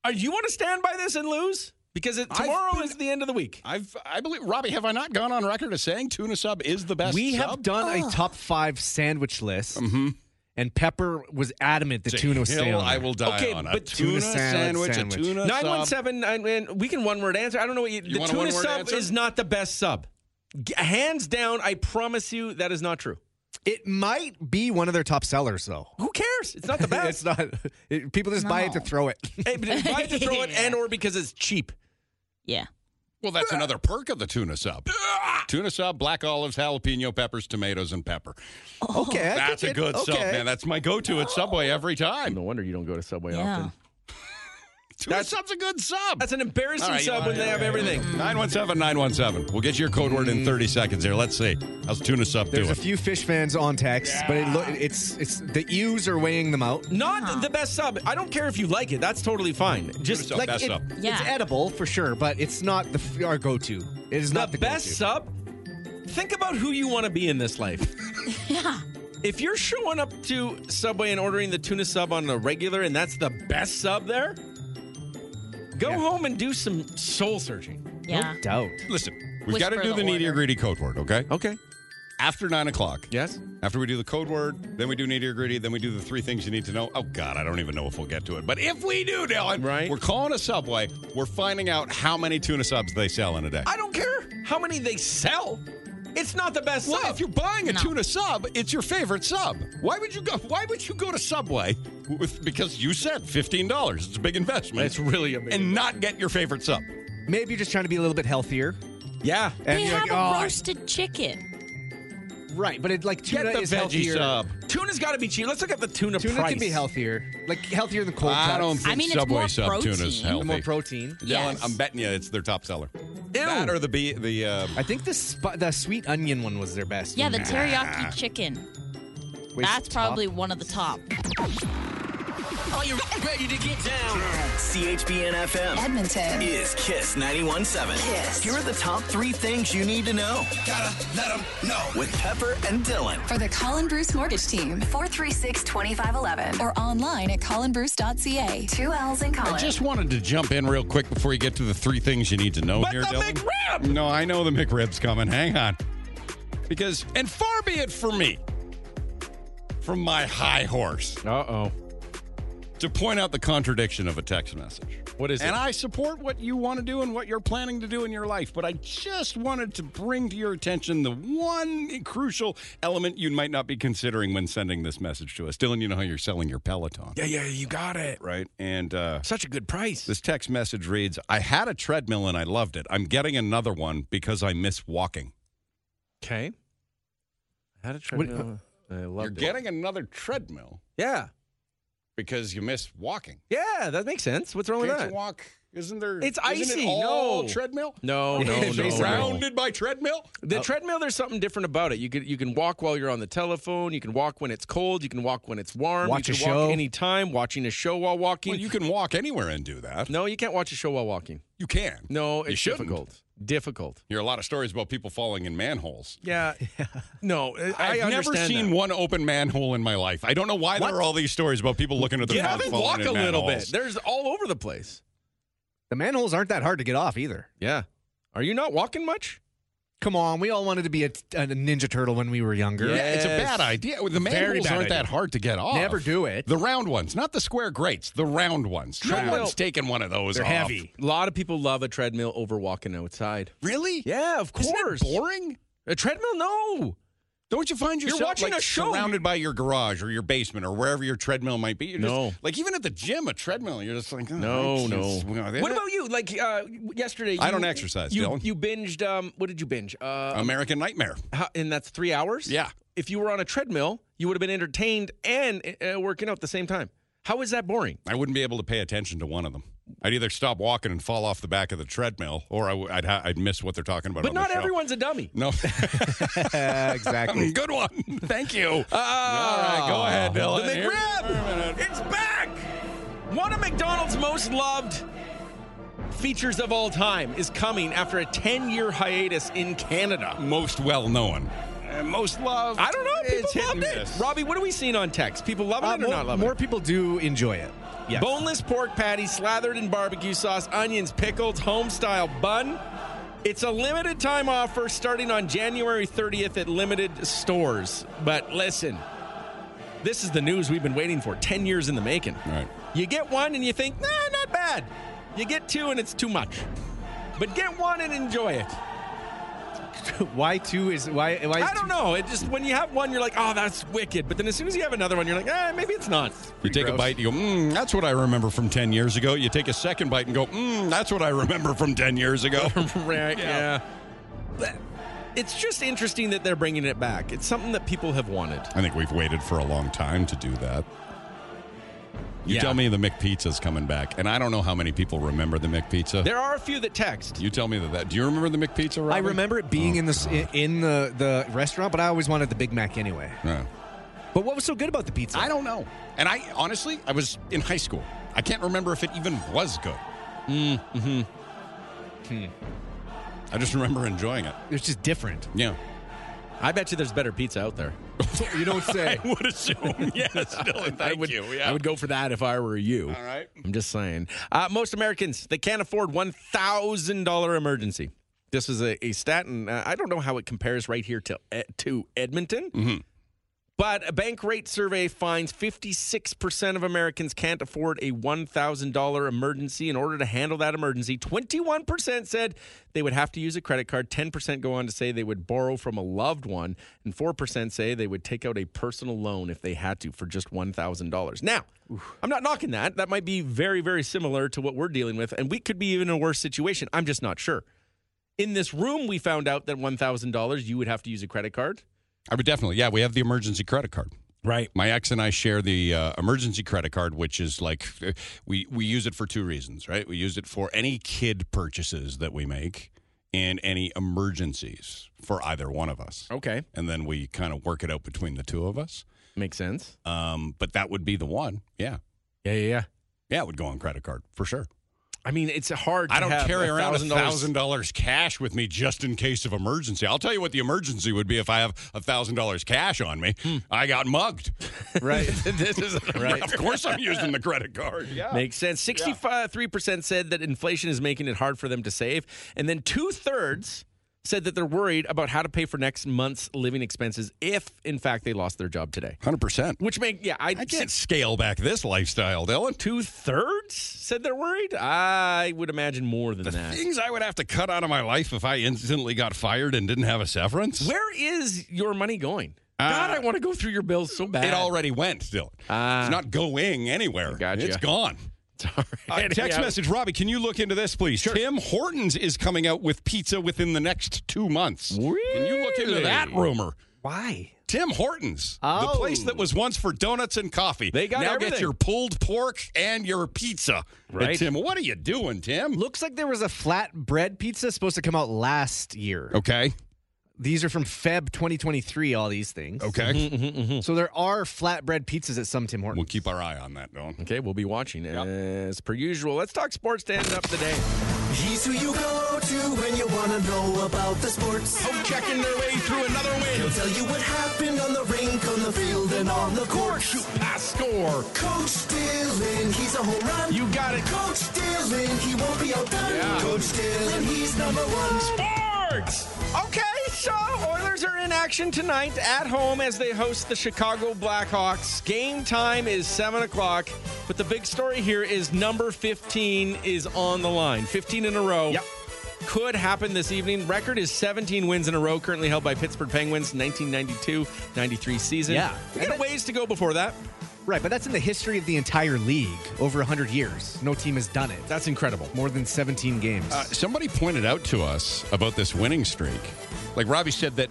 [SPEAKER 1] Are you want to stand by this and lose? Because it,
[SPEAKER 3] I've
[SPEAKER 1] tomorrow
[SPEAKER 3] been-
[SPEAKER 1] is the end of the week.
[SPEAKER 3] I've, I believe, Robbie, have I not gone on record as saying tuna sub is the best?
[SPEAKER 4] We have
[SPEAKER 3] sub?
[SPEAKER 4] done a top five sandwich list, and Pepper was adamant the
[SPEAKER 3] It's a
[SPEAKER 4] tuna was
[SPEAKER 3] hill
[SPEAKER 4] staying.
[SPEAKER 3] Mm-hmm. I will die
[SPEAKER 1] Okay,
[SPEAKER 3] on a
[SPEAKER 1] but
[SPEAKER 3] tuna,
[SPEAKER 4] tuna
[SPEAKER 3] sandwich,
[SPEAKER 4] salad
[SPEAKER 3] a
[SPEAKER 4] sandwich.
[SPEAKER 3] tuna
[SPEAKER 1] Nine one
[SPEAKER 3] sub.
[SPEAKER 1] seven nine. And we can one word answer. I don't know what you. the
[SPEAKER 3] want a
[SPEAKER 1] tuna
[SPEAKER 3] one-word
[SPEAKER 1] sub
[SPEAKER 3] answer?
[SPEAKER 1] is not the best sub. G- hands down, I promise you that is not true.
[SPEAKER 4] It might be one of their top sellers, though.
[SPEAKER 1] Who cares? It's not [LAUGHS] the best.
[SPEAKER 4] [LAUGHS] it's not. It, people just buy it to
[SPEAKER 5] No.
[SPEAKER 4] throw it.
[SPEAKER 1] Hey, but if I have to throw it and or because it's cheap.
[SPEAKER 5] Yeah.
[SPEAKER 3] Well, that's another perk of the tuna sub. tuna sub, black olives, jalapeno peppers, tomatoes, and pepper.
[SPEAKER 1] Oh.
[SPEAKER 4] okay, I
[SPEAKER 3] That's
[SPEAKER 4] could
[SPEAKER 3] a
[SPEAKER 4] get-
[SPEAKER 3] good sub,
[SPEAKER 4] okay.
[SPEAKER 3] man. That's my go-to at Subway every time.
[SPEAKER 1] No wonder you don't go to Subway
[SPEAKER 5] Yeah.
[SPEAKER 3] [LAUGHS] Tuna
[SPEAKER 1] That's-
[SPEAKER 3] sub's a good sub.
[SPEAKER 1] That's an embarrassing
[SPEAKER 3] All right,
[SPEAKER 1] sub
[SPEAKER 3] yeah,
[SPEAKER 1] when they
[SPEAKER 3] yeah,
[SPEAKER 1] have
[SPEAKER 3] yeah.
[SPEAKER 1] everything.
[SPEAKER 3] 917 917. We'll get your code word in 30 seconds here. Let's see. How's tuna sub
[SPEAKER 4] There's
[SPEAKER 3] doing?
[SPEAKER 4] a few fish fans on text, but it lo- it's it's the ewes are weighing them out.
[SPEAKER 1] Not
[SPEAKER 3] Uh-huh.
[SPEAKER 1] the best sub. I don't care if you like it. That's totally fine. Just
[SPEAKER 3] sub,
[SPEAKER 1] like
[SPEAKER 3] best
[SPEAKER 1] it-
[SPEAKER 3] sub.
[SPEAKER 5] Yeah.
[SPEAKER 4] It's edible for sure, but it's not the f- our go-to. It is
[SPEAKER 1] the,
[SPEAKER 4] not the
[SPEAKER 1] best
[SPEAKER 4] go-to.
[SPEAKER 1] sub. Think about who you want to be in this life.
[SPEAKER 5] Yeah.
[SPEAKER 1] If you're showing up to Subway and ordering the tuna sub on a regular and that's the best sub there, go home and do some soul searching.
[SPEAKER 5] Yeah.
[SPEAKER 4] Doubt.
[SPEAKER 3] Listen, we've got to
[SPEAKER 5] Whisper
[SPEAKER 3] do the,
[SPEAKER 5] the
[SPEAKER 3] needy or
[SPEAKER 5] order.
[SPEAKER 3] greedy code word, okay?
[SPEAKER 1] Okay.
[SPEAKER 3] After 9 o'clock.
[SPEAKER 1] Yes?
[SPEAKER 3] After we do the code word, then we do nitty gritty, then we do the three things you need to know. Oh God, I don't even know if we'll get to it. But if we do, Dylan,
[SPEAKER 1] Right.
[SPEAKER 3] we're calling a Subway. We're finding out how many tuna subs they sell in a day.
[SPEAKER 1] I don't care how many they sell. It's not the best
[SPEAKER 3] well,
[SPEAKER 1] sub.
[SPEAKER 3] if you're buying a
[SPEAKER 5] No.
[SPEAKER 3] tuna sub, it's your favorite sub. Why would you go? Why would you go to Subway with because you said fifteen dollars? It's a big investment.
[SPEAKER 1] It's really a big
[SPEAKER 3] and not get your favorite sub.
[SPEAKER 4] Maybe you're just trying to be a little bit healthier.
[SPEAKER 1] yeah.
[SPEAKER 4] And
[SPEAKER 5] they
[SPEAKER 4] you're
[SPEAKER 5] have
[SPEAKER 4] like, oh,
[SPEAKER 5] a
[SPEAKER 4] I-
[SPEAKER 5] roasted chicken.
[SPEAKER 4] Right, but it like
[SPEAKER 1] Get
[SPEAKER 4] tuna
[SPEAKER 1] the
[SPEAKER 4] is
[SPEAKER 1] veggie
[SPEAKER 4] healthier.
[SPEAKER 1] sub. Tuna's got to be cheap. Let's look at the tuna,
[SPEAKER 4] Tuna
[SPEAKER 1] price.
[SPEAKER 4] can be healthier, like healthier than cold.
[SPEAKER 3] I
[SPEAKER 4] cuts.
[SPEAKER 3] don't think I mean, it's Subway more sub protein. tuna's healthy.
[SPEAKER 4] More protein.
[SPEAKER 3] Dylan, I'm betting you it's their top seller. That or the be- the. Uh,
[SPEAKER 4] I think the sp- the sweet onion one was their best.
[SPEAKER 5] Yeah, the
[SPEAKER 4] Nah.
[SPEAKER 5] teriyaki chicken.
[SPEAKER 4] Waste
[SPEAKER 5] That's
[SPEAKER 4] top.
[SPEAKER 5] probably one of the top.
[SPEAKER 9] Are you ready to get down? CHBN FM.
[SPEAKER 2] Edmonton.
[SPEAKER 9] Is Kiss 91.7.
[SPEAKER 2] Kiss.
[SPEAKER 9] Here are the top three things you need to know. Gotta let them know. With Pepper and Dylan.
[SPEAKER 2] For the Colin Bruce Mortgage Team, 436 2511 or online at colinbruce.ca. Two L's in Colin.
[SPEAKER 3] I just wanted to jump in real quick before you get to the three things you need to know
[SPEAKER 2] But
[SPEAKER 3] here,
[SPEAKER 2] the
[SPEAKER 3] Dylan. No, I know the McRib's coming. Hang on. Because, and far be it for me, from my high horse.
[SPEAKER 1] Uh oh.
[SPEAKER 3] To point out the contradiction of a text message.
[SPEAKER 1] What is
[SPEAKER 3] and
[SPEAKER 1] it?
[SPEAKER 3] I support what you want to do and what you're planning to do in your life, but I just wanted to bring to your attention the one crucial element you might not be considering when sending this message to us. Dylan, you know how you're selling your Peloton.
[SPEAKER 1] Yeah, yeah, you got it.
[SPEAKER 3] Right. And uh,
[SPEAKER 1] such a good price.
[SPEAKER 3] This text message reads I had a treadmill and I loved it. I'm getting another one because I miss walking.
[SPEAKER 1] Okay. How to
[SPEAKER 3] What-
[SPEAKER 1] treadmill. I love
[SPEAKER 3] You're getting another treadmill
[SPEAKER 1] Yeah.
[SPEAKER 3] because you miss walking.
[SPEAKER 1] Yeah, that makes sense. What's wrong with
[SPEAKER 3] Can't
[SPEAKER 1] that?
[SPEAKER 3] you walk? Isn't there?
[SPEAKER 1] It's
[SPEAKER 3] isn't
[SPEAKER 1] icy.
[SPEAKER 3] It all
[SPEAKER 1] no
[SPEAKER 3] treadmill. [LAUGHS]
[SPEAKER 1] No, [LAUGHS] no,
[SPEAKER 3] It's
[SPEAKER 1] no.
[SPEAKER 3] surrounded by treadmill.
[SPEAKER 1] The treadmill, there's something different about it. You can you can walk while you're on the telephone. You can walk when it's cold. You can walk when it's warm.
[SPEAKER 3] Watch
[SPEAKER 1] you
[SPEAKER 3] a
[SPEAKER 1] can
[SPEAKER 3] show.
[SPEAKER 1] walk anytime. Watching a show while walking.
[SPEAKER 3] Well, you can walk anywhere and do that.
[SPEAKER 1] No, you can't watch a show while walking.
[SPEAKER 3] You can.
[SPEAKER 1] No,
[SPEAKER 3] You
[SPEAKER 1] it's
[SPEAKER 3] shouldn't.
[SPEAKER 1] difficult. Difficult.
[SPEAKER 3] Hear a lot of stories about people [LAUGHS] falling in manholes.
[SPEAKER 1] [LAUGHS] Yeah. no, I
[SPEAKER 3] I've never
[SPEAKER 1] understand
[SPEAKER 3] seen
[SPEAKER 1] that.
[SPEAKER 3] one open manhole in my life. I don't know why
[SPEAKER 1] What?
[SPEAKER 3] there are all these stories about people looking at their
[SPEAKER 1] Get
[SPEAKER 3] phone
[SPEAKER 1] up and
[SPEAKER 3] falling
[SPEAKER 1] walk
[SPEAKER 3] in
[SPEAKER 1] a little bit.
[SPEAKER 3] manholes.
[SPEAKER 1] There's all over the place.
[SPEAKER 4] The manholes aren't that hard to get off either.
[SPEAKER 1] Yeah. Are you not walking much?
[SPEAKER 4] Come on, we all wanted to be a, t- a ninja turtle when we were younger.
[SPEAKER 3] Yeah, it's a bad idea. The
[SPEAKER 4] Very
[SPEAKER 3] manholes
[SPEAKER 4] bad
[SPEAKER 3] aren't
[SPEAKER 4] idea.
[SPEAKER 3] that hard to get off.
[SPEAKER 4] Never do it.
[SPEAKER 3] The round ones, not the square grates. The round ones. No
[SPEAKER 1] Treadmill.
[SPEAKER 3] one's taking one of those. off.
[SPEAKER 1] A lot of people love a treadmill over walking outside.
[SPEAKER 3] Really?
[SPEAKER 1] Yeah, of
[SPEAKER 3] Isn't it
[SPEAKER 1] course.
[SPEAKER 3] boring?
[SPEAKER 1] A treadmill? No.
[SPEAKER 3] Don't you find
[SPEAKER 1] You're
[SPEAKER 3] yourself
[SPEAKER 1] watching
[SPEAKER 3] like,
[SPEAKER 1] a show.
[SPEAKER 3] surrounded by your garage or your basement or wherever your treadmill might be? You're just-
[SPEAKER 1] No.
[SPEAKER 3] like even at the gym, a treadmill, you're just like, oh,
[SPEAKER 1] No,
[SPEAKER 3] it's-
[SPEAKER 1] no.
[SPEAKER 3] it's- well,
[SPEAKER 1] What about you? Like uh, yesterday,
[SPEAKER 3] I
[SPEAKER 1] you-
[SPEAKER 3] don't exercise,
[SPEAKER 1] You,
[SPEAKER 3] Dylan.
[SPEAKER 1] you binged. Um, what did you binge? Uh,
[SPEAKER 3] American Nightmare?
[SPEAKER 1] how- and that's three hours.
[SPEAKER 3] Yeah.
[SPEAKER 1] If you were on a treadmill, you would have been entertained and uh, working out at the same time. How is that boring?
[SPEAKER 3] I wouldn't be able to pay attention to one of them. I'd either stop walking and fall off the back of the treadmill, or I would, I'd, ha- I'd miss what they're talking about.
[SPEAKER 1] But
[SPEAKER 3] on the
[SPEAKER 1] not
[SPEAKER 3] show. [LAUGHS]
[SPEAKER 1] everyone's a dummy. [LAUGHS]
[SPEAKER 3] No,
[SPEAKER 4] exactly.
[SPEAKER 3] good one. Thank [LAUGHS] you. All right, go ahead, Dylan.
[SPEAKER 1] Ah. The
[SPEAKER 3] Here- wait a
[SPEAKER 1] McRib!
[SPEAKER 3] minute.
[SPEAKER 1] It's back! One of McDonald's most loved features of all time is coming after a 10 year hiatus in Canada.
[SPEAKER 3] Most well known, and most loved.
[SPEAKER 1] I don't know. People
[SPEAKER 3] It's hit
[SPEAKER 1] loved
[SPEAKER 3] and
[SPEAKER 1] it.
[SPEAKER 3] miss.
[SPEAKER 1] Robbie, what are we seeing on text? People loving
[SPEAKER 4] Uh,
[SPEAKER 1] it or
[SPEAKER 4] more,
[SPEAKER 1] not loving
[SPEAKER 4] more
[SPEAKER 1] it?
[SPEAKER 4] people do enjoy it. Yes.
[SPEAKER 1] Boneless pork patty slathered in barbecue sauce, onions, pickles, home style bun. It's a limited time offer starting on January 30th at limited stores. But listen, this is the news we've been waiting for 10 years in the making.
[SPEAKER 3] All right.
[SPEAKER 1] You get one and you think, nah, not bad. You get two and it's too much. But get one and enjoy it.
[SPEAKER 4] [LAUGHS] why two is why? Why is
[SPEAKER 1] I don't
[SPEAKER 4] two-
[SPEAKER 1] know. It just when you have one, you're like, oh, that's wicked. But then as soon as you have another one, you're like, eh, maybe it's not.
[SPEAKER 3] You take a
[SPEAKER 4] gross.
[SPEAKER 3] bite, you go, mm, that's what I remember from 10 years ago. You take a second bite and go, mm, that's what I remember from 10 years ago.
[SPEAKER 1] right. Yeah. But It's just interesting that they're bringing it back. It's something that people have wanted.
[SPEAKER 3] I think we've waited for a long time to do that. You
[SPEAKER 1] Yeah.
[SPEAKER 3] tell me the McPizza's coming back, and I don't know how many people remember the McPizza.
[SPEAKER 1] There are a few that text.
[SPEAKER 3] you tell me that, that. Do you remember the McPizza, Robin?
[SPEAKER 4] I remember it being in the s- i- in the the restaurant, but I always wanted the Big Mac anyway.
[SPEAKER 3] Yeah.
[SPEAKER 4] But what was so good about the pizza?
[SPEAKER 3] I don't know. And I honestly, I was in high school. I can't remember if it even was good. Mm, mm-hmm. I just remember enjoying it.
[SPEAKER 4] It's just different.
[SPEAKER 3] Yeah.
[SPEAKER 1] I bet you there's better pizza out there.
[SPEAKER 4] You don't say.
[SPEAKER 3] [LAUGHS] I would assume, yes. Dylan, thank
[SPEAKER 1] I would,
[SPEAKER 3] you. Oh, Yeah.
[SPEAKER 1] I would go for that if I were you.
[SPEAKER 3] All right.
[SPEAKER 1] I'm just saying. Uh, most Americans, they can't afford $1,000 emergency. This is a, a stat, and uh, I don't know how it compares right here to, eh, to Edmonton.
[SPEAKER 3] Mm-hmm.
[SPEAKER 1] But a bank rate survey finds 56% of Americans can't afford a $1,000 emergency. In order to handle that emergency, 21% said they would have to use a credit card. 10% go on to say they would borrow from a loved one. And 4% say they would take out a personal loan if they had to for just $1,000. Now, I'm not knocking that. That might be very, very similar to what we're dealing with. And we could be even in a worse situation. I'm just not sure. In this room, we found out that $1,000, you would have to use a credit card.
[SPEAKER 3] I would definitely. Yeah, we have the emergency credit card.
[SPEAKER 15] Right.
[SPEAKER 3] My ex and I share the uh, emergency credit card, which is like uh, we we use it for two reasons, right? We use it for any kid purchases that we make and any emergencies for either one of us.
[SPEAKER 1] Okay.
[SPEAKER 3] And then we kind of work it out between the two of us.
[SPEAKER 1] Makes sense.
[SPEAKER 3] Um, but that would be the one. Yeah.
[SPEAKER 1] Yeah, yeah, yeah.
[SPEAKER 3] Yeah, it would go on credit card for sure.
[SPEAKER 1] I mean, it's hard.
[SPEAKER 3] I
[SPEAKER 1] to
[SPEAKER 3] don't
[SPEAKER 1] have
[SPEAKER 3] carry around a
[SPEAKER 1] $1,000
[SPEAKER 3] thousand dollars cash with me just in case of emergency. I'll tell you what the emergency would be if I have a thousand dollars cash on me.
[SPEAKER 1] Hmm.
[SPEAKER 3] I got
[SPEAKER 1] [LAUGHS]
[SPEAKER 3] mugged. [LAUGHS]
[SPEAKER 1] Right. this is [LAUGHS] right.
[SPEAKER 3] Of course, I'm using the credit card. Yeah.
[SPEAKER 1] Makes sense. 63% said that inflation is making it hard for them to save. And then two thirds said that they're worried about how to pay for next month's living expenses if, in fact, they lost their job today.
[SPEAKER 3] 100%.
[SPEAKER 1] Which make, yeah, I,
[SPEAKER 3] I can't scale back this lifestyle, Dylan.
[SPEAKER 1] Two thirds said they're worried. I would imagine more than that.
[SPEAKER 3] Things I would have to cut out of my life if I instantly got fired and didn't have a severance. Uh,
[SPEAKER 1] Where is your money going? Uh, God, I want to go through your bills so bad.
[SPEAKER 3] It already went, Dylan. it's not going anywhere.
[SPEAKER 1] gotcha.
[SPEAKER 3] It's gone. Uh, text
[SPEAKER 1] Yeah.
[SPEAKER 3] message, Robbie. Can you look into this, please? Tim Hortons is coming out with pizza within the next two months. Can you look into that
[SPEAKER 1] Really?
[SPEAKER 3] rumor?
[SPEAKER 4] Why?
[SPEAKER 3] Tim Hortons, the
[SPEAKER 1] Oh.
[SPEAKER 3] place that was once for donuts and coffee. They
[SPEAKER 1] got
[SPEAKER 3] now
[SPEAKER 1] everything.
[SPEAKER 3] get your pulled pork and your pizza.
[SPEAKER 4] Right.
[SPEAKER 3] Hey, Tim, what are you doing, Tim?
[SPEAKER 4] Looks like there was a flatbread pizza supposed to come out last year.
[SPEAKER 3] Okay.
[SPEAKER 4] These are from Feb 2023, all these things.
[SPEAKER 3] Okay.
[SPEAKER 4] So there are flatbread pizzas at some Tim Hortons.
[SPEAKER 3] We'll keep our eye on that, Don.
[SPEAKER 1] Okay, we'll be watching as per usual. Let's talk sports to end up the day.
[SPEAKER 9] He's who you go to when you want to know about the sports.
[SPEAKER 3] Oh, checking their way through another win.
[SPEAKER 9] He'll tell you what happened on the rink, on the field, and on the court.
[SPEAKER 3] Shoot, pass, score.
[SPEAKER 9] Coach Dylan, he's a home run.
[SPEAKER 3] You got it.
[SPEAKER 9] Coach Dylan, he won't be outdone. Coach Dylan, he's number one.
[SPEAKER 1] Okay, so Oilers are in action tonight at home as they host the Chicago Blackhawks. Game time is 7 o'clock, but the big story here is number 15 is on the line. 15 in a row. Yep. Could happen this evening. Record is 17 wins in a row, currently held by Pittsburgh Penguins, 1992 93 season.
[SPEAKER 4] Yeah.
[SPEAKER 1] We got a ways to go before that.
[SPEAKER 4] Right, but that's in the history of the entire league over 100 years. No team has done it.
[SPEAKER 1] That's incredible.
[SPEAKER 4] More than 17 games.
[SPEAKER 3] Uh, somebody pointed out to us about this winning streak. Like Robbie said that,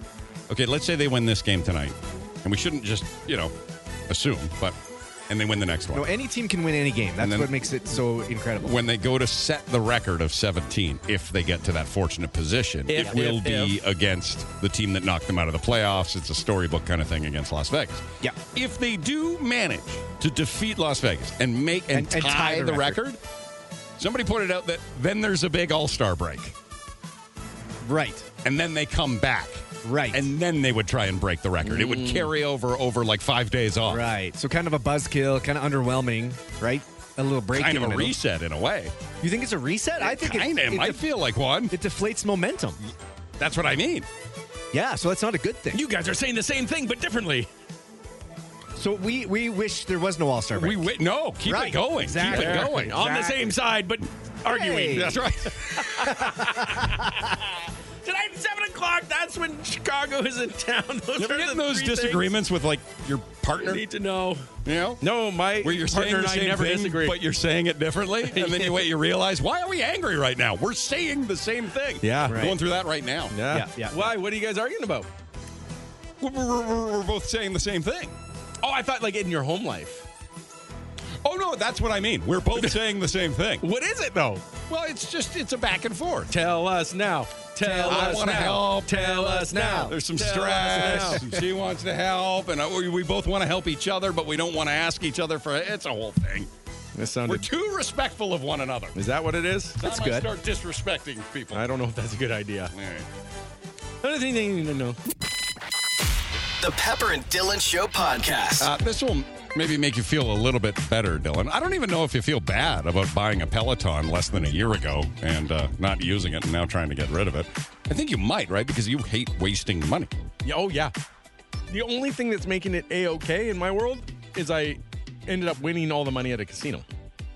[SPEAKER 3] okay, let's say they win this game tonight, and we shouldn't just, you know, assume, but, and they win the next one.
[SPEAKER 4] no, any team can win any game. That's
[SPEAKER 3] then-
[SPEAKER 4] what makes it so incredible.
[SPEAKER 3] when they go to set the record of 17, if they get to that fortunate position,
[SPEAKER 1] If,
[SPEAKER 3] it will
[SPEAKER 1] if,
[SPEAKER 3] be against the team that knocked them out of the playoffs. It's a storybook kind of thing against Las Vegas.
[SPEAKER 4] Yeah.
[SPEAKER 3] If they do manage to defeat Las Vegas and make and,
[SPEAKER 4] And- and
[SPEAKER 3] tie, the, record. somebody pointed out that then there's a big All Star break,
[SPEAKER 4] Right,
[SPEAKER 3] and then they come back,
[SPEAKER 4] right,
[SPEAKER 3] and then they would try and break the record. It would carry over over like five days off,
[SPEAKER 4] right. So kind of a buzzkill, kind of underwhelming, right? A little break.
[SPEAKER 3] kind
[SPEAKER 4] in
[SPEAKER 3] of a
[SPEAKER 4] the middle.
[SPEAKER 3] reset in a way.
[SPEAKER 4] You think it's a reset? I think it-
[SPEAKER 3] kind of.
[SPEAKER 4] it,
[SPEAKER 3] I
[SPEAKER 4] def-
[SPEAKER 3] feel like one.
[SPEAKER 4] it deflates momentum.
[SPEAKER 3] That's what I mean.
[SPEAKER 4] Yeah, so that's not a good thing.
[SPEAKER 1] You guys are saying the same thing, but differently.
[SPEAKER 4] so we we wish there was no All Star
[SPEAKER 3] We
[SPEAKER 4] break.
[SPEAKER 3] wait. No, keep
[SPEAKER 4] Right.
[SPEAKER 3] it going.
[SPEAKER 4] Exactly.
[SPEAKER 3] Keep it going.
[SPEAKER 1] On the same side, but arguing.
[SPEAKER 4] Hey.
[SPEAKER 3] That's right.
[SPEAKER 1] [LAUGHS] Tonight at 7 o'clock, that's when Chicago is in town. Those
[SPEAKER 3] You ever
[SPEAKER 1] are
[SPEAKER 3] get in
[SPEAKER 1] the
[SPEAKER 3] those
[SPEAKER 1] three things
[SPEAKER 3] disagreements with like your
[SPEAKER 1] you
[SPEAKER 3] partner? You
[SPEAKER 1] need to know.
[SPEAKER 3] know,
[SPEAKER 1] No, my
[SPEAKER 3] where you're saying
[SPEAKER 1] partner
[SPEAKER 3] the
[SPEAKER 1] and I
[SPEAKER 3] same
[SPEAKER 1] never
[SPEAKER 3] thing,
[SPEAKER 1] disagree.
[SPEAKER 3] but you're saying it
[SPEAKER 1] [LAUGHS]
[SPEAKER 3] differently, and then you wait, you realize why are we angry right now? We're saying the same thing.
[SPEAKER 1] Yeah.
[SPEAKER 3] We're going through that right now.
[SPEAKER 1] yeah.
[SPEAKER 4] Yeah, yeah.
[SPEAKER 1] Why? What are you guys arguing about?
[SPEAKER 3] We're, we're- we're- we're both saying the same thing.
[SPEAKER 1] Oh, I thought like in your home life.
[SPEAKER 3] Oh no, that's what I mean. We're
[SPEAKER 1] [LAUGHS]
[SPEAKER 3] both saying the same thing.
[SPEAKER 1] What is it though?
[SPEAKER 3] Well, it's just it's a back and forth.
[SPEAKER 1] Tell us now. Tell
[SPEAKER 3] I
[SPEAKER 1] us
[SPEAKER 3] want to
[SPEAKER 1] now.
[SPEAKER 3] help.
[SPEAKER 1] Tell us now.
[SPEAKER 3] There's some
[SPEAKER 1] Tell us now.
[SPEAKER 3] stress. and [LAUGHS] she wants to help, and I, we- we both want to help each other, but we don't want to ask each other for. It's a whole thing.
[SPEAKER 1] That
[SPEAKER 3] We're
[SPEAKER 1] sounded.
[SPEAKER 3] too respectful of one another.
[SPEAKER 1] Is that what it is?
[SPEAKER 3] That's good. I start disrespecting people.
[SPEAKER 1] I don't know if that's a good idea.
[SPEAKER 3] All right.
[SPEAKER 1] Another thing they need to know.
[SPEAKER 9] The Pepper and Dylan Show podcast.
[SPEAKER 3] Uh, this will maybe make you feel a little bit better, Dylan. I don't even know if you feel bad about buying a Peloton less than a year ago and uh, not using it and now trying to get rid of it. I think you might, right? Because you hate wasting money.
[SPEAKER 1] Yeah, oh yeah. The only thing that's making it a okay in my world is I ended up winning all the money at a casino.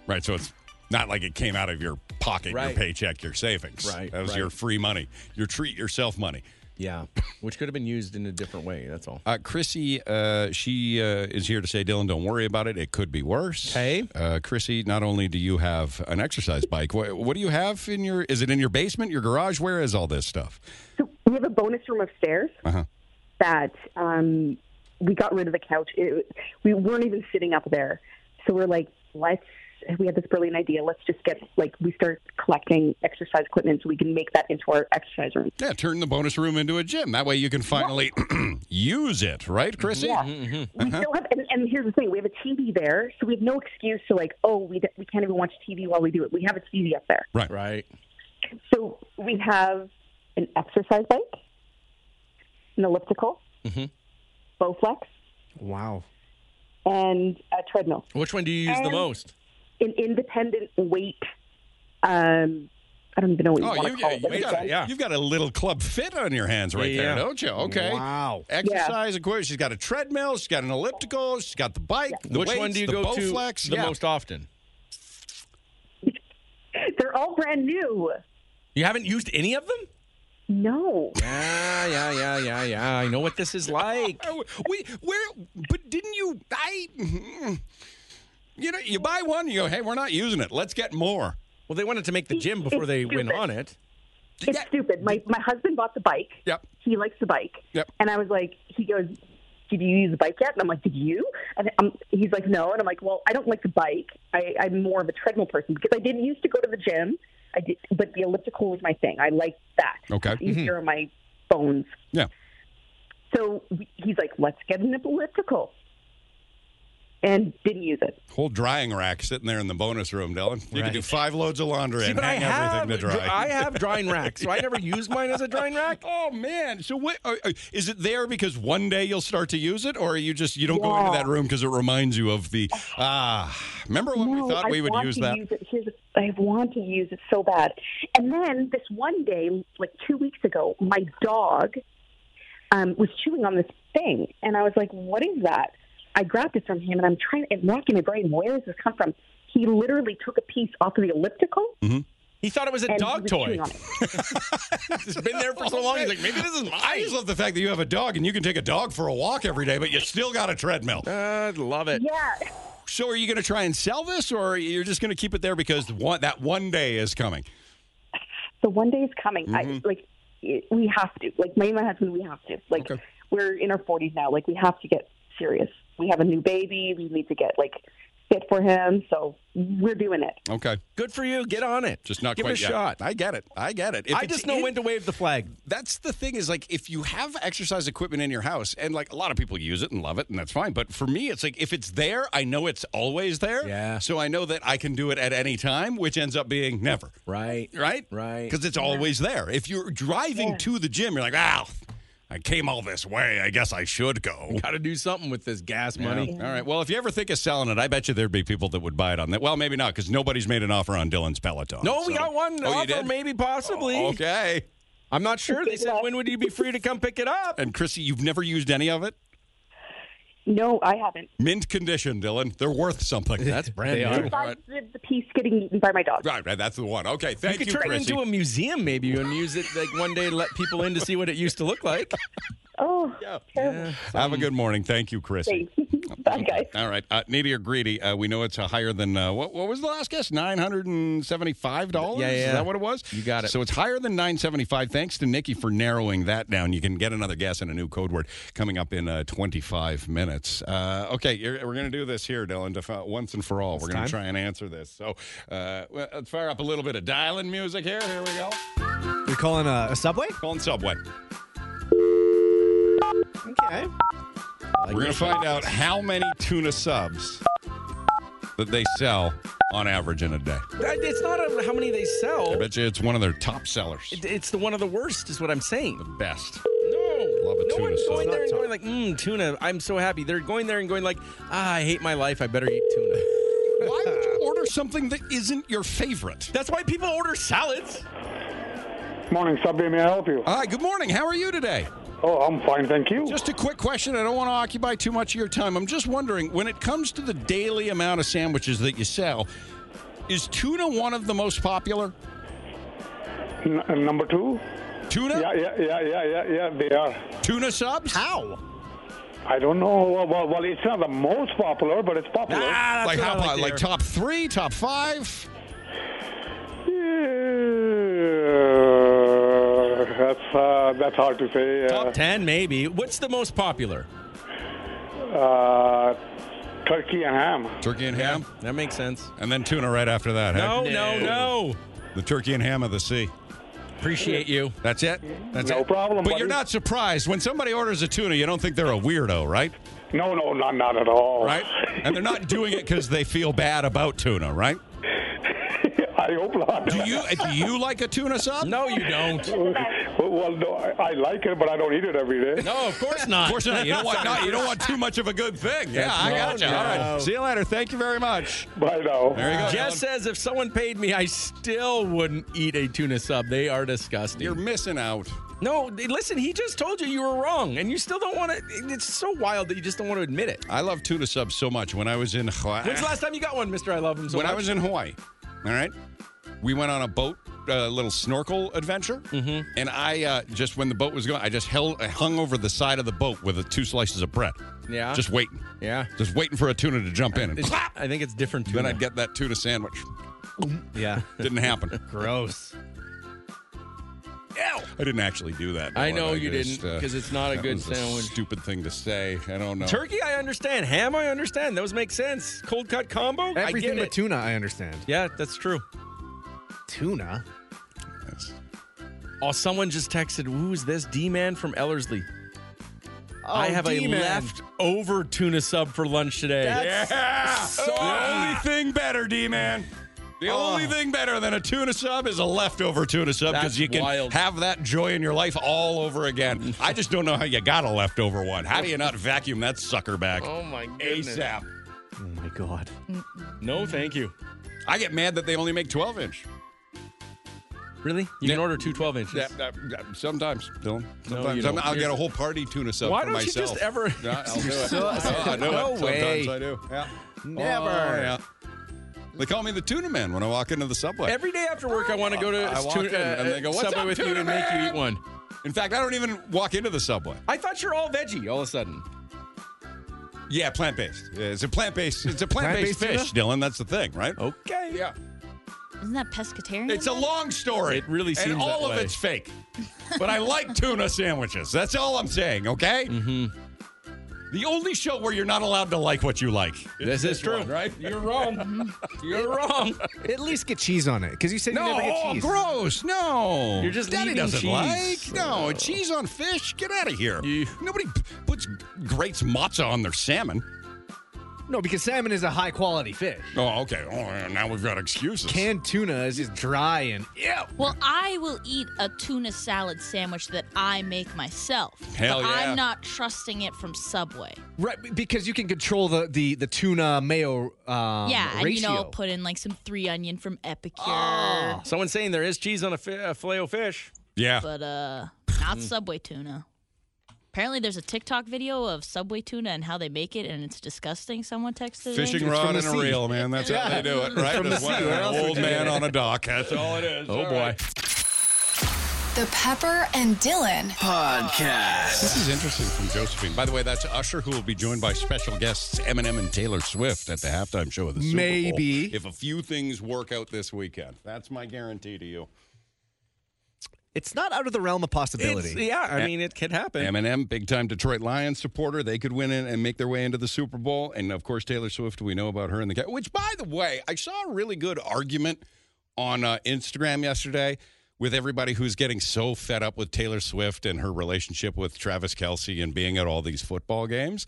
[SPEAKER 3] Right. So it's not like it came out of your pocket, your
[SPEAKER 1] Right.
[SPEAKER 3] paycheck, your savings.
[SPEAKER 1] Right,
[SPEAKER 3] That was
[SPEAKER 1] right.
[SPEAKER 3] your free money, your treat yourself money.
[SPEAKER 1] [LAUGHS] Yeah, which could have been used in a different way. That's all.
[SPEAKER 3] Uh, Chrissy, uh, she uh, is here to say, Dylan, don't worry about it. It could be worse.
[SPEAKER 1] Okay.
[SPEAKER 3] Uh, Chrissy, not only do you have an exercise bike, what, what do you have in your, is it in your basement, your garage? Where is all this stuff?
[SPEAKER 13] So we have a bonus room upstairs.
[SPEAKER 3] Uh-huh.
[SPEAKER 13] that um, we got rid of the couch. It, we weren't even sitting up there. So we're like, let's, we had this brilliant idea. Let's just get, like, we start collecting exercise equipment so we can make that into our exercise room.
[SPEAKER 3] Yeah, turn the bonus room into a gym. That way you can finally [CLEARS THROAT] use it, right, Chrissy?
[SPEAKER 13] Yeah.
[SPEAKER 1] Mm-hmm.
[SPEAKER 13] We
[SPEAKER 3] Uh-huh.
[SPEAKER 13] still have, and, and here's the thing: we have a TV there, so we have no excuse to like, oh, we d- we can't even watch TV while we do it. We have a TV up there,
[SPEAKER 3] Right.
[SPEAKER 1] Right.
[SPEAKER 13] so we have an exercise bike, an elliptical,
[SPEAKER 1] Mhm.
[SPEAKER 13] Bowflex,
[SPEAKER 4] Wow.
[SPEAKER 13] and a treadmill.
[SPEAKER 1] Which one do you use the
[SPEAKER 3] Um,
[SPEAKER 13] And
[SPEAKER 1] most?
[SPEAKER 13] An independent weight. Um, I don't even know what
[SPEAKER 3] Oh,
[SPEAKER 13] you want
[SPEAKER 3] you,
[SPEAKER 13] to call it.
[SPEAKER 3] you got, you've got a little club fit on your hands right
[SPEAKER 1] Yeah,
[SPEAKER 3] there,
[SPEAKER 1] yeah.
[SPEAKER 3] don't you? Okay.
[SPEAKER 4] Wow.
[SPEAKER 3] Exercise equipment. She's got a treadmill. She's got an elliptical. She's got the bike. The
[SPEAKER 1] Which one
[SPEAKER 3] weights,
[SPEAKER 1] do you
[SPEAKER 3] the
[SPEAKER 1] go to
[SPEAKER 3] Bowflex.
[SPEAKER 1] the
[SPEAKER 3] Yeah.
[SPEAKER 1] most often?
[SPEAKER 13] [LAUGHS] They're all brand new.
[SPEAKER 1] You haven't used any of them?
[SPEAKER 13] No.
[SPEAKER 1] Yeah, yeah, yeah, yeah, yeah. I know what this is like.
[SPEAKER 3] Oh, we where? But didn't you? I. mm, You know, you buy one. You go, hey, we're not using it. Let's get more.
[SPEAKER 1] Well, they wanted to make the gym before they went on it.
[SPEAKER 13] It's stupid. My my husband bought the bike.
[SPEAKER 3] Yep.
[SPEAKER 13] He likes the bike.
[SPEAKER 3] Yep.
[SPEAKER 13] And I was like, he goes, "Did you use the bike yet?" And I'm like, "Did you?" And i he's like, "No." And I'm like, "Well, I don't like the bike. I, I'm more of a treadmill person because I didn't used to go to the gym. I did, but the elliptical was my thing. I liked that.
[SPEAKER 3] Okay. Mm-hmm.
[SPEAKER 13] It's easier on my bones.
[SPEAKER 3] Yeah.
[SPEAKER 13] So we- he's like, "Let's get an elliptical," and didn't use it.
[SPEAKER 3] Whole drying rack sitting there in the bonus room, Dylan. You can do five loads of laundry
[SPEAKER 1] See,
[SPEAKER 3] and
[SPEAKER 1] but I
[SPEAKER 3] hang
[SPEAKER 1] have,
[SPEAKER 3] everything to dry.
[SPEAKER 1] I have drying racks, so I never use mine as a drying rack.
[SPEAKER 3] [LAUGHS] Oh man! So what uh, uh, is it there because one day you'll start to use it, or are you just you don't go into
[SPEAKER 13] Yeah.
[SPEAKER 3] that room because it reminds you of the ah? remember when
[SPEAKER 13] No,
[SPEAKER 3] we thought
[SPEAKER 13] I
[SPEAKER 3] we would
[SPEAKER 13] want
[SPEAKER 3] use
[SPEAKER 13] to
[SPEAKER 3] that?
[SPEAKER 13] Use it. Here's, I want to use it so bad. And then this one day, like two weeks ago, my dog um, was chewing on this thing, and I was like, "What is that?" I grabbed it from him, and I'm trying. I'm racking my brain. Where does this come from? He literally took a piece off of the elliptical.
[SPEAKER 1] He thought it was a
[SPEAKER 13] and
[SPEAKER 1] dog
[SPEAKER 13] he was
[SPEAKER 1] toy.
[SPEAKER 13] chewing on it.
[SPEAKER 1] It's been there for so long. He's like, maybe this is
[SPEAKER 3] I
[SPEAKER 1] mine.
[SPEAKER 3] just love the fact that you have a dog and you can take a dog for a walk every day, but you still got a treadmill.
[SPEAKER 1] I love it.
[SPEAKER 13] Yeah.
[SPEAKER 3] So are you going to try and sell this, or you're just going to keep it there because one, that one day is coming?
[SPEAKER 13] So one day is coming. I
[SPEAKER 4] Mm-hmm.
[SPEAKER 13] like it, we have to. Like me and my husband, we have to. Like we're in our forties now. Like we have to get serious. We have a new baby. We need to get like fit for him. So we're doing it.
[SPEAKER 3] [LAUGHS] Okay,
[SPEAKER 1] Good for you. Get on it.
[SPEAKER 3] just not
[SPEAKER 1] Give it
[SPEAKER 3] quite
[SPEAKER 1] a
[SPEAKER 3] yet.
[SPEAKER 1] shot.
[SPEAKER 3] I get it. I get it. If
[SPEAKER 1] I
[SPEAKER 3] it's
[SPEAKER 1] just know
[SPEAKER 3] in-
[SPEAKER 1] when to wave the flag.
[SPEAKER 3] that's the thing is like if you have exercise equipment in your house and like a lot of people use it and love it and that's fine but for me it's like if it's there i know it's always there
[SPEAKER 1] Yeah.
[SPEAKER 3] so i know that i can do it at any time which ends up being never
[SPEAKER 1] Right.
[SPEAKER 3] right
[SPEAKER 1] Right.
[SPEAKER 3] because it's
[SPEAKER 1] [LAUGHS]
[SPEAKER 3] always there if you're driving to the gym you're like ah i came all this way i guess i should go
[SPEAKER 1] Got to do something with this gas money.
[SPEAKER 3] All right. Well, if you ever think of selling it, I bet you there'd be people that would buy it on that. Well, maybe not because nobody's made an offer on Dylan's Peloton.
[SPEAKER 1] No, we
[SPEAKER 3] so-
[SPEAKER 1] got one
[SPEAKER 3] Oh, you
[SPEAKER 1] offer,
[SPEAKER 3] did? Oh,
[SPEAKER 1] maybe, possibly.
[SPEAKER 3] Okay.
[SPEAKER 1] I'm not sure. They said, when would you be free to come pick it up?
[SPEAKER 3] And Chrissy, you've never used any of it?
[SPEAKER 13] No, I haven't.
[SPEAKER 3] Mint condition, Dylan. They're worth something.
[SPEAKER 1] [LAUGHS] That's brand
[SPEAKER 4] They
[SPEAKER 1] new.
[SPEAKER 4] are.
[SPEAKER 3] All right.
[SPEAKER 13] Besides the, the piece getting eaten by my dog.
[SPEAKER 3] Right, right. That's the one. Okay, thank
[SPEAKER 1] you
[SPEAKER 3] you,
[SPEAKER 1] could turn it
[SPEAKER 3] Chrissy.
[SPEAKER 1] into a museum, maybe, and use it like one day to let people in to see what it used to look like.
[SPEAKER 13] [LAUGHS] Oh, terrible.
[SPEAKER 3] Have
[SPEAKER 1] Um,
[SPEAKER 3] a good morning. Thanhank you, Chrissy.
[SPEAKER 13] Thanks. Bye, guys.
[SPEAKER 3] All right, uh, needy or greedy? Uh, we know it's uh, higher than uh, what? What was the last guess? Nine hundred and seventy-five dollars.
[SPEAKER 1] Yeah,
[SPEAKER 3] Is
[SPEAKER 1] yeah.
[SPEAKER 3] that what it was?
[SPEAKER 1] You got it.
[SPEAKER 3] So it's higher than nine seventy-five. Thanks to Nikki for narrowing that down. You can get another guess and a new code word coming up in uh, twenty-five minutes. Uh, okay, you're, we're going to do this here, Dylan, to, fi- once and for all. we're going
[SPEAKER 4] time.
[SPEAKER 3] to try and answer this. So uh, well, let's fire up a little bit of dialing music here. Here we go.
[SPEAKER 4] We calling a, a subway?
[SPEAKER 3] Calling Subway.
[SPEAKER 4] Okay.
[SPEAKER 3] We're going to find out how many tuna subs that they sell on average in a day.
[SPEAKER 1] That- It's not a, how many they
[SPEAKER 3] I
[SPEAKER 1] sell.
[SPEAKER 3] bet you it's one of their top sellers.
[SPEAKER 1] It- It's the one of the worst, is what I'm saying.
[SPEAKER 3] Best.
[SPEAKER 1] No,
[SPEAKER 3] Love a
[SPEAKER 1] no
[SPEAKER 3] tuna
[SPEAKER 1] one's
[SPEAKER 3] sub.
[SPEAKER 1] going there and going like, mm, tuna. I'm so happy. They're going there and going like, ah, I hate my life. I better eat [LAUGHS] tuna.
[SPEAKER 3] Why would you order something that isn't your favorite?
[SPEAKER 1] That's why people order salads.
[SPEAKER 10] Morning, Subway. May I help you?
[SPEAKER 3] Hi, good morning. How are you today?
[SPEAKER 10] Oh, I'm fine, thank you.
[SPEAKER 3] Just a quick question. I don't want to occupy too much of your time. I'm just wondering when it comes to the daily amount of sandwiches that you sell, is tuna one of the most popular?
[SPEAKER 10] N- uh, number two?
[SPEAKER 3] Tuna?
[SPEAKER 10] Yeah, yeah, yeah, yeah, yeah, yeah. They are.
[SPEAKER 3] Tuna subs?
[SPEAKER 4] How?
[SPEAKER 10] I don't know. Well, well, well, it's not the most popular, but it's popular.
[SPEAKER 1] Ah, that's
[SPEAKER 3] Like
[SPEAKER 1] what I
[SPEAKER 3] how
[SPEAKER 1] to
[SPEAKER 3] like,
[SPEAKER 1] hear.
[SPEAKER 3] top three, top five?
[SPEAKER 10] Yeah. That's uh, that's hard to say. Uh,
[SPEAKER 1] Top 10, maybe. What's the most popular?
[SPEAKER 10] Uh, turkey and ham.
[SPEAKER 3] Turkey and ham?
[SPEAKER 1] That makes sense.
[SPEAKER 3] And then tuna right after that, huh?
[SPEAKER 1] No, no, no.
[SPEAKER 3] The turkey and ham of the sea.
[SPEAKER 1] Appreciate you.
[SPEAKER 3] That's it? That's
[SPEAKER 10] No
[SPEAKER 3] it?
[SPEAKER 10] problem,
[SPEAKER 3] But
[SPEAKER 10] buddy.
[SPEAKER 3] you're not surprised. When somebody orders a tuna, you don't think they're a weirdo, right?
[SPEAKER 10] No, no, not, not at all.
[SPEAKER 3] Right? And they're not doing it because they feel bad about tuna, right?
[SPEAKER 10] [LAUGHS] I hope not.
[SPEAKER 3] Do you uh, do you like
[SPEAKER 1] [LAUGHS]
[SPEAKER 3] a tuna sub?
[SPEAKER 1] No, you don't.
[SPEAKER 10] [LAUGHS] Well, well, no, I I like it, but I don't eat it every day.
[SPEAKER 1] No, of course not.
[SPEAKER 3] Of course not. You don't want not, you don't want too much of a good thing. Yeah,
[SPEAKER 1] That's
[SPEAKER 3] I
[SPEAKER 1] no,
[SPEAKER 3] gotcha. All
[SPEAKER 1] no.
[SPEAKER 3] right. See you later. Thank you very much.
[SPEAKER 10] Bye now.
[SPEAKER 3] There you go.
[SPEAKER 1] Jess says if someone paid me, I still wouldn't eat a tuna sub. They are disgusting.
[SPEAKER 3] You're missing out.
[SPEAKER 1] no, listen, he just told you you were wrong, and you still don't want to. It's so wild that you just don't want to admit it.
[SPEAKER 3] I love tuna subs so much. When I was in Hawaii,
[SPEAKER 1] When's the last time you got one, Mister? I love him so
[SPEAKER 3] Uh, when
[SPEAKER 1] much.
[SPEAKER 3] I was in Hawaii, all right, we went on a boat, a little snorkel adventure, mm-hmm. and I uh, just when the boat was going, I just held, I hung over the side of the boat with the two slices of bread,
[SPEAKER 1] yeah,
[SPEAKER 3] just waiting,
[SPEAKER 1] yeah.
[SPEAKER 3] just waiting for a tuna to jump in, and
[SPEAKER 1] It's-
[SPEAKER 3] clap.
[SPEAKER 1] I think it's different. Tuna.
[SPEAKER 3] Then I'd get that tuna sandwich.
[SPEAKER 4] Yeah.
[SPEAKER 3] [LAUGHS] Didn't
[SPEAKER 1] [LAUGHS]
[SPEAKER 3] happen.
[SPEAKER 4] Gross.
[SPEAKER 3] I didn't actually do that.
[SPEAKER 1] I
[SPEAKER 3] Dylan.
[SPEAKER 1] know you
[SPEAKER 3] just,
[SPEAKER 1] didn't,
[SPEAKER 3] uh,
[SPEAKER 1] 'cause it's not a
[SPEAKER 3] that
[SPEAKER 1] good
[SPEAKER 3] was
[SPEAKER 1] sandwich.
[SPEAKER 3] stupid thing to say. I don't know.
[SPEAKER 1] Turkey, I understand. Ham, I understand. Those make sense. Cold cut combo, I
[SPEAKER 4] Everything
[SPEAKER 1] get
[SPEAKER 4] but
[SPEAKER 1] it.
[SPEAKER 4] tuna, I understand.
[SPEAKER 1] yeah, that's true.
[SPEAKER 4] Tuna?
[SPEAKER 3] Yes.
[SPEAKER 1] Oh, someone just texted, "Who's this D man from Ellerslie?" I have
[SPEAKER 4] Oh, D-man.
[SPEAKER 1] a leftover tuna sub for lunch today.
[SPEAKER 3] Yeah.
[SPEAKER 4] So-
[SPEAKER 3] the only thing better, D man. The
[SPEAKER 1] Oh.
[SPEAKER 3] only thing better than a tuna sub is a leftover tuna sub
[SPEAKER 1] That's
[SPEAKER 3] because you can
[SPEAKER 1] wild.
[SPEAKER 3] have that joy in your life all over again. I just don't know how you got a leftover one. How do you not vacuum that sucker back
[SPEAKER 1] my
[SPEAKER 3] ASAP?
[SPEAKER 4] Oh my god.
[SPEAKER 1] No, thank you.
[SPEAKER 3] I get mad that they only make 12 inch.
[SPEAKER 1] Really? You
[SPEAKER 3] Yeah.
[SPEAKER 1] can order two 12 inches.
[SPEAKER 3] That- that- that- sometimes, Dylan. Sometimes
[SPEAKER 1] don't.
[SPEAKER 3] I'll get
[SPEAKER 1] You're-
[SPEAKER 3] a whole party tuna sub
[SPEAKER 1] Why
[SPEAKER 3] for
[SPEAKER 1] don't you
[SPEAKER 3] myself.
[SPEAKER 1] just ever-
[SPEAKER 3] [LAUGHS] Yeah,
[SPEAKER 1] [LAUGHS]
[SPEAKER 3] I'll do it.
[SPEAKER 4] So-
[SPEAKER 3] Yeah, [LAUGHS] I do
[SPEAKER 4] No
[SPEAKER 3] it.
[SPEAKER 4] way.
[SPEAKER 3] Sometimes I do. Yeah.
[SPEAKER 4] Never.
[SPEAKER 3] Oh, yeah. [LAUGHS] They call me the tuna man when I walk into the subway.
[SPEAKER 1] Every day after work, I want to go to
[SPEAKER 3] Uh, I walk
[SPEAKER 1] tuna,
[SPEAKER 3] in and they go, "What's
[SPEAKER 1] Subway
[SPEAKER 3] up,
[SPEAKER 1] with you
[SPEAKER 3] tuna
[SPEAKER 1] and make you
[SPEAKER 3] man?"
[SPEAKER 1] eat one.
[SPEAKER 3] In fact, I don't even walk into the subway.
[SPEAKER 1] I thought you're all veggie all of a sudden.
[SPEAKER 3] Yeah, plant based. It's a plant based.
[SPEAKER 1] [LAUGHS]
[SPEAKER 3] It's a plant based
[SPEAKER 4] Plant-based
[SPEAKER 3] fish, Dylan. That's the thing, right?
[SPEAKER 1] Okay.
[SPEAKER 3] Yeah.
[SPEAKER 5] Isn't that pescatarian?
[SPEAKER 3] It's a
[SPEAKER 5] then?
[SPEAKER 3] long story.
[SPEAKER 1] It really seems
[SPEAKER 3] and all
[SPEAKER 1] that
[SPEAKER 3] of
[SPEAKER 1] way.
[SPEAKER 3] it's fake. But I like tuna sandwiches. That's all I'm saying. Okay. Mm-hmm. The only show where you're not allowed to like what you like.
[SPEAKER 1] This, is true.
[SPEAKER 3] one, right?
[SPEAKER 1] You're wrong. you're wrong.
[SPEAKER 4] At least get cheese on it, because you said
[SPEAKER 3] No,
[SPEAKER 4] you never get
[SPEAKER 3] oh,
[SPEAKER 4] cheese.
[SPEAKER 3] gross. No.
[SPEAKER 1] You're just
[SPEAKER 3] Daddy
[SPEAKER 1] eating
[SPEAKER 3] doesn't
[SPEAKER 1] cheese.
[SPEAKER 3] like. No, cheese on fish. Get out of here.
[SPEAKER 1] You-
[SPEAKER 3] Nobody p- puts grates matzah on their salmon.
[SPEAKER 4] No, because salmon is a high quality fish.
[SPEAKER 3] Oh, okay. Oh, now we've got excuses.
[SPEAKER 4] Canned tuna is just dry and
[SPEAKER 3] yeah.
[SPEAKER 5] Well, I will eat a tuna salad sandwich that I make myself.
[SPEAKER 3] Hell
[SPEAKER 5] but
[SPEAKER 3] yeah.
[SPEAKER 5] I'm not trusting it from Subway.
[SPEAKER 4] right because you can control the the, the tuna mayo um,
[SPEAKER 5] yeah, and
[SPEAKER 4] ratio.
[SPEAKER 5] you know, put in like some three onion from Epicure,
[SPEAKER 1] Someone's saying there is cheese on a, fi- a filet of fish.
[SPEAKER 3] Oh. Yeah. Mm.
[SPEAKER 5] but uh, not Subway tuna. Apparently, there's a TikTok video of Subway tuna and how they make it, and it's disgusting. Someone texted in.
[SPEAKER 3] Fishing
[SPEAKER 4] It's
[SPEAKER 3] rod
[SPEAKER 4] from
[SPEAKER 3] and
[SPEAKER 4] the
[SPEAKER 3] a
[SPEAKER 4] sea.
[SPEAKER 3] reel, man. That's how they do it, right?
[SPEAKER 4] from the
[SPEAKER 3] Just
[SPEAKER 4] sea.
[SPEAKER 3] one-
[SPEAKER 4] Where else
[SPEAKER 3] An
[SPEAKER 4] would
[SPEAKER 3] old
[SPEAKER 4] you
[SPEAKER 3] man
[SPEAKER 4] get it?
[SPEAKER 3] on a dock. That's all it is.
[SPEAKER 1] Oh,
[SPEAKER 3] All
[SPEAKER 1] boy.
[SPEAKER 3] right.
[SPEAKER 2] The Pepper and Dylan
[SPEAKER 9] Podcast.
[SPEAKER 3] This is interesting from Josephine. By the way, that's Usher, who will be joined by special guests Eminem and Taylor Swift at the halftime show of the Super Bowl.
[SPEAKER 4] Maybe.
[SPEAKER 3] If a few things work out this weekend, that's my guarantee to you.
[SPEAKER 4] It's not out of the realm of possibility. Eh,
[SPEAKER 1] It's- yeah, I mean, it could happen.
[SPEAKER 3] Eminem, big time Detroit Lions supporter. They could win in and make their way into the Super Bowl. And of course, Taylor Swift, we know about her and the cat. Which, by the way, I saw a really good argument on uh, Instagram yesterday with everybody who's getting so fed up with Taylor Swift and her relationship with Travis Kelsey and being at all these football games.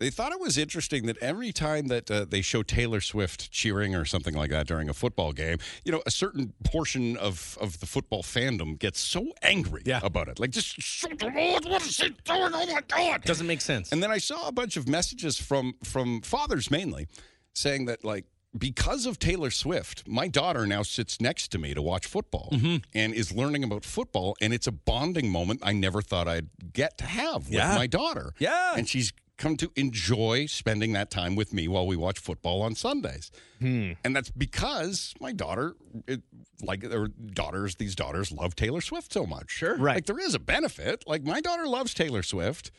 [SPEAKER 3] They thought it was interesting that every time that uh, they show Taylor Swift cheering or something like that during a football game, you know, a certain portion of, of the football fandom gets so angry about it. Like, just shut the Lord, what is she doing? Oh my God.
[SPEAKER 1] Doesn't make sense.
[SPEAKER 3] And then I saw a bunch of messages from from fathers mainly saying that like because of Taylor Swift, my daughter now sits next to me to watch football
[SPEAKER 1] Mm-hmm.
[SPEAKER 3] and is learning about football and it's a bonding moment I never thought I'd get to have with
[SPEAKER 1] Yeah.
[SPEAKER 3] my daughter.
[SPEAKER 1] Yeah.
[SPEAKER 3] And she's come to enjoy spending that time with me while we watch football on Sundays. And that's because my daughter it, like or daughters these daughters love Taylor Swift so much. Sure.
[SPEAKER 4] Right.
[SPEAKER 3] Like there is a benefit. Like my daughter loves Taylor Swift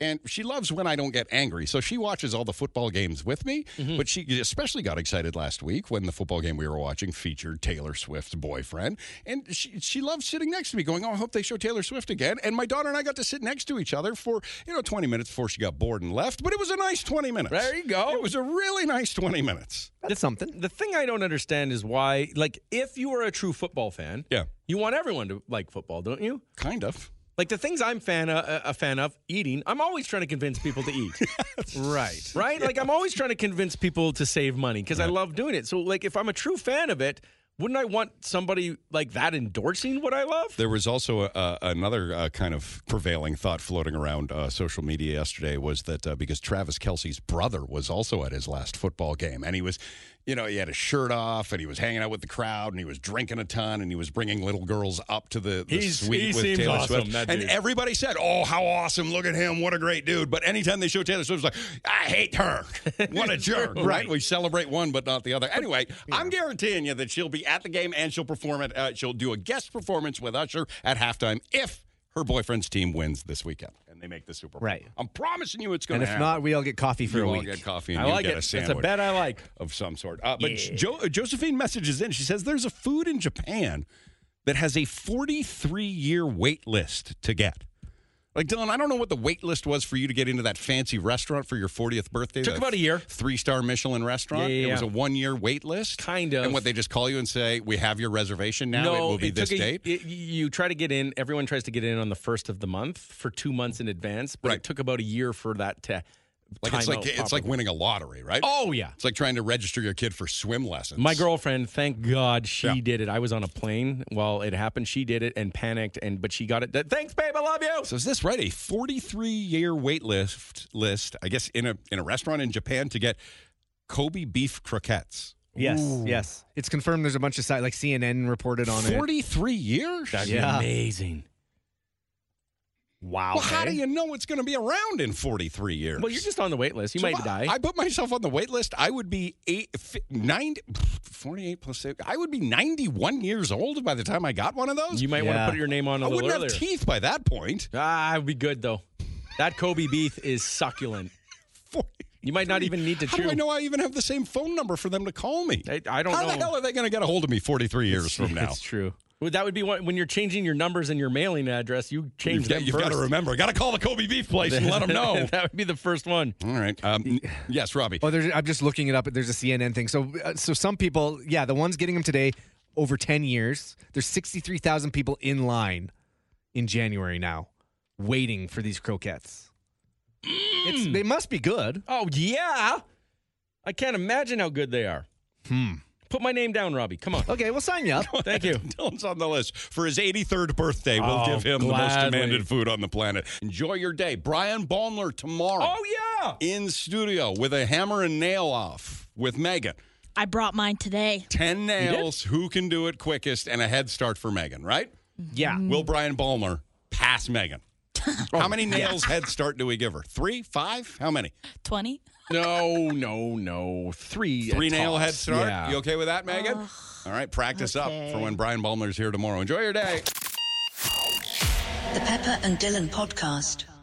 [SPEAKER 3] And she loves when I don't get angry. So she watches all the football games with me. But she especially got excited last week when the football game we were watching featured Taylor Swift's boyfriend. And she, she loves sitting next to me, going, Oh, I hope they show Taylor Swift again. And my daughter and I got to sit next to each other for, you know, 20 minutes before she got bored and left. But it was a nice 20 minutes. There you go. It was a really nice 20 minutes.
[SPEAKER 1] That's something. The thing I don't understand is why, like, if you are a true football fan, yeah, you want everyone to like football, don't you?
[SPEAKER 3] Kind of.
[SPEAKER 1] Like the things I'm fan uh, a fan of eating, I'm always trying to convince people to [LAUGHS] eat. right. Right? Like I'm always trying to convince people to save money because I love doing it. So like if I'm a true fan of it, wouldn't I want somebody like that endorsing what I love?
[SPEAKER 3] There was also a, a, another uh, kind of prevailing thought floating around uh, social media yesterday was that uh, because Travis Kelsey's brother was also at his last football game and he was, you know, he had his shirt off and he was hanging out with the crowd and he was drinking a ton and he was bringing little girls up to the, the
[SPEAKER 1] He's-
[SPEAKER 3] suite
[SPEAKER 1] he
[SPEAKER 3] with
[SPEAKER 1] seems
[SPEAKER 3] Taylor
[SPEAKER 1] awesome,
[SPEAKER 3] Swift.
[SPEAKER 1] that
[SPEAKER 3] and
[SPEAKER 1] dude.
[SPEAKER 3] everybody said, "Oh, how awesome! Look at him! What a great dude!" But anytime they show Taylor Swift, it's like, "Ah, "I hate
[SPEAKER 1] [LAUGHS]
[SPEAKER 3] her! What a jerk!" right?
[SPEAKER 1] Right.
[SPEAKER 3] We celebrate one, but not the other. Anyway, I'm guaranteeing you that she'll be at the game and she'll perform it. Uh, she'll do a guest performance with Usher at halftime if her boyfriend's team wins this [LAUGHS] weekend and they make the Super Bowl.
[SPEAKER 4] Right.
[SPEAKER 3] I'm promising you it's going
[SPEAKER 4] And
[SPEAKER 3] to
[SPEAKER 4] if
[SPEAKER 3] happen.
[SPEAKER 4] not, we all get coffee for
[SPEAKER 3] you
[SPEAKER 4] a
[SPEAKER 3] all
[SPEAKER 4] week.
[SPEAKER 3] get coffee and
[SPEAKER 4] I
[SPEAKER 3] you
[SPEAKER 4] like
[SPEAKER 3] get
[SPEAKER 4] it.
[SPEAKER 3] a
[SPEAKER 4] It's a
[SPEAKER 3] sandwich.
[SPEAKER 4] bet I
[SPEAKER 1] like.
[SPEAKER 3] Of some sort. Uh, but
[SPEAKER 4] Yeah.
[SPEAKER 3] jo- Josephine messages in. She says there's a food in Japan that has a 43 year wait list to get. Like Dylan, I don't know what the wait list was for you to get into that fancy restaurant for your 40th birthday.
[SPEAKER 1] Took
[SPEAKER 3] that
[SPEAKER 1] about a year.
[SPEAKER 3] Three star Michelin restaurant.
[SPEAKER 1] Yeah, yeah,
[SPEAKER 3] It was a
[SPEAKER 1] yeah.
[SPEAKER 3] one year wait list.
[SPEAKER 1] Kind of.
[SPEAKER 3] And what they just call you and say, "We have your reservation now.
[SPEAKER 1] no,
[SPEAKER 3] it will be
[SPEAKER 1] took
[SPEAKER 3] this
[SPEAKER 1] a-
[SPEAKER 3] date."
[SPEAKER 1] it- you try to get in. Everyone tries to get in on the first of the month for two months in advance, but it took about a year for that to.
[SPEAKER 3] Like
[SPEAKER 1] time
[SPEAKER 3] it's like
[SPEAKER 1] out
[SPEAKER 3] it's like
[SPEAKER 1] properly.
[SPEAKER 3] winning a lottery, right?
[SPEAKER 1] Oh, yeah.
[SPEAKER 3] It's like trying to register your kid for swim lessons.
[SPEAKER 1] My girlfriend, thank God she did it. I was on a plane while it happened. She did it and panicked, and but she got it. done. Thanks, babe. I love you.
[SPEAKER 3] So is this right? A 43 year wait list list, I guess, in a in a restaurant in Japan to get Kobe beef croquettes.
[SPEAKER 4] Yes, yes. It's confirmed there's a bunch of sites, like CNN reported on it.
[SPEAKER 3] 43 years?
[SPEAKER 4] That'd be Yeah. amazing.
[SPEAKER 3] Wow. Well, how do you know it's going to be around in 43 years?
[SPEAKER 1] Well, you're just on the wait list. You
[SPEAKER 3] So
[SPEAKER 1] might
[SPEAKER 3] if I,
[SPEAKER 1] die.
[SPEAKER 3] I put myself on the wait list. I would be eight, fi- nine, 48 plus six. I would be 91 years old by the time I got one of those.
[SPEAKER 1] you might want to put your name on a
[SPEAKER 3] I
[SPEAKER 1] little
[SPEAKER 3] wouldn't
[SPEAKER 1] earlier.
[SPEAKER 3] have teeth by that point.
[SPEAKER 1] Ah, it'd be good though. That Kobe beef
[SPEAKER 3] [LAUGHS]
[SPEAKER 1] is succulent. You might not even need to
[SPEAKER 3] How
[SPEAKER 1] chew.
[SPEAKER 3] do I know I even have the same phone number for them to call me?
[SPEAKER 1] I, I don't
[SPEAKER 3] How
[SPEAKER 1] know.
[SPEAKER 3] the hell are they going to get a hold of me 43 years
[SPEAKER 1] [LAUGHS]
[SPEAKER 3] from now?
[SPEAKER 1] That's true. Well, that would be one, when you're changing your numbers and your mailing address. You change
[SPEAKER 3] You've got-
[SPEAKER 1] them
[SPEAKER 3] you've got to
[SPEAKER 1] first.
[SPEAKER 3] remember. I got to call the Kobe Beef place and
[SPEAKER 1] [LAUGHS]
[SPEAKER 3] let them
[SPEAKER 4] [LAUGHS]
[SPEAKER 3] know.
[SPEAKER 1] that would be the first one.
[SPEAKER 3] All right. Um, yes, Robbie.
[SPEAKER 4] Oh, there's, I'm just looking it up. There's a CNN thing. So, uh, so some people, yeah, the ones getting them today, over 10 years. There's 63,000 people in line in January now, waiting for
[SPEAKER 5] [GASPS]
[SPEAKER 4] these croquettes. It's, they must be good.
[SPEAKER 1] Oh yeah, I can't imagine how good they are.
[SPEAKER 4] Hmm.
[SPEAKER 1] Put my name down, Robbie. Come on.
[SPEAKER 4] Okay, we'll sign you up.
[SPEAKER 1] [LAUGHS] Thank
[SPEAKER 3] [LAUGHS]
[SPEAKER 1] you.
[SPEAKER 3] Dylan's on the list for his 83rd birthday. We'll
[SPEAKER 1] Oh,
[SPEAKER 3] give him the most
[SPEAKER 1] gladly.
[SPEAKER 3] demanded food on the planet. Enjoy your day. Brian Baumler tomorrow.
[SPEAKER 1] Oh,
[SPEAKER 3] yeah. In studio with a hammer and nail off with Megan.
[SPEAKER 5] I brought mine today.
[SPEAKER 3] 10 nails. Who can do it quickest and a head start for Megan, right?
[SPEAKER 4] Yeah.
[SPEAKER 3] Will Brian Baumler pass Megan? How many nails head start do we give her? Three? Five? How many?
[SPEAKER 5] 20?
[SPEAKER 1] No, no, no. Three.
[SPEAKER 3] Three nail
[SPEAKER 1] tops.
[SPEAKER 3] head start.
[SPEAKER 1] Yeah.
[SPEAKER 3] You okay with that, Megan? All right, practice up for when Brian Ballmer's here tomorrow. Enjoy your day.
[SPEAKER 15] The Pepper and Dylan Podcast.